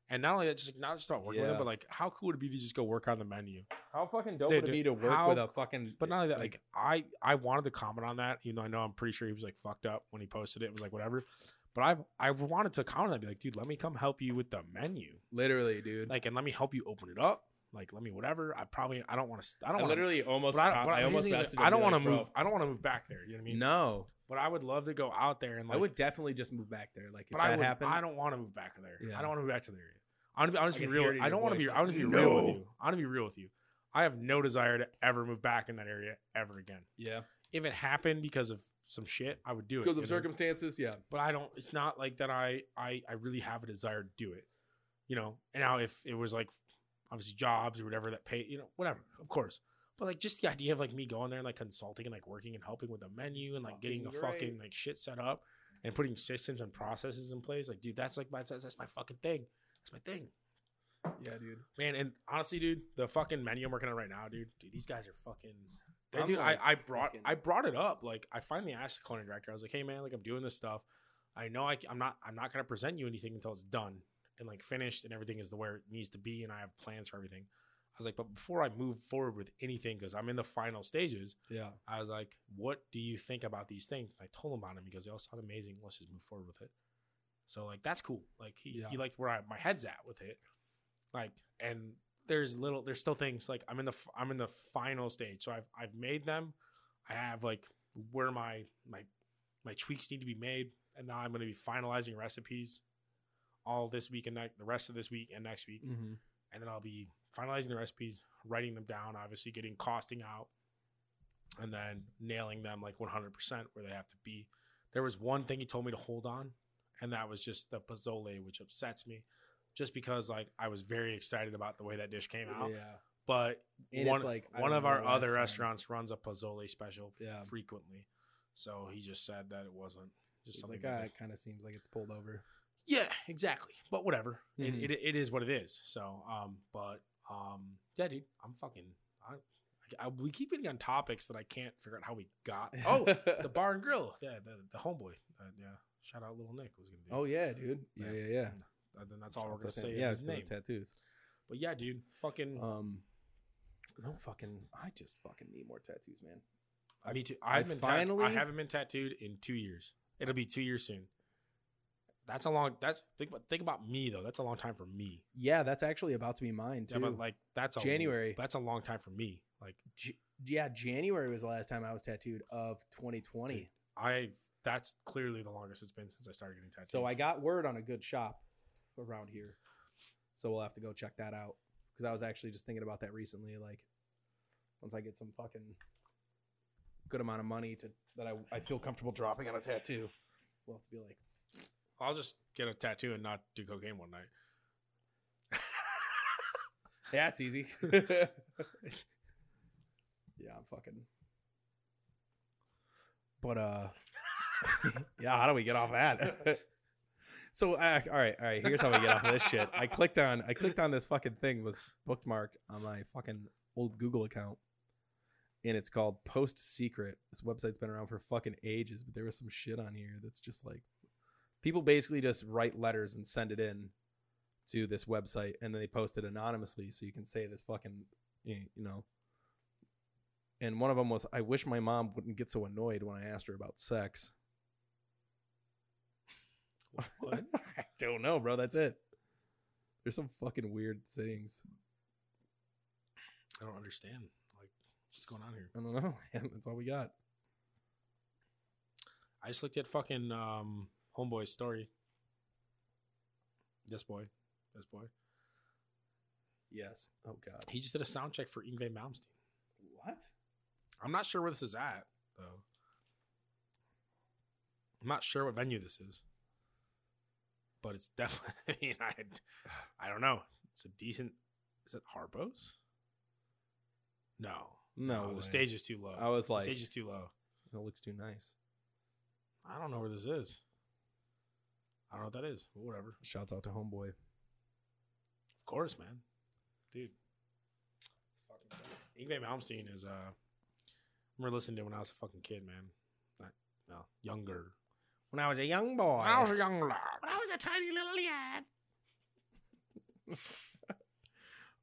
and not only that, just not just about working with Yeah. them, but like how cool would it be to just go work on the menu? how fucking dope Dude, would it be to work how- with a fucking? But not only that, like I I wanted to comment on that, even though I know I'm pretty sure he was like fucked up when he posted it. It was like whatever, but I I wanted to comment on that, be like, dude, let me come help you with the menu, literally, dude. like, and let me help you open it up, like, let me whatever. I probably I don't want to I I, don't wanna, literally But almost. I, don't- cop- but I here's the almost. thing is, messaged him I and don't be want to like, "Bro, move. I don't want to move back there. You know what I mean? No, But I would love to go out there and like I would definitely just move back there. Like if But I that would, happened, I don't want to move back there. Yeah. I don't want to move back to the area. I'm gonna be honest I with you can real. hear it in I your don't want to voice, be. like, I want to be real with "No." you. I'm gonna be real with you. I have no desire to ever move back in that area ever again. Yeah, If it happened because of some shit, I would do it. because you of know? circumstances. Yeah, But I don't. It's not like that. I I I really have a desire to do it. You know. And now if it was like obviously jobs or whatever that pay, you know, whatever. Of course. But like just the idea of like me going there and like consulting and like working and helping with the menu and like getting the Fucking great. fucking like shit set up and putting systems and processes in place, like dude, that's like my that's, that's my fucking thing. That's my thing, yeah, dude. man. And honestly, dude, the fucking menu I'm working on right now, dude, dude, these guys are fucking. They, I'm, dude, like, I, I brought fucking- I brought it up. Like I finally asked the culinary director. I was like, hey man, like I'm doing this stuff. I know I, am not I'm not gonna present you anything until it's done and like finished and everything is the where it needs to be and I have plans for everything. I was like, but before I move forward with anything, because I'm in the final stages, Yeah, I was like, what do you think about these things? And I told him about them because they all sound amazing. Let's just move forward with it. So like that's cool. Like he, Yeah. he liked where I, my head's at with it. Like and there's little there's still things like I'm in the f- I'm in the final stage. So I've I've made them. I have like where my my my tweaks need to be made and now I'm going to be finalizing recipes all this week and ne- the rest of this week and next week mm-hmm. and then I'll be finalizing the recipes, writing them down, obviously getting costing out, and then nailing them like 100% where they have to be. There was one thing he told me to hold on, and that was just the pozole, which upsets me, just because like I was very excited about the way that dish came out. yeah. But And one, it's like I one don't of know our the last other time. restaurants runs a pozole special f- Yeah. frequently, so he just said that it wasn't just It's something. like that ah, they- it kind of seems like it's pulled over. yeah, exactly. But whatever. Mhm. It, it, it is what it is. So, um, but um, yeah, dude, I'm fucking. I, I, we keep getting on topics that I can't figure out how we got. Oh, the bar and grill. Yeah, the, the homeboy. Uh, yeah, shout out little Nick was gonna do. oh yeah, dude. Yeah, Yeah. yeah, yeah. Uh, then that's all we're gonna That's it. say. Yeah, Yeah, his it's 'cause of name. Hmm. tattoos. But yeah, dude, fucking. Um, no fucking. I just fucking need more tattoos, man. I- me too. I've been finally. I finally- haven't been tattooed in two years. It'll be two years soon. That's a long. That's think about think about me though. That's a long time for me. Yeah, that's actually about to be mine too. Yeah, Yeah, but like that's a January. That's a long time for me. Like January was the last time I was tattooed of 2020. Dude, I've that's clearly the longest it's been since I started getting tattoos. so I got word on a good shop around here. So we'll have to go check that out because I was actually just thinking about that recently. Like, once I get some fucking good amount of money to that I, I feel comfortable dropping on a tattoo, we'll have to be like, I'll just get a tattoo and not do cocaine one night. yeah, it's easy. yeah, I'm fucking. But uh, yeah, how do we get off that? so uh, all right, all right. Here's how we get off this shit. I clicked on I clicked on this fucking thing was bookmarked on my fucking old Google account, and it's called Post Secret. This website's been around for fucking ages, but there was some shit on here that's just like people basically just write letters and send it in to this website and then they post it anonymously so you can say this fucking y- you know and one of them was i wish my mom wouldn't get so annoyed when i asked her about sex What? i don't know bro that's it there's some fucking weird things I don't understand. Like, what's going on here? i don't know man. that's all we got I just looked at fucking um, Homeboy's story. This boy. This boy. yes oh god He just did a sound check for Ingve Malmsteen. what I'm not sure where this is at, though. I'm not sure what venue this is, but it's definitely. I, mean, I, I don't know. It's a decent. Is it Harpo's? No, Uh, no the way. stage is too low. i was like the stage is too low. it looks too nice I don't know where this is. I don't know what that is, but whatever. shouts out to homeboy Of course, man. Dude. Fucking Ingve Malmsteen is uh I remember listening to it when I was a fucking kid, man. Not well, younger. when i was a young boy a young lad. was a tiny little lad.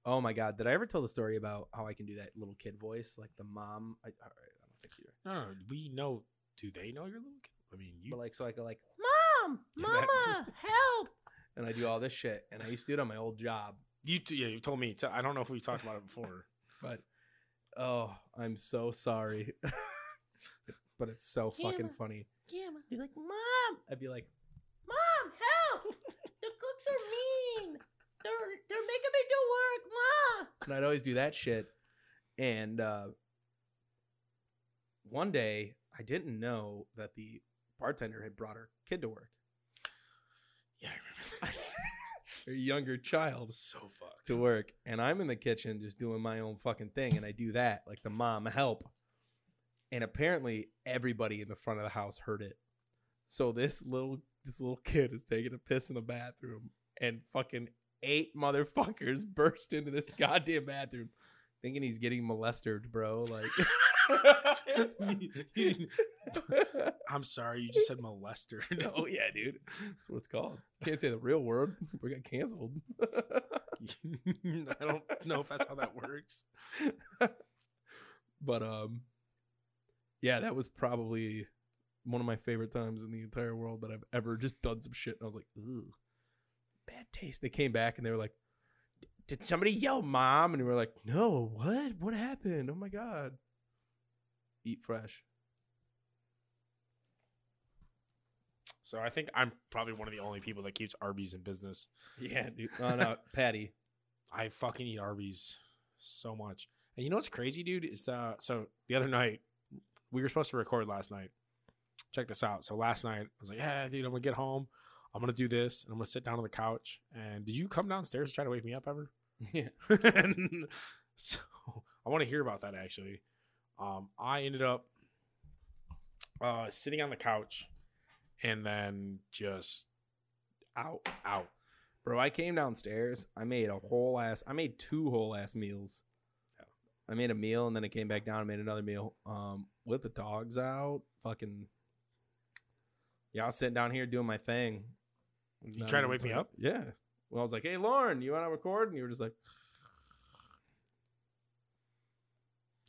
Oh my god! Did I ever tell the story about how I can do that little kid voice, like the mom? I, all right, I don't think you. No, no, we know do they know you're little kid? I mean you But like, so I go like, Mom, Yeah, that- mama, help. and I do all this shit, and I used to do it on my old job. you t- yeah, you've told me. I I don't know if we talked about it before. But oh, I'm so sorry. but it's so fucking Gamma. funny. Gamma. Be like, Mom, I'd be like, mom, help. The cooks are mean. They're they're making me do work, Mom. and I'd always do that shit. And uh, one day, I didn't know that the bartender had brought her kid to work, Yeah, I remember that. her younger child. so fucked. to work and I'm in the kitchen just doing my own fucking thing and I do that like the mom help. And apparently everybody in the front of the house heard it. So this little this little kid is taking a piss in the bathroom and fucking eight motherfuckers burst into this goddamn bathroom thinking he's getting molested, bro. Like Oh, I'm sorry, you just said molester. Oh yeah, dude. That's what it's called. Can't say the real word. We got canceled. I don't know if that's how that works. but um yeah that was probably one of my favorite times in the entire world that i've ever just done some shit and i was like ooh bad taste they came back and they were like did somebody yell mom and we were like no what what happened oh my god eat fresh So I think I'm probably one of the only people that keeps Arby's in business. yeah dude oh no patty I fucking eat Arby's so much. And you know what's crazy, dude? Is uh so the other night we were supposed to record last night. Check this out. So last night I was like, yeah, dude, I'm gonna get home. I'm gonna do this, and I'm gonna sit down on the couch. And did you come downstairs to try to wake me up ever? yeah And so I want to hear about that actually. Um, I ended up uh, sitting on the couch and then just out, out. bro i came downstairs i made a whole ass i made two whole ass meals i made a meal and then i came back down and made another meal um with the dogs out fucking yeah i was sitting down here doing my thing You trying to wake me up? yeah well i was like hey lauren you want to record and you were just like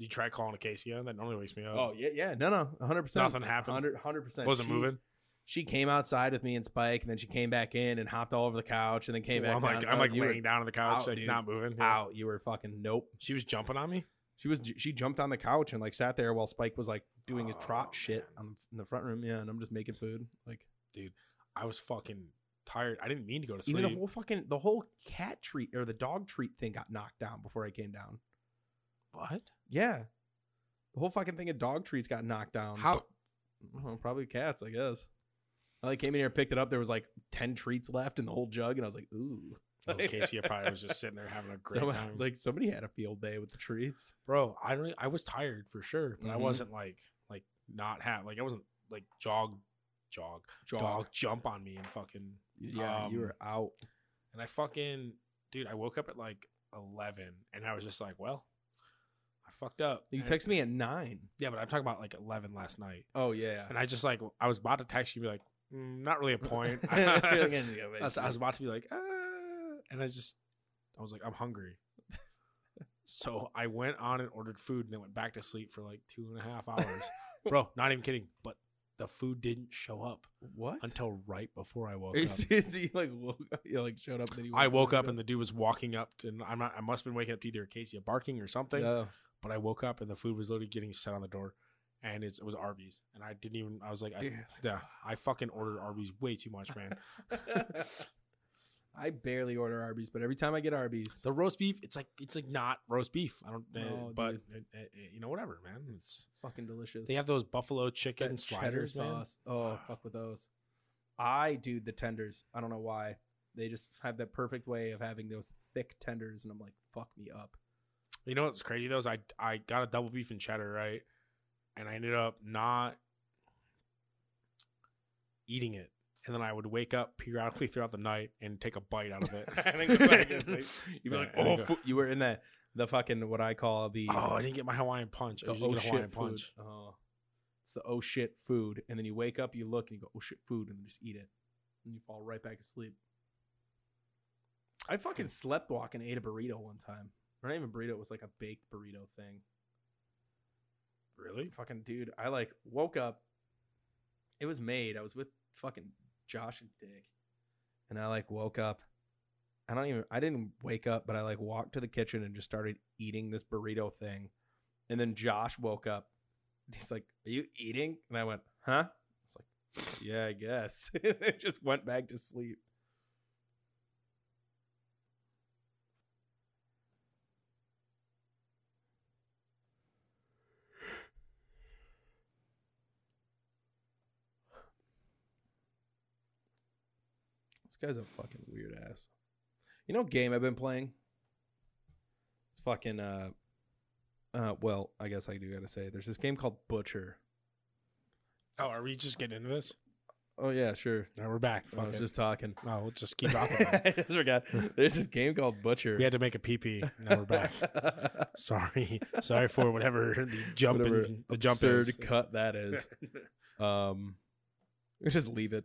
You try calling Acacia, that normally wakes me up. oh yeah yeah no no 100% nothing happened. 100 100% Wasn't She- moving. she came outside with me and spike and then she came back in and hopped all over the couch and then came Well, back I'm like down. I'm Oh, like you were laying down on the couch, out, like dude. not moving. Yeah. out you were fucking nope She was jumping on me. She was she jumped on the couch and like sat there while Spike was like doing his trot Oh, shit man. on the, in the front room. Yeah, and I'm just making food. Like I was fucking tired. I didn't mean to go to even the sleep. whole fucking the whole cat treat or the dog treat thing got knocked down before I came down. What? Yeah. The whole fucking thing of dog trees got knocked down. How? Well, probably cats, I guess. I like, came in here, picked it up. There was like ten treats left in the whole jug, and I was like, "Ooh!" Little Casey probably was just sitting there having a great Some- I time. was like, "Somebody had a field day with the treats." bro, I really, I was tired for sure, but I Mhm. wasn't like, like not have, like I wasn't like jog, jog, dog jump on me and fucking Yeah, you Um, were out. And I fucking, dude, I woke up at like 11 and I was just like, well, I fucked up. You And- text me at nine. Yeah, but I'm talking about like 11 last night. Oh yeah. And I just like, I was about to text you, be like, mm, not really a point. Like, I, yeah, basically. was, I was about to be like, ah, and I just, I was like, I'm hungry. so I went on and ordered food and then went back to sleep for like two and a half hours. Bro, not even kidding. But the food didn't show up what? until right before I woke up. Is, is he like woke, you like showed up? And then he I woke up and the dude was walking up, to, and I'm not. I must have been waking up to either Acacia barking or something. Oh. But I woke up and the food was literally getting set on the door, and it's, it was Arby's, and I didn't even. I was like, I, yeah. Yeah. I fucking ordered Arby's way too much, man. I barely order Arby's, but every time I get Arby's, the roast beef, it's like it's like not roast beef. I don't, uh, No, but uh, uh, you know whatever, man. It's fucking delicious. they have those buffalo It's chicken that sliders, man. Oh, Ah. fuck with those. I do the tenders. I don't know why. They just have that perfect way of having those thick tenders, and I'm like, fuck me up. You know what's crazy though is I I got a double beef and cheddar right, and I ended up not eating it, and then I would wake up periodically throughout the night and take a bite out of it. And then go back and sleep. You'd be Yeah, like, and oh, then go- fu-" you were in that the fucking what I call the oh, I didn't get my Hawaiian punch. I the usually oh get a Hawaiian shit food. punch. Uh-huh. Oh, it's the oh shit food, and then you wake up, you look, and you go oh shit food, and just eat it, and you fall right back asleep. I fucking slept walk and ate a burrito one time. Or not even burrito, it was like a baked burrito thing. Really? Fucking dude, I like woke up. It was made. I was with fucking Josh and Dick, and I like woke up. I don't even. I didn't wake up, but I like walked to the kitchen and just started eating this burrito thing. And then Josh woke up. and He's like, "Are you eating?" And I went, "Huh?" It's like, "Yeah, I guess." and I just went back to sleep. This guy's a fucking weird ass. You know, what game I've been playing. It's fucking. Uh, uh, well, I guess I do gotta say, there's this game called Butcher. Oh, are we just getting into this? Oh yeah, sure. No, we're back. Oh, I Fuck was it. just talking. no, let's Oh, just keep rocking. man. I just forgot. There's this game called Butcher. we had to make a pee pee. Now we're back. Sorry, sorry for whatever the jump Whatever in, the jump absurd is. cut that is. Um, we just leave it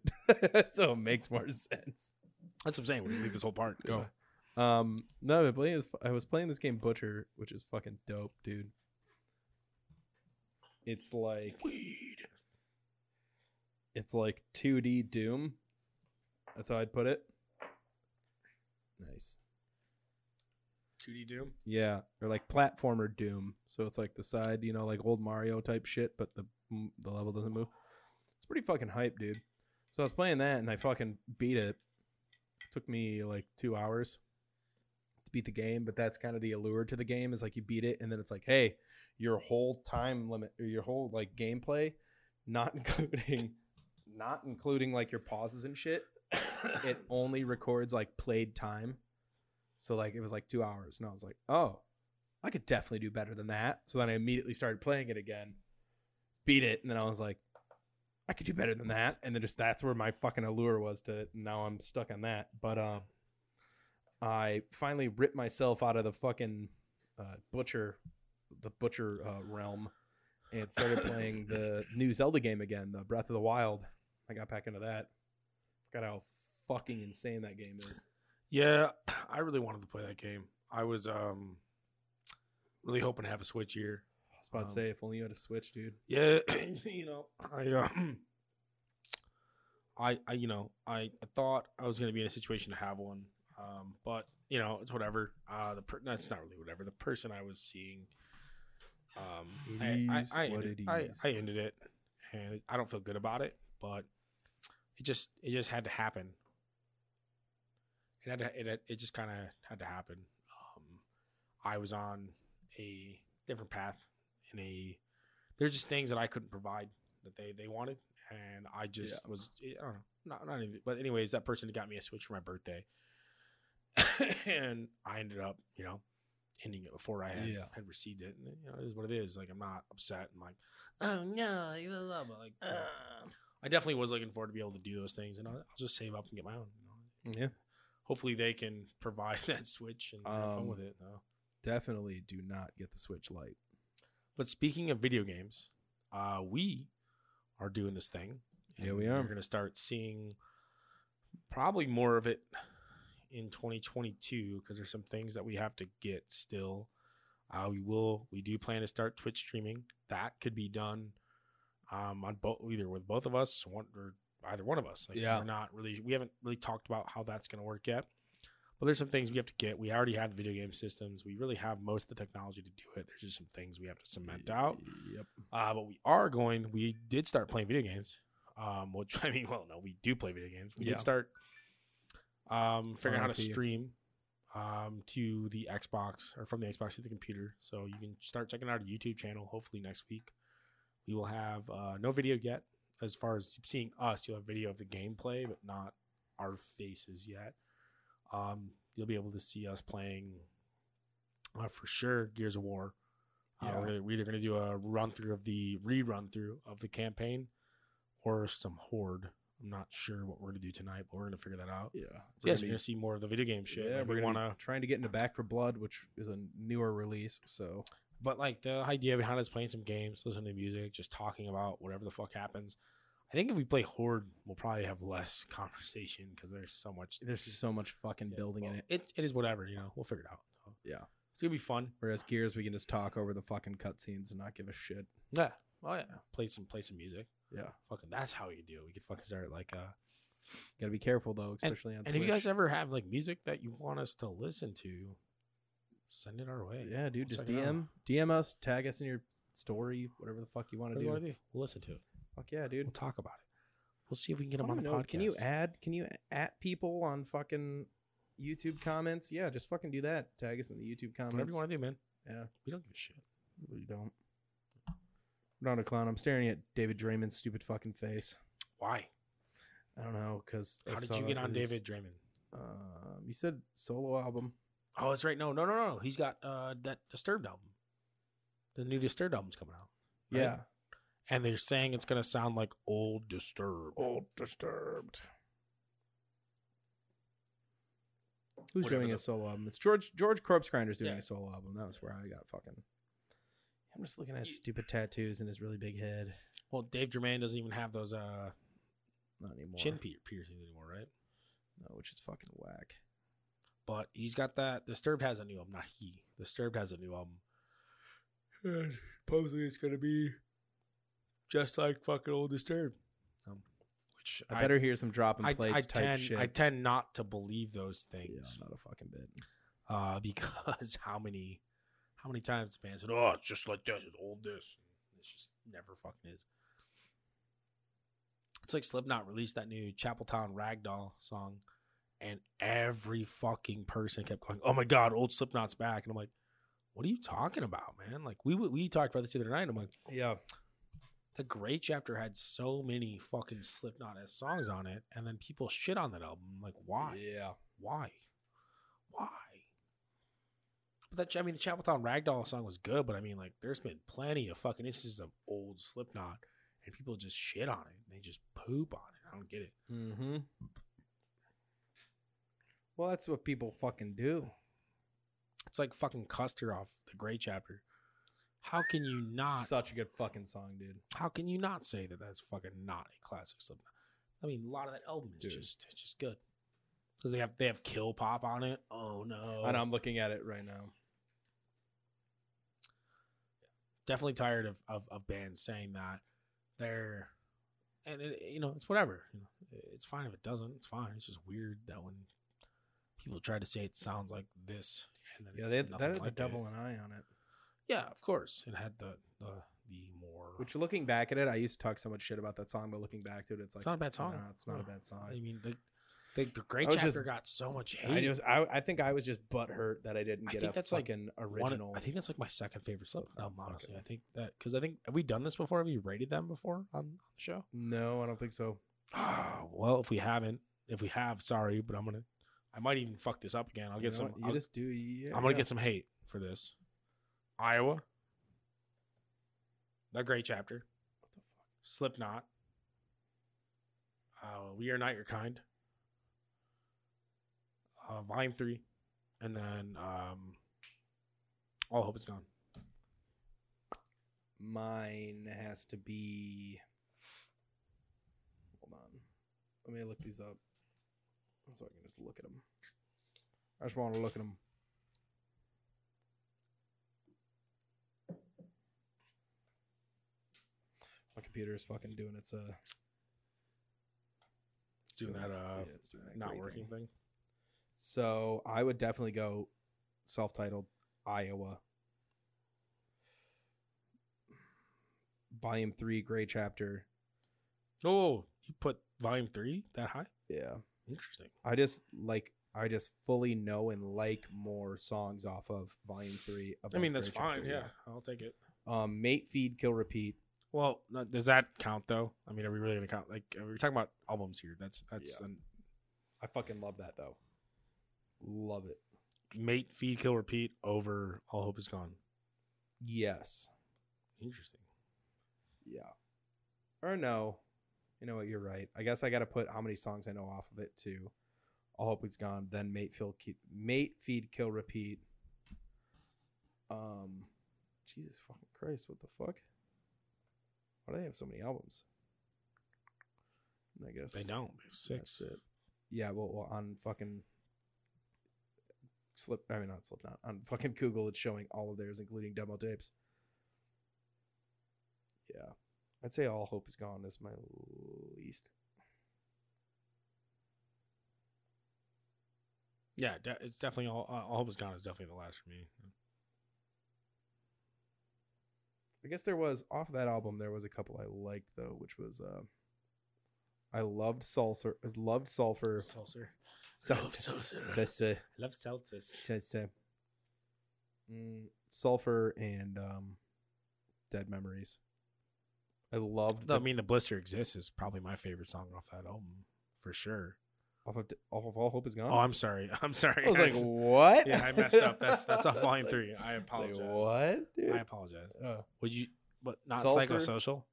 so it makes more sense. That's what I'm saying. We leave this whole part. Go. Um, no, I, playing this, I was playing this game Butcher, which is fucking dope, dude. It's like Weed. it's like 2D Doom. That's how I'd put it. Nice. 2D Doom. Yeah, or like platformer Doom. So it's like the side, you know, like old Mario type shit, but the m- the level doesn't move. It's pretty fucking hype, dude. So I was playing that and I fucking beat it. took me like two hours to beat the game, but that's kind of the allure to the game is like you beat it and then it's like, hey, your whole time limit or your whole like gameplay, not including, not including like your pauses and shit. it only records like played time. So like it was like two hours, and I was like, oh, I could definitely do better than that. So then I immediately started playing it again, beat it, and then I was like, I could do better than that. And then just that's where my fucking allure was to it. and Now I'm stuck on that. But um, I finally ripped myself out of the fucking uh, butcher, the butcher uh, realm, and started playing the new Zelda game again, the Breath of the Wild. I got back into that. Forgot how fucking insane that game is. Yeah, I really wanted to play that game. I was um really hoping to have a Switch here. I was about to Um, say, if only you had a Switch, dude. Yeah, you know, I um I I you know, I, I thought I was going to be in a situation to have one. Um but, you know, it's whatever. Uh the per- no, it's not really whatever. The person I was seeing um It I, I, is I, what ended, it I, is. I ended it and I don't feel good about it, but it just it just had to happen. It had to, it, had- it just kind of had to happen. Um, I was on a different path in a there's just things that I couldn't provide that they they wanted and I just was I don't know not not anything, but anyways that person got me a switch for my birthday and I ended up you know ending it before I had, Yeah. had received it and you know it is what it is like I'm not upset and like oh no you blah, blah, blah. like you know, I definitely was looking forward to be able to do those things and I'll, I'll just save up and get my own you know Yeah. hopefully they can provide that switch and have fun Um, with it though. Definitely do not get the Switch Lite. But speaking of video games, uh, we are doing this thing. Yeah, and we are. We're going to start seeing probably more of it in 2022 because there's some things that we have to get still. Uh, we will. We do plan to start Twitch streaming. That could be done um, on both, either with both of us, one or either one of us. Like, Yeah. we're not really. We haven't really talked about how that's going to work yet. But there's some things we have to get. We already have the video game systems. We really have most of the technology to do it. There's just some things we have to cement out. Yep. Uh, but we are going. We did start playing video games. Um, which I mean, well, no, we do play video games. We Yeah. did start um, figuring out how to RIP. stream um, to the Xbox or from the Xbox to the computer. So you can start checking out our YouTube channel. Hopefully next week we will have uh, no video yet. As far as seeing us, you'll have video of the gameplay, but not our faces yet. Um, you'll be able to see us playing uh, for sure Gears of War. Uh, Yeah. we're, gonna, we're either going to do a run through of the rerun through of the campaign or some Horde. I'm not sure what we're going to do tonight, but we're going to figure that out. Yeah. So yes, We're you're gonna going to see more of the video game shit. Yeah, Like, we're we gonna want be to, trying to get into Back for Blood, which is a newer release. So but like the idea behind us playing some games, listening to music, just talking about whatever the fuck happens. I think if we play Horde, we'll probably have less conversation because there's so much. there's so much fucking Yeah, building in well, it. It it is whatever, you know. We'll figure it out. So, Yeah. it's gonna be fun. Whereas Gears, we can just talk over the fucking cutscenes and not give a shit. Yeah. Oh yeah. Play some play some music. Yeah. Fucking that's how you do. it. We could fucking start like uh. Got to be careful though, especially on And if you Twitch. guys ever have like music that you want us to listen to, send it our way. yeah, dude, We'll just check it out. DM DM us, tag us in your story, whatever the fuck you want to Whatever you do. wanna do, We'll listen to it. Fuck yeah, We'll dude. talk about it. We'll see if we can get I them on wanna the know, podcast. Can you add? Can you at people on fucking YouTube comments? Yeah, just fucking do that. Tag us in the YouTube comments. Whatever you want to do, man. Yeah. We don't give a shit. You don't. I'm not a clown. I'm staring at David Draymond's stupid fucking face. Why? I don't know because How did you get on David Draymond? Um, you said solo album. Oh, that's right. No, no, no, no. He's got uh that Disturbed album. The new Disturbed album's coming out. right? Yeah, And they're saying it's gonna sound like old Disturbed. old disturbed. Who's Whatever doing the- a solo album? It's George George Corpse Grinder's doing Yeah. a solo album. That was where I got fucking. I'm just looking at You- his stupid tattoos and his really big head. Well, Dave Draymond doesn't even have those uh Not anymore. chin pier- piercings anymore, right? No, which is fucking whack. But he's got that. Disturbed has a new album. Not he. Disturbed has a new album. And supposedly it's gonna be just like fucking old Disturbed. Um, which I, better hear some drop and I, plates I type tend shit. I tend not to believe those yeah, things not a fucking bit. uh, because how many how many times the band said, "Oh, it's just like this, it's old this." It's just never fucking is. It's like Slipknot released that new Chapel Town Ragdoll song, and every fucking person kept going, "Oh my god, old Slipknot's back!" And I'm like, "What are you talking about, man? Like we we talked about this the other night. and I'm like, Yeah, the Great chapter had so many fucking Slipknot as songs on it, and then people shit on that album. I'm like, why? yeah. Why? Why? But that I mean, the Chapel Town Ragdoll song was good, but I mean, like, there's been plenty of fucking instances of old Slipknot, and people just shit on it. They just poop on it. I don't get it. Mm-hmm. Well, that's what people fucking do. It's like fucking Custer off the Great Chapter. How can you not? Such a good fucking song, dude. How can you not say that that's fucking not a classic Slipknot? I mean, a lot of that album is Dude. just it's just good because they have they have Kill Pop on it. Oh no! And I'm looking at it right now. definitely tired of, of of bands saying that they're and it, you know it's whatever you know it's fine if it doesn't it's fine it's just weird that when people try to say it sounds like this and then Yeah, it's they had, that nothing had the like double it. an eye on it. yeah of course it had the the the more Which, looking back at it, I used to talk so much shit about that song, but looking back to it, it's like not a bad song. Nah, it's not a No. bad song. I mean, the, The, the Great I was Chapter just- got so much hate. I just I, I think I was just butthurt that I didn't I get think a that's, like, fucking One- original. I think that's like my second favorite slip Oh, album, fuck honestly. it. I think that because I think have we done this before? Have we rated them before on the show? no, I don't think so. Oh, well, if we haven't, if we have, sorry, but I'm gonna, I might even fuck this up again. I'll You get know some. what? You I'll- just do. Yeah, I'm gonna yeah. get some hate for this. Iowa, the Great Chapter, What the fuck? Slipknot, uh, We Are Not Your Kind, uh, Volume Three, and then um, All Hope Is Gone. Mine has to be. Hold on. Let me look these up so I can just look at them. I just want to look at them. My computer is fucking doing its uh It's doing that its- uh, yeah, it's doing that not great working thing. thing. So I would definitely go self-titled Iowa. Volume three, Gray Chapter. Oh, you put Volume Three that high? Yeah. Interesting. I just like I just fully know and like more songs off of Volume Three. I above mean, that's Gray Chapter, fine. yeah, I'll take it. Um, mate, feed, kill, repeat. Well, no, does that count though? I mean, are we really gonna count? Like, we were talking about albums here. That's that's Yeah. an I fucking love that though. Love it. mate, feed, kill, repeat over. All hope is gone. Yes. Interesting. Yeah. Or no. You know what? You're right. I guess I got to put how many songs I know off of it too. All hope it's gone. Then mate, feel, keep, mate, feed, kill, repeat. Um, Jesus fucking Christ! What the fuck? Why do they have so many albums? I guess They don't. They have six. That's it. Yeah, well, well on fucking slip. I mean, not Slipknot. On fucking Google, it's showing all of theirs, including demo tapes. Yeah, I'd say all hope is gone is my least. Yeah, de- it's definitely all. Uh, all hope is gone is definitely the last for me. I guess there was off that album. There was a couple I liked though, which was uh, I loved Sulfur. Loved Sulfur. Seltzer. Sulfur. Seltzer. Sulfur. Love seltzers. Sulfur. Mm, Sulfur and um, Dead Memories. I loved I the mean, the blister exists is probably my favorite song off that album for sure. off of, off of All Hope Is Gone. Oh, I'm sorry. I'm sorry. I was like, what? yeah, I messed up. That's that's off Like- volume three. I like, apologize. what, dude? I apologize. Oh. Would you? But not Sulfur? psychosocial.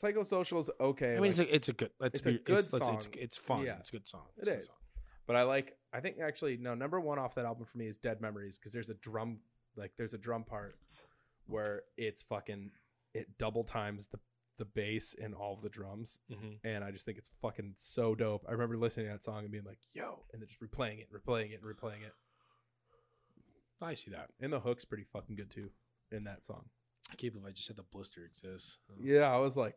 Psychosocial is okay. I mean, like- it's, a, it's a good. Let's it's a be. good it's, let's- song. it's it's fun. Yeah. It's a good song. It It's a good is. song. but I like. I think actually, no. Number one off that album for me is Dead Memories because there's a drum, like there's a drum part where it's fucking it double times the the bass and all of the drums, Mhm. and I just think it's fucking so dope. I remember listening to that song and being like, yo, and then just replaying it, replaying it, and replaying it. I see that. And the hook's pretty fucking good too in that song. I can't believe I just said the blister exists. Uh, Yeah, I was like,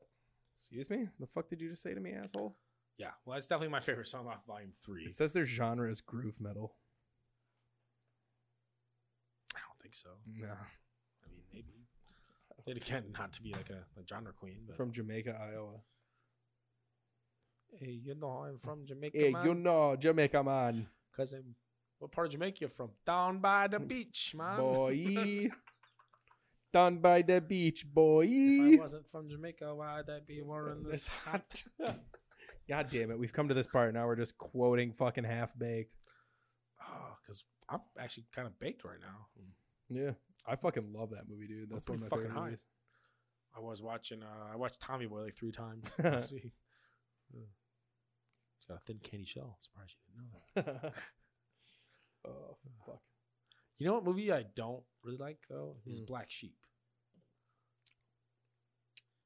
excuse me, the fuck did you just say to me, asshole? Yeah. Well, it's definitely my favorite song off volume three. It says their genre is groove metal. I don't think so. No. I mean, maybe. It again, not to be like a, a genre queen, but From Jamaica, Iowa. hey, you know, I'm from Jamaica, Hey, man. you know Jamaica man, Cause I'm what part of Jamaica you from? Down by the beach, man. Mm. boy. Down by the beach, boy. if I wasn't from Jamaica, why'd I be wearing this This hat? God damn it, we've come to this part now. We're just quoting fucking half baked. Oh, because I'm actually kind of baked right now. Yeah, I fucking love that movie, dude. That's one pretty of my fucking favorite high. movies. I was watching. Uh, I watched Tommy Boy like three times. last week. Yeah. It's got a thin candy shell. I'm surprised you didn't know that. oh fuck! You know what movie I don't really like though is Hmm. Black Sheep.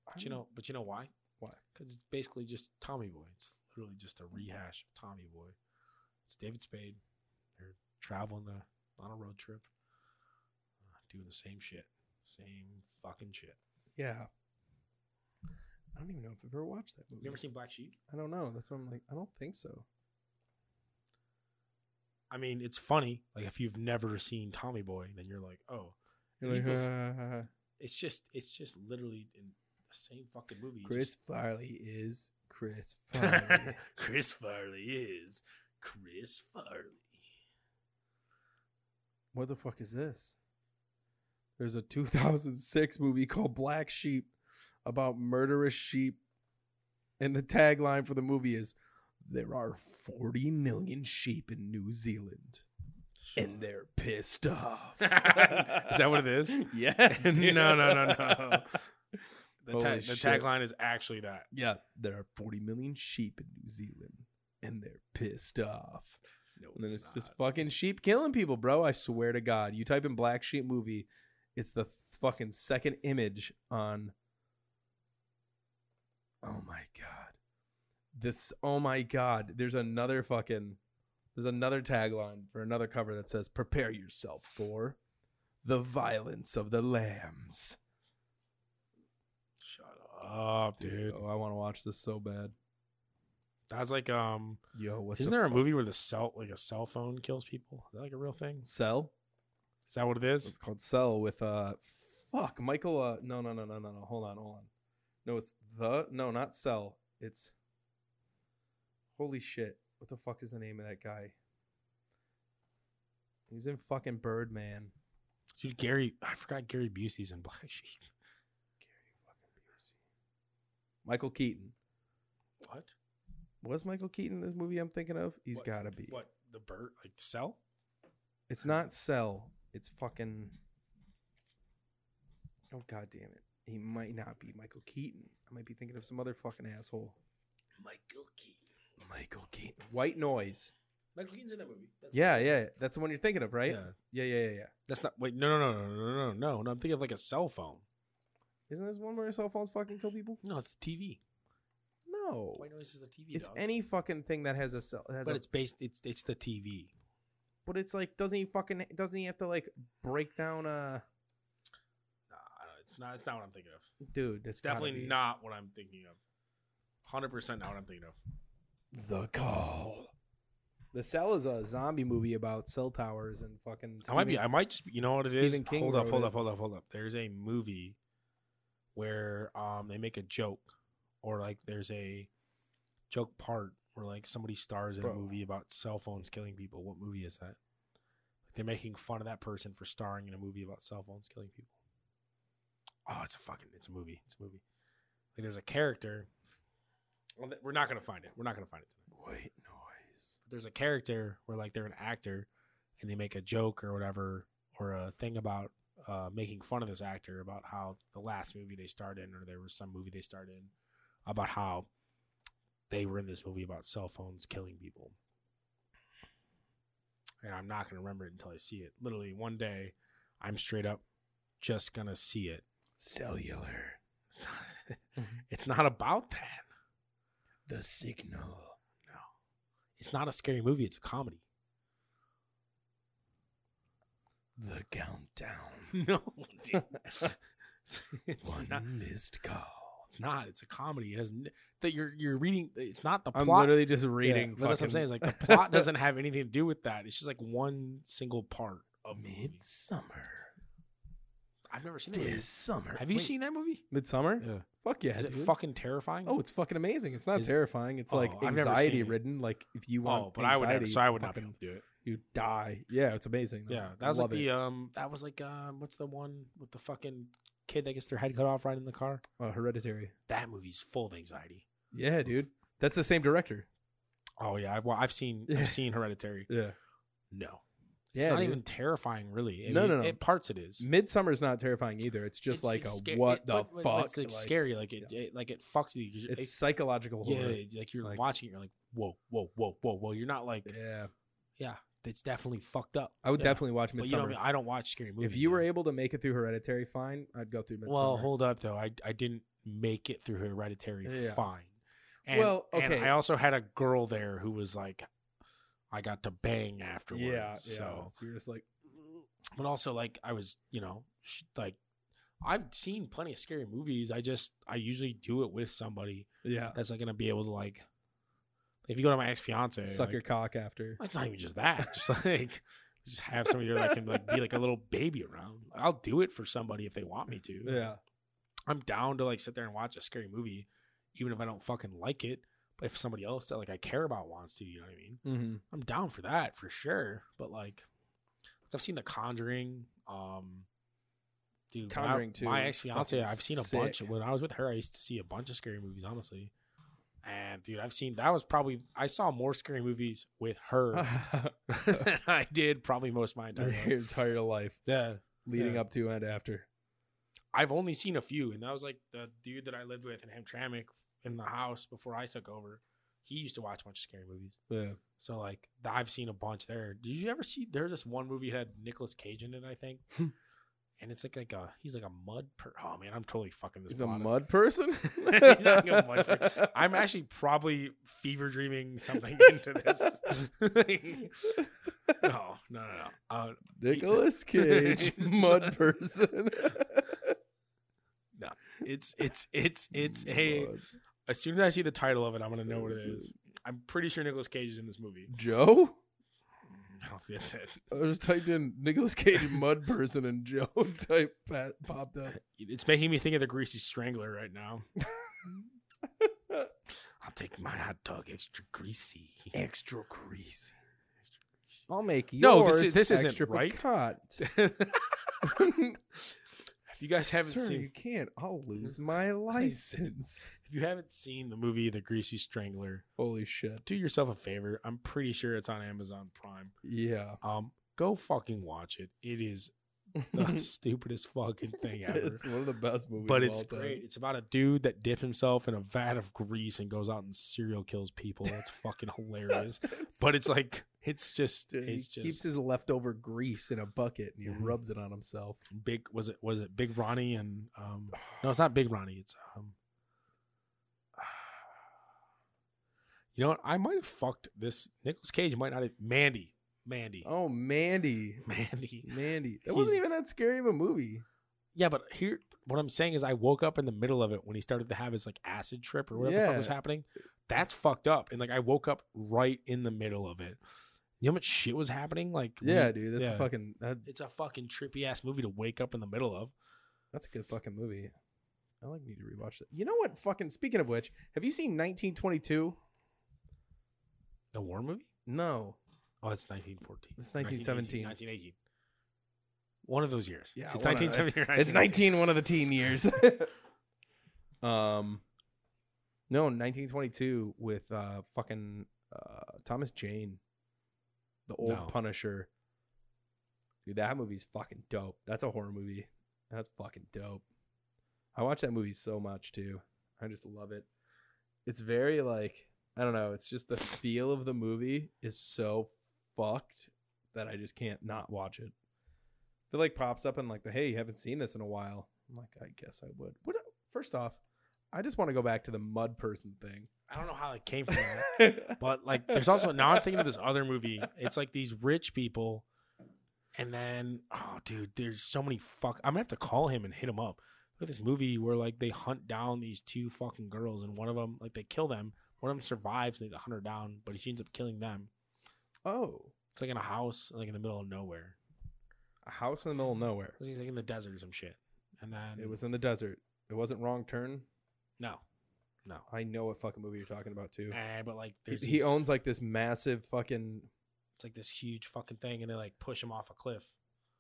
But you know, but you know why? Why? Because it's basically just Tommy Boy. It's literally just a rehash of Tommy Boy. It's David Spade. They're traveling the, on a road trip, uh, doing the same shit, same fucking shit. yeah. I don't even know if I've ever watched that movie. You ever seen Black Sheep? I don't know. That's what I'm like. I don't think so. I mean, it's funny. Like if you've never seen Tommy Boy, then you're like, oh, You're like, People's- "Ah." it's just, it's just literally. In, Same fucking movie. you Chris Farley is Chris just- Farley. Chris Farley is Chris Farley. what the fuck is this? There's a 2006 movie called Black Sheep about murderous sheep. And the tagline for the movie is There are 40 million sheep in New Zealand, and they're pissed off. is that what it is? Yes. no, no, no, no. The, ta- Holy the shit. tagline is actually that. Yeah, there are 40 million sheep in New Zealand, and they're pissed off. No, And then it's, not. just fucking sheep killing people, bro. I swear to God. You type in black sheep movie, it's the fucking second image on. Oh my God. This, oh my God. There's another fucking, there's another tagline for another cover that says, prepare yourself for the violence of the lambs. Shut up, dude. Oh, I want to watch this so bad. That's like um. Yo, what's Isn't the there a fuck- movie where the cell like a cell phone kills people? Is that like a real thing? Cell? Is that what it It's is? called Cell with uh fuck Michael uh no no no no no no hold on hold on. No, it's the no, not Cell. It's Holy shit. What the fuck is the name of that guy? He's in fucking Birdman. Dude, Gary, I forgot Gary Busey's in Black Sheep. Gary fucking Busey. Michael Keaton. What? Was Michael Keaton in this movie I'm thinking of? He's He's gotta be. What the bird like cell? It's not Cell. It's fucking Oh god damn it. He might not be Michael Keaton. I might be thinking of some other fucking asshole. Michael Keaton. Michael Keaton. White noise. Michael Keaton's in that movie. That's Yeah, yeah. That's the one you're thinking of, right? Yeah. Yeah, yeah, yeah, yeah. That's not wait, no no no no no no no no. I'm thinking of like a cell phone. Isn't this one where cell phones fucking kill people? No, it's the TV. No. White noise is the TV. It's dog. any fucking thing that has a cell has but a, it's based it's it's the TV. but it's like doesn't he fucking doesn't he have to like break down uh Nah, I don't- it's not it's not what I'm thinking of. dude, It's that's gotta definitely be- not what I'm thinking of. Hundred percent not what I'm thinking of. The Call. The Cell is a zombie movie about cell towers and fucking I might be. Stephen- I might just. be- You know what it is? Stephen King hold up. wrote Hold it. up. Hold up. Hold up. There's a movie where um they make a joke, or like there's a joke part where like somebody stars in a Bro. movie about cell phones killing people. What movie is that? They're making fun of that person for starring in a movie about cell phones killing people. Oh, it's a fucking. It's a movie. It's a movie. Like there's a character. Well, th- we're not gonna find it. We're not gonna find it tonight White noise. there's a character where like they're an actor and they make a joke or whatever or a thing about uh, making fun of this actor about how the last movie they starred in or there was some movie they starred in about how they were in this movie about cell phones killing people and i'm not going to remember it until i see it literally one day i'm straight up just going to see it Cellular. it's not, it's not about that The signal. no it's not a scary movie it's a comedy The countdown. No, dude. it's, it's not. missed call. It's not. It's a comedy. It has n- that you're you're reading. It's not the I'm plot. literally just Yeah, reading. that's what I'm fucking- saying. It's like the plot doesn't have anything to do with that. It's just like one single part of the movie. Midsummer. I've never seen that movie. This summer. Have you seen that movie? Midsummer? Yeah. Fuck yeah, Is it dude. fucking terrifying? oh, it's fucking amazing. It's not Is- terrifying. It's Oh, like I've never seen anxiety it. ridden. Like if you want, oh, but I would. Never, anxiety, so I would not be fucking- able to do it. You die. Yeah, it's amazing. though. Yeah, that was I like love the it. um. That was like um. What's the one with the fucking kid that gets their head cut off right in the car? Uh, Hereditary. That movie's full of anxiety. Yeah, dude. That's the same director. Oh yeah, I've wa- I've seen I've seen Hereditary. Yeah. No. It's Yeah, not dude. even terrifying, really. I No, mean, no, no. It parts it is. Midsummer is not terrifying either. It's just It's- like it's a scar- what it- the but- but fuck. It's like, Like, scary. Like it, it- like it fucks you. 'cause It's it- psychological yeah. horror. it's Like you're Like- watching. it, You're like, whoa, whoa, whoa, whoa, whoa. You're not like, Yeah. yeah, it's definitely fucked up. I would Yeah. definitely watch But you know, Midsummer. what I, mean? I don't watch scary movies. if you were know? able to make it through Hereditary, fine. I'd go through Midsummer. well, hold up though. I I didn't make it through Hereditary Yeah. fine. And, Well, And okay. I also had a girl there who was like, I got to bang afterwards. yeah, yeah. So. so you're just like, but also like I was, you know, sh- like I've seen plenty of scary movies. I just I usually do it with somebody yeah, that's like gonna be able to like. If you go to my ex fiance, "Oh, suck your cock after. It's not even just that. Just like just have somebody there that can like be like a little baby around. I'll do it for somebody if they want me to. Yeah. I'm down to like sit there and watch a scary movie, even if I don't fucking like it. But if somebody else that like I care about wants to, you know what I mean? Mm-hmm. I'm down for that for sure. But like, I've seen The Conjuring. Um, dude, when I- Conjuring 2 My is ex fiance, fucking I've seen a bunch. sick. When I was with her, I used to see a bunch of scary movies, honestly. And dude, I've seen that was probably I saw more scary movies with her Mm-hmm. than I did probably most of my entire your life. entire life Yeah, leading Yeah. up to and after. I've only seen a few, and that was like the dude that I lived with in Hamtramck in the house before I took over. He used to watch a bunch of scary movies. Yeah. So like th- I've seen a bunch there. Did you ever see? There's this one movie that had Nicolas Cage in it, I think, Hmm. and it's like like a he's like a mud. Per- oh man, I'm totally fucking this. He's a plot up. mud person. He's like a mud person. I'm actually probably fever dreaming something into this. no, no, no, no. Uh, Nicholas Cage, mud person. it's it's it's it's a. Mud. As soon as I see the title of it, I'm gonna know what it This is. I'm pretty sure Nicolas Cage is in this movie. Joe. I don't think that's it. I just typed in Nicholas Cage mud person and Joe type pat- popped up. It's making me think of the Greasy Strangler right now. I'll take my hot dog extra greasy. Extra greasy. I'll make yours No, this is- this isn't extra right. Piquant. if you guys haven't Sir, seen, you can't. I'll lose my license. if you haven't seen the movie The Greasy Strangler, Holy shit. do yourself a favor. I'm pretty sure it's on Amazon Prime. Yeah. Um, go fucking watch it. It is the stupidest fucking thing ever. it's one of the best movies. but of it's all time. great. It's about a dude that dips himself in a vat of grease and goes out and serial kills people. That's fucking hilarious. But it's like it's just Dude, he it's just keeps his leftover grease in a bucket and he Mhm. rubs it on himself. big. Was it was it Big Ronnie and um no, it's not Big Ronnie. It's um. You know what? I might have fucked this. Nicholas Cage might not have. Mandy. Mandy. Oh, Mandy. Mandy. Mandy. That He's- wasn't even that scary of a movie. Yeah, but here, what I'm saying is, I woke up in the middle of it when he started to have his like acid trip or whatever the fuck was Yeah. happening. That's fucked up. And like, I woke up right in the middle of it. You know how much shit was happening? Like, when Yeah, he- dude. That's yeah. a fucking that, It's a fucking trippy ass movie to wake up in the middle of. that's a good fucking movie. I like need to rewatch that. You know what fucking speaking of which, have you seen 1922? The war movie? No. Oh, it's 1914. It's 1917. 1918. One of those years. Yeah, it's one of- 1917. or It's 19 one of the teen years. um No, 1922 with uh fucking uh Thomas Jane. The old No. Punisher. Dude, that movie's fucking dope. That's a horror movie. That's fucking dope. I watch that movie so much too. I just love it. It's very like I don't know, it's just the feel of the movie is so fucked that I just can't not watch it. If it like pops up and like the hey, you haven't seen this in a while. I'm like, I guess I would. What first off, I just want to go back to the mud person thing. I don't know how it came from that. But like, there's also now I'm thinking of this other movie. It's like these rich people, and then oh, dude, there's so many fuck. I'm gonna have to call him and hit him up. Look at this movie where like they hunt down these two fucking girls, and one of them like they kill them. One of them survives. They hunt her down, but she ends up killing them. oh, It's like in a house, like in the middle of nowhere. a house in the middle of nowhere. It's like in the desert or some shit. And then It was in the desert. It wasn't wrong turn. no, no. I know what fucking movie you're talking about too. And, but like, Ah, He, there's he these- owns like this massive fucking it's like this huge fucking thing, and they like push him off a cliff.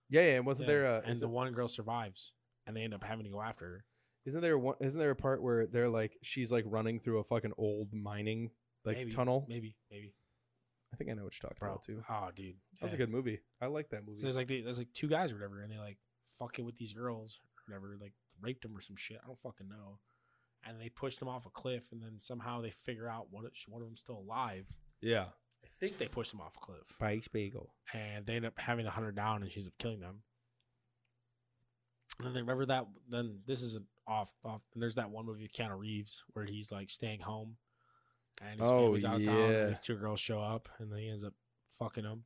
yeah. yeah and wasn't Yeah. there a and is the one girl survives, and they end up having to go after her. Isn't there one? Isn't there a part where they're like she's like running through a fucking old mining like Maybe, tunnel? Maybe, maybe. I think I know what you're talking Bro. about too. Oh, dude. That's Yeah. a good movie. I like that movie. So there's like the, there's like two guys or whatever, and they like fucking with these girls or whatever, like raped them or some shit. I don't fucking know. And they pushed them off a cliff, and then somehow they figure out one of- one of them's still alive. yeah, I think they pushed them off a cliff, Spike's Bagel. and they end up having to hunt her down, and she's up killing them. And then they remember that. Then this is an off off. And there's that one movie with Keanu Reeves where he's like staying home, and his Oh, family's out of town. yeah. And these two girls show up, and then he ends up fucking them,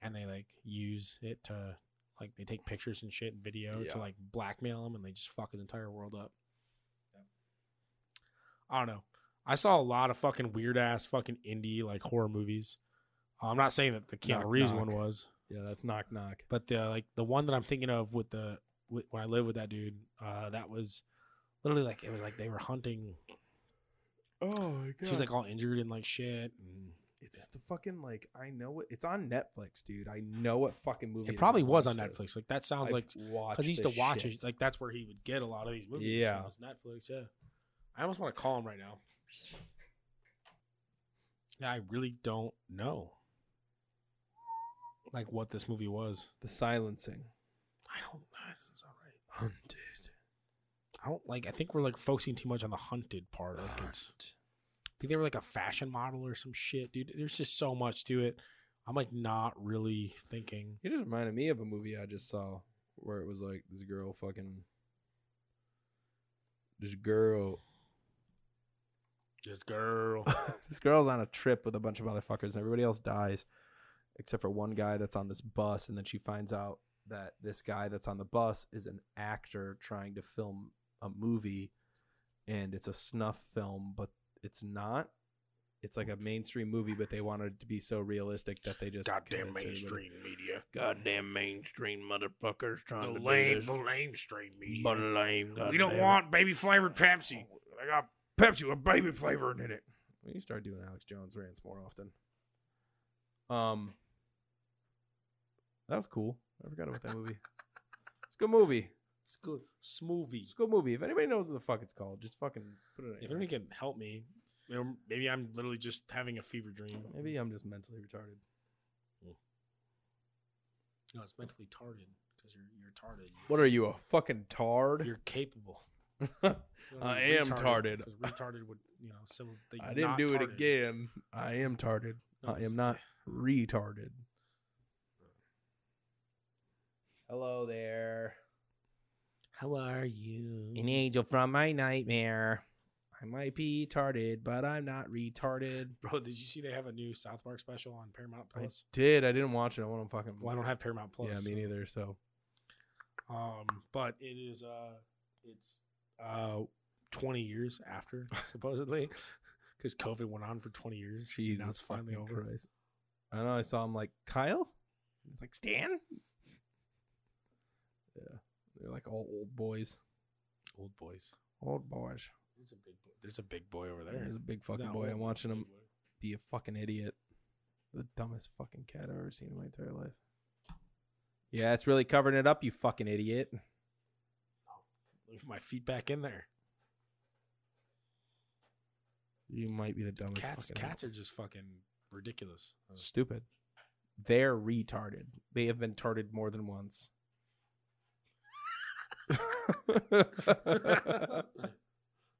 and they like use it to like they take pictures and shit and video Yeah. to like blackmail him, and they just fuck his entire world up. I don't know. I saw a lot of fucking weird ass fucking indie like horror movies. Uh, I'm not saying that the Keanu Knock, Reeves knock. one was, Yeah, that's knock knock. but the like the one that I'm thinking of with the with, when I lived with that dude, uh, that was literally like it was like they were hunting. Oh my god. She was like all injured and like shit. And it's the fucking like I know it. It's on Netflix, dude. I know what fucking movie. it probably was on I've watched Netflix. this. Like that sounds I've like watched because he used this to watch shit. it. Like that's where he would get a lot of these movies. and shit, Yeah. was Netflix. Yeah, I almost want to call him right now. Yeah, I really don't know, like what this movie was. the silencing. I don't. That doesn't sound right. Hunted. I don't like. I think we're like focusing too much on the hunted part. Like it's. I think they were like a fashion model or some shit, dude. There's just so much to it. I'm like not really thinking. It just reminded me of a movie I just saw where it was like this girl fucking. This girl. This girl. this girl's on a trip with a bunch of motherfuckers and everybody else dies except for one guy that's on this bus and then she finds out that this guy that's on the bus is an actor trying to film a movie and it's a snuff film but it's not it's like a mainstream movie but they wanted it to be so realistic that they just Goddamn convinced everybody- mainstream media. Goddamn mainstream motherfuckers The trying to lame, do the this. mainstream media. But lame. we don't goddamn it. want baby flavored Pepsi. I got Pepsi with baby flavoring in it. we need to start doing alex jones rants more often um that was cool i forgot about that movie it's a good movie It's good. Smoothie. It's a good movie. If anybody knows what the fuck it's called, just fucking put If it in. anybody can help me, or maybe I'm literally just having a fever dream. Maybe I'm just mentally retarded. No, it's mentally tarded because you're you're tarded. What are you, a fucking tard? You're capable. You know, I you're am tarded. 'cause retarded would you know similar. that I you're didn't not do it tarded. again. I am tarded. No, I it's- am not retarded. Hello there. How are you? An angel from my nightmare. I might be tarded, but I'm not retarded. Bro, did you see they have a new South Park special on Paramount I Plus? did. I didn't watch it. I want to fucking. well, I don't have Paramount Plus. Yeah, me neither. So Um, but it is uh, it's uh, twenty years after supposedly, because COVID went on for twenty years. Jesus, now it's finally fucking over. Christ. I know. I saw him like Kyle. He's like Stan. Yeah, they're like all old boys. Old boys. Old boys. There's a big boy. There's a big boy over there. There's a big fucking No, boy. I'm old watching big him boy. be a fucking idiot. The dumbest fucking cat I've ever seen in my entire life. Yeah, it's really covering it up, you fucking idiot. Leave my feet back in there. You might be the dumbest Cats, fucking cats are just fucking ridiculous. Stupid. They're retarded. They have been tarded more than once. Uh,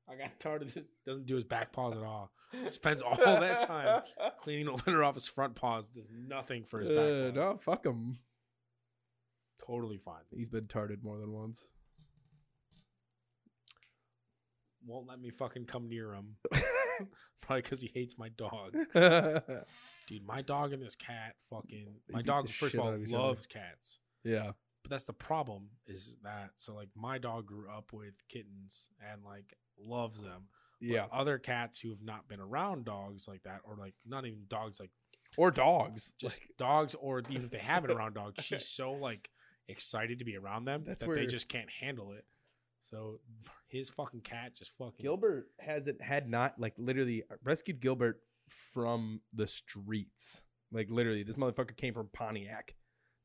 I got tired of this. Doesn't do his back paws at all. Spends all that time cleaning the litter off his front paws. Does nothing for his back Uh, paws. no, fuck him. Totally fine. He's been tarded more than once. Won't let me fucking come near him. Probably because he hates my dog. Dude, my dog and this cat fucking. They My beat dog, the first shit of all, out of each other. loves cats. yeah. But that's the problem is that. So, like, my dog grew up with kittens and, like, loves them. But Yeah. other cats who have not been around dogs like that, or, like, not even dogs, like, Or dogs. just Like, dogs, or even if they have it around dogs, she's so, like, excited to be around them That's that they where- just can't handle it. So, his fucking cat just fucking. Gilbert hasn't had not like literally I rescued Gilbert from the streets. Like literally, this motherfucker came from Pontiac,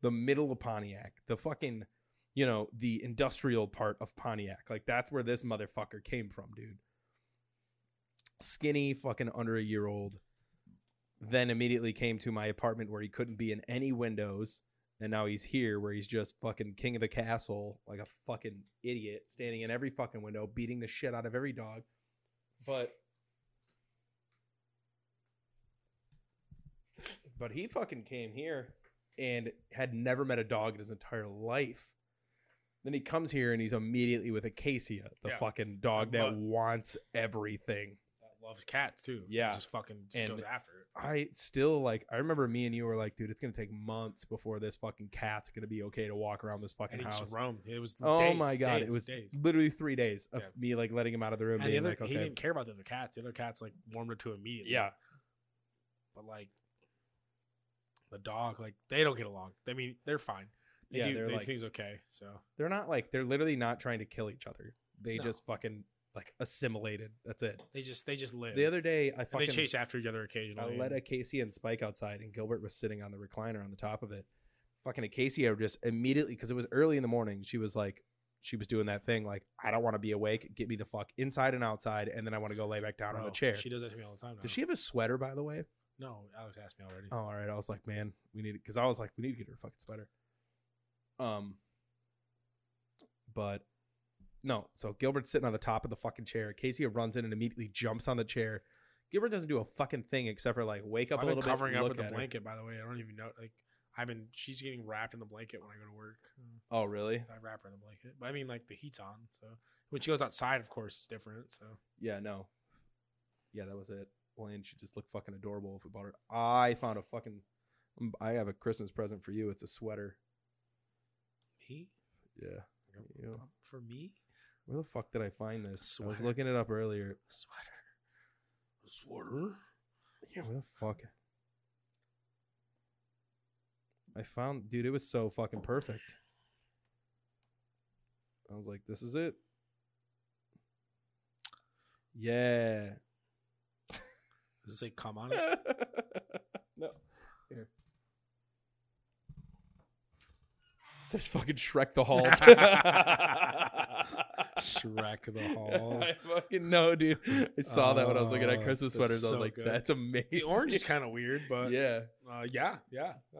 the middle of Pontiac, the fucking, you know, the industrial part of Pontiac. Like that's where this motherfucker came from, dude. Skinny, fucking under a year old. Then immediately came to my apartment where he couldn't be in any windows. And now he's here where he's just fucking king of the castle, like a fucking idiot, standing in every fucking window, beating the shit out of every dog. But But he fucking came here and had never met a dog in his entire life. Then he comes here and he's immediately with Acacia, the Yeah. fucking dog that But- wants everything. that loves cats too. Yeah. just fucking just And- goes after it. I still like. I remember me and you were like, "Dude, it's gonna take months before this fucking cat's gonna be okay to walk around this fucking And he house." just roamed. It was Oh days, my god, days, it was days. literally three days of Yeah. me like letting him out of the room, And the being other, like, he "Okay, didn't care about the other cats. The other cats like warmed up to him immediately. yeah, but like the dog, like they don't get along. I mean, they're fine. They yeah." do. they're they like, thing's okay. So they're not like they're literally not trying to kill each other. They No. just fucking like assimilated. That's it. They just they just live. The other day, I and they fucking chase after each other I occasionally. let a Casey and Spike outside, and Gilbert was sitting on the recliner on the top of it. Fucking a Casey, I just immediately because it was early in the morning. She was like, she was doing that thing like, I don't want to be awake. Get me the fuck inside and outside, and then I want to go lay back down on Bro, the chair. She does that to me all the time. Now. Does she have a sweater, by the way? No, Alex asked me already. Oh, all right. I was like, man, we need because I was like, we need to get her a fucking sweater. Um, but no. So Gilbert's sitting on the top of the fucking chair. Casey runs in and immediately jumps on the chair. Gilbert doesn't do a fucking thing except for like wake up I've a been little covering bit, up look with the at her. blanket. By the way, I don't even know. Like I've been, she's getting wrapped in the blanket when I go to work. Oh, really? I wrap her in the blanket, but I mean, like the heat's on. So when she goes outside, of course, it's different. So Yeah, no. Yeah, that was it. Well, and she just looked fucking adorable if we bought her. I found a fucking. um, I have a Christmas present for you. It's a sweater. me, Yeah. Yeah. Um, for me, Where the fuck did I find this? I was Sweater. looking it up earlier. sweater, sweater. Yeah, where the fuck? I found, dude, it was so fucking perfect. I was like, this is it. Yeah. Does it say come on it? no. Here. Says fucking Shrek the Halls. Shrek the halls. I fucking know, dude. I saw that when I was looking at Oh, Christmas that's sweaters. I was so like, good. that's amazing. The orange is kind of weird, but yeah. uh, yeah, yeah, yeah.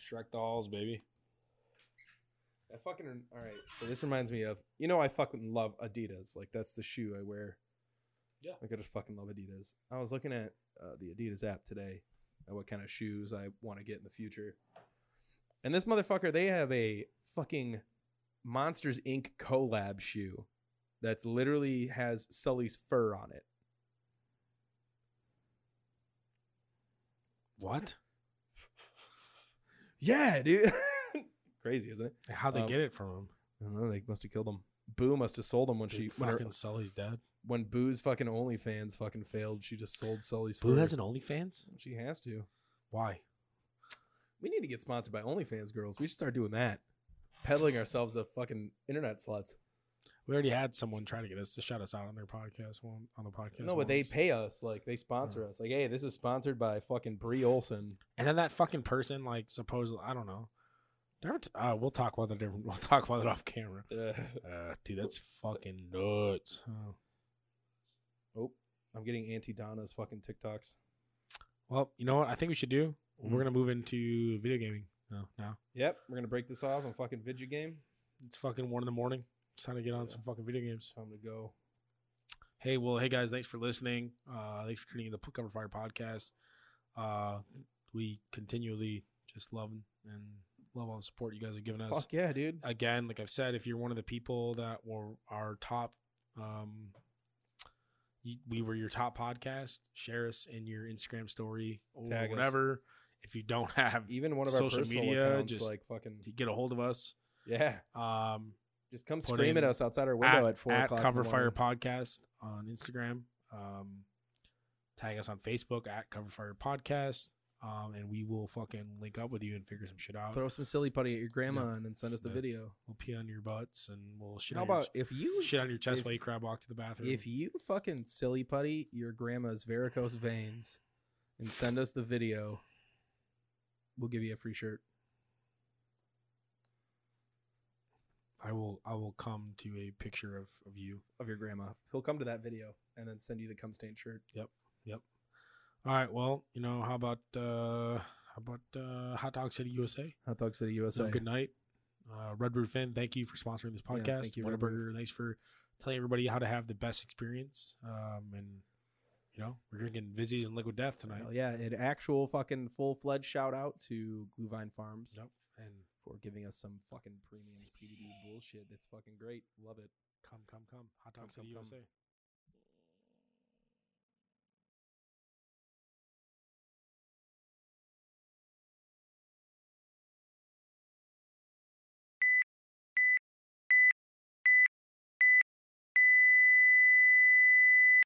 Shrek dolls, baby. I fucking all right. So this reminds me of you know I fucking love Adidas. Like that's the shoe I wear. Yeah. Like I just fucking love Adidas. I was looking at uh, the Adidas app today at what kind of shoes I want to get in the future. And this motherfucker, they have a fucking Monsters Inc. collab shoe that literally has Sully's fur on it. What? Yeah, dude. Crazy, isn't it? How'd they Um, get it from him? I don't know. They must have killed him. Boo must have sold him when she Dude, when, her- fucking Sully's dead. when Boo's fucking OnlyFans fucking failed. She just sold Sully's Boo fur. has an OnlyFans? She has to. Why? We need to get sponsored by OnlyFans girls. We should start doing that. Peddling ourselves a fucking internet sluts. We already had someone try to get us to shut us out on their podcast one on the podcast. No, but they once. pay us. Like they sponsor us. Like, hey, this is sponsored by fucking Bree Olson. And then that fucking person, like, supposedly, I don't know. Did I ever t- uh, we'll talk about that. Different, we'll talk about it off camera. Uh, dude, that's fucking nuts. Oh. oh, I'm getting Auntie Donna's fucking TikToks. Well, you know what? I think we should do. Hmm. We're gonna move into video gaming. No, no. Yep, we're gonna break this off on fucking video game. It's fucking one in the morning. It's time to get on some fucking video games. Time to go. Hey, well, hey guys, thanks for listening. Uh, thanks for tuning in to the Cover Fire podcast. Uh, we continually just love and love all the support you guys have given us. Fuck yeah, dude. again, like I've said, if you're one of the people that were our top, um, you, we were your top podcast, share us in your Instagram story or Tag us. E- whatever. If you don't have, Even one of our Social personal media, accounts, just- like fucking get a hold of us. yeah. Um, Just come Put scream at in us outside our window at, four at o'clock. in the Cover Fire morning. Podcast on Instagram. Um, tag us on Facebook at Cover Fire Podcast. Um, and we will fucking link up with you and figure some shit out. Throw some silly putty at your grandma Yeah. and then send us the Yeah. video. We'll pee on your butts and we'll shit, How on, about your, if you shit on your chest if- while you crab walk to the bathroom. if you fucking silly putty your grandma's varicose veins and send us the video, we'll give you a free shirt. I will I will come to a picture of, of you. Of your grandma. He'll come to that video and then send you the cum stain shirt. All right, well, you know, how about uh how about uh Hot Dog City USA? Hot Dog City USA. So good night. Uh Red Roof Inn, thank you for sponsoring this Yeah, podcast. thank you, Red Whataburger, thanks for telling everybody how to have the best experience. Um and you know, we're drinking Vizzies and Liquid Death tonight. Hell yeah, an actual fucking full fledged shout out to Glühwein Farms Yep. And for giving us some fucking premium CBD bullshit. That's fucking great. Love it. come, come, come. Hot Dog Come, City come, come. USA.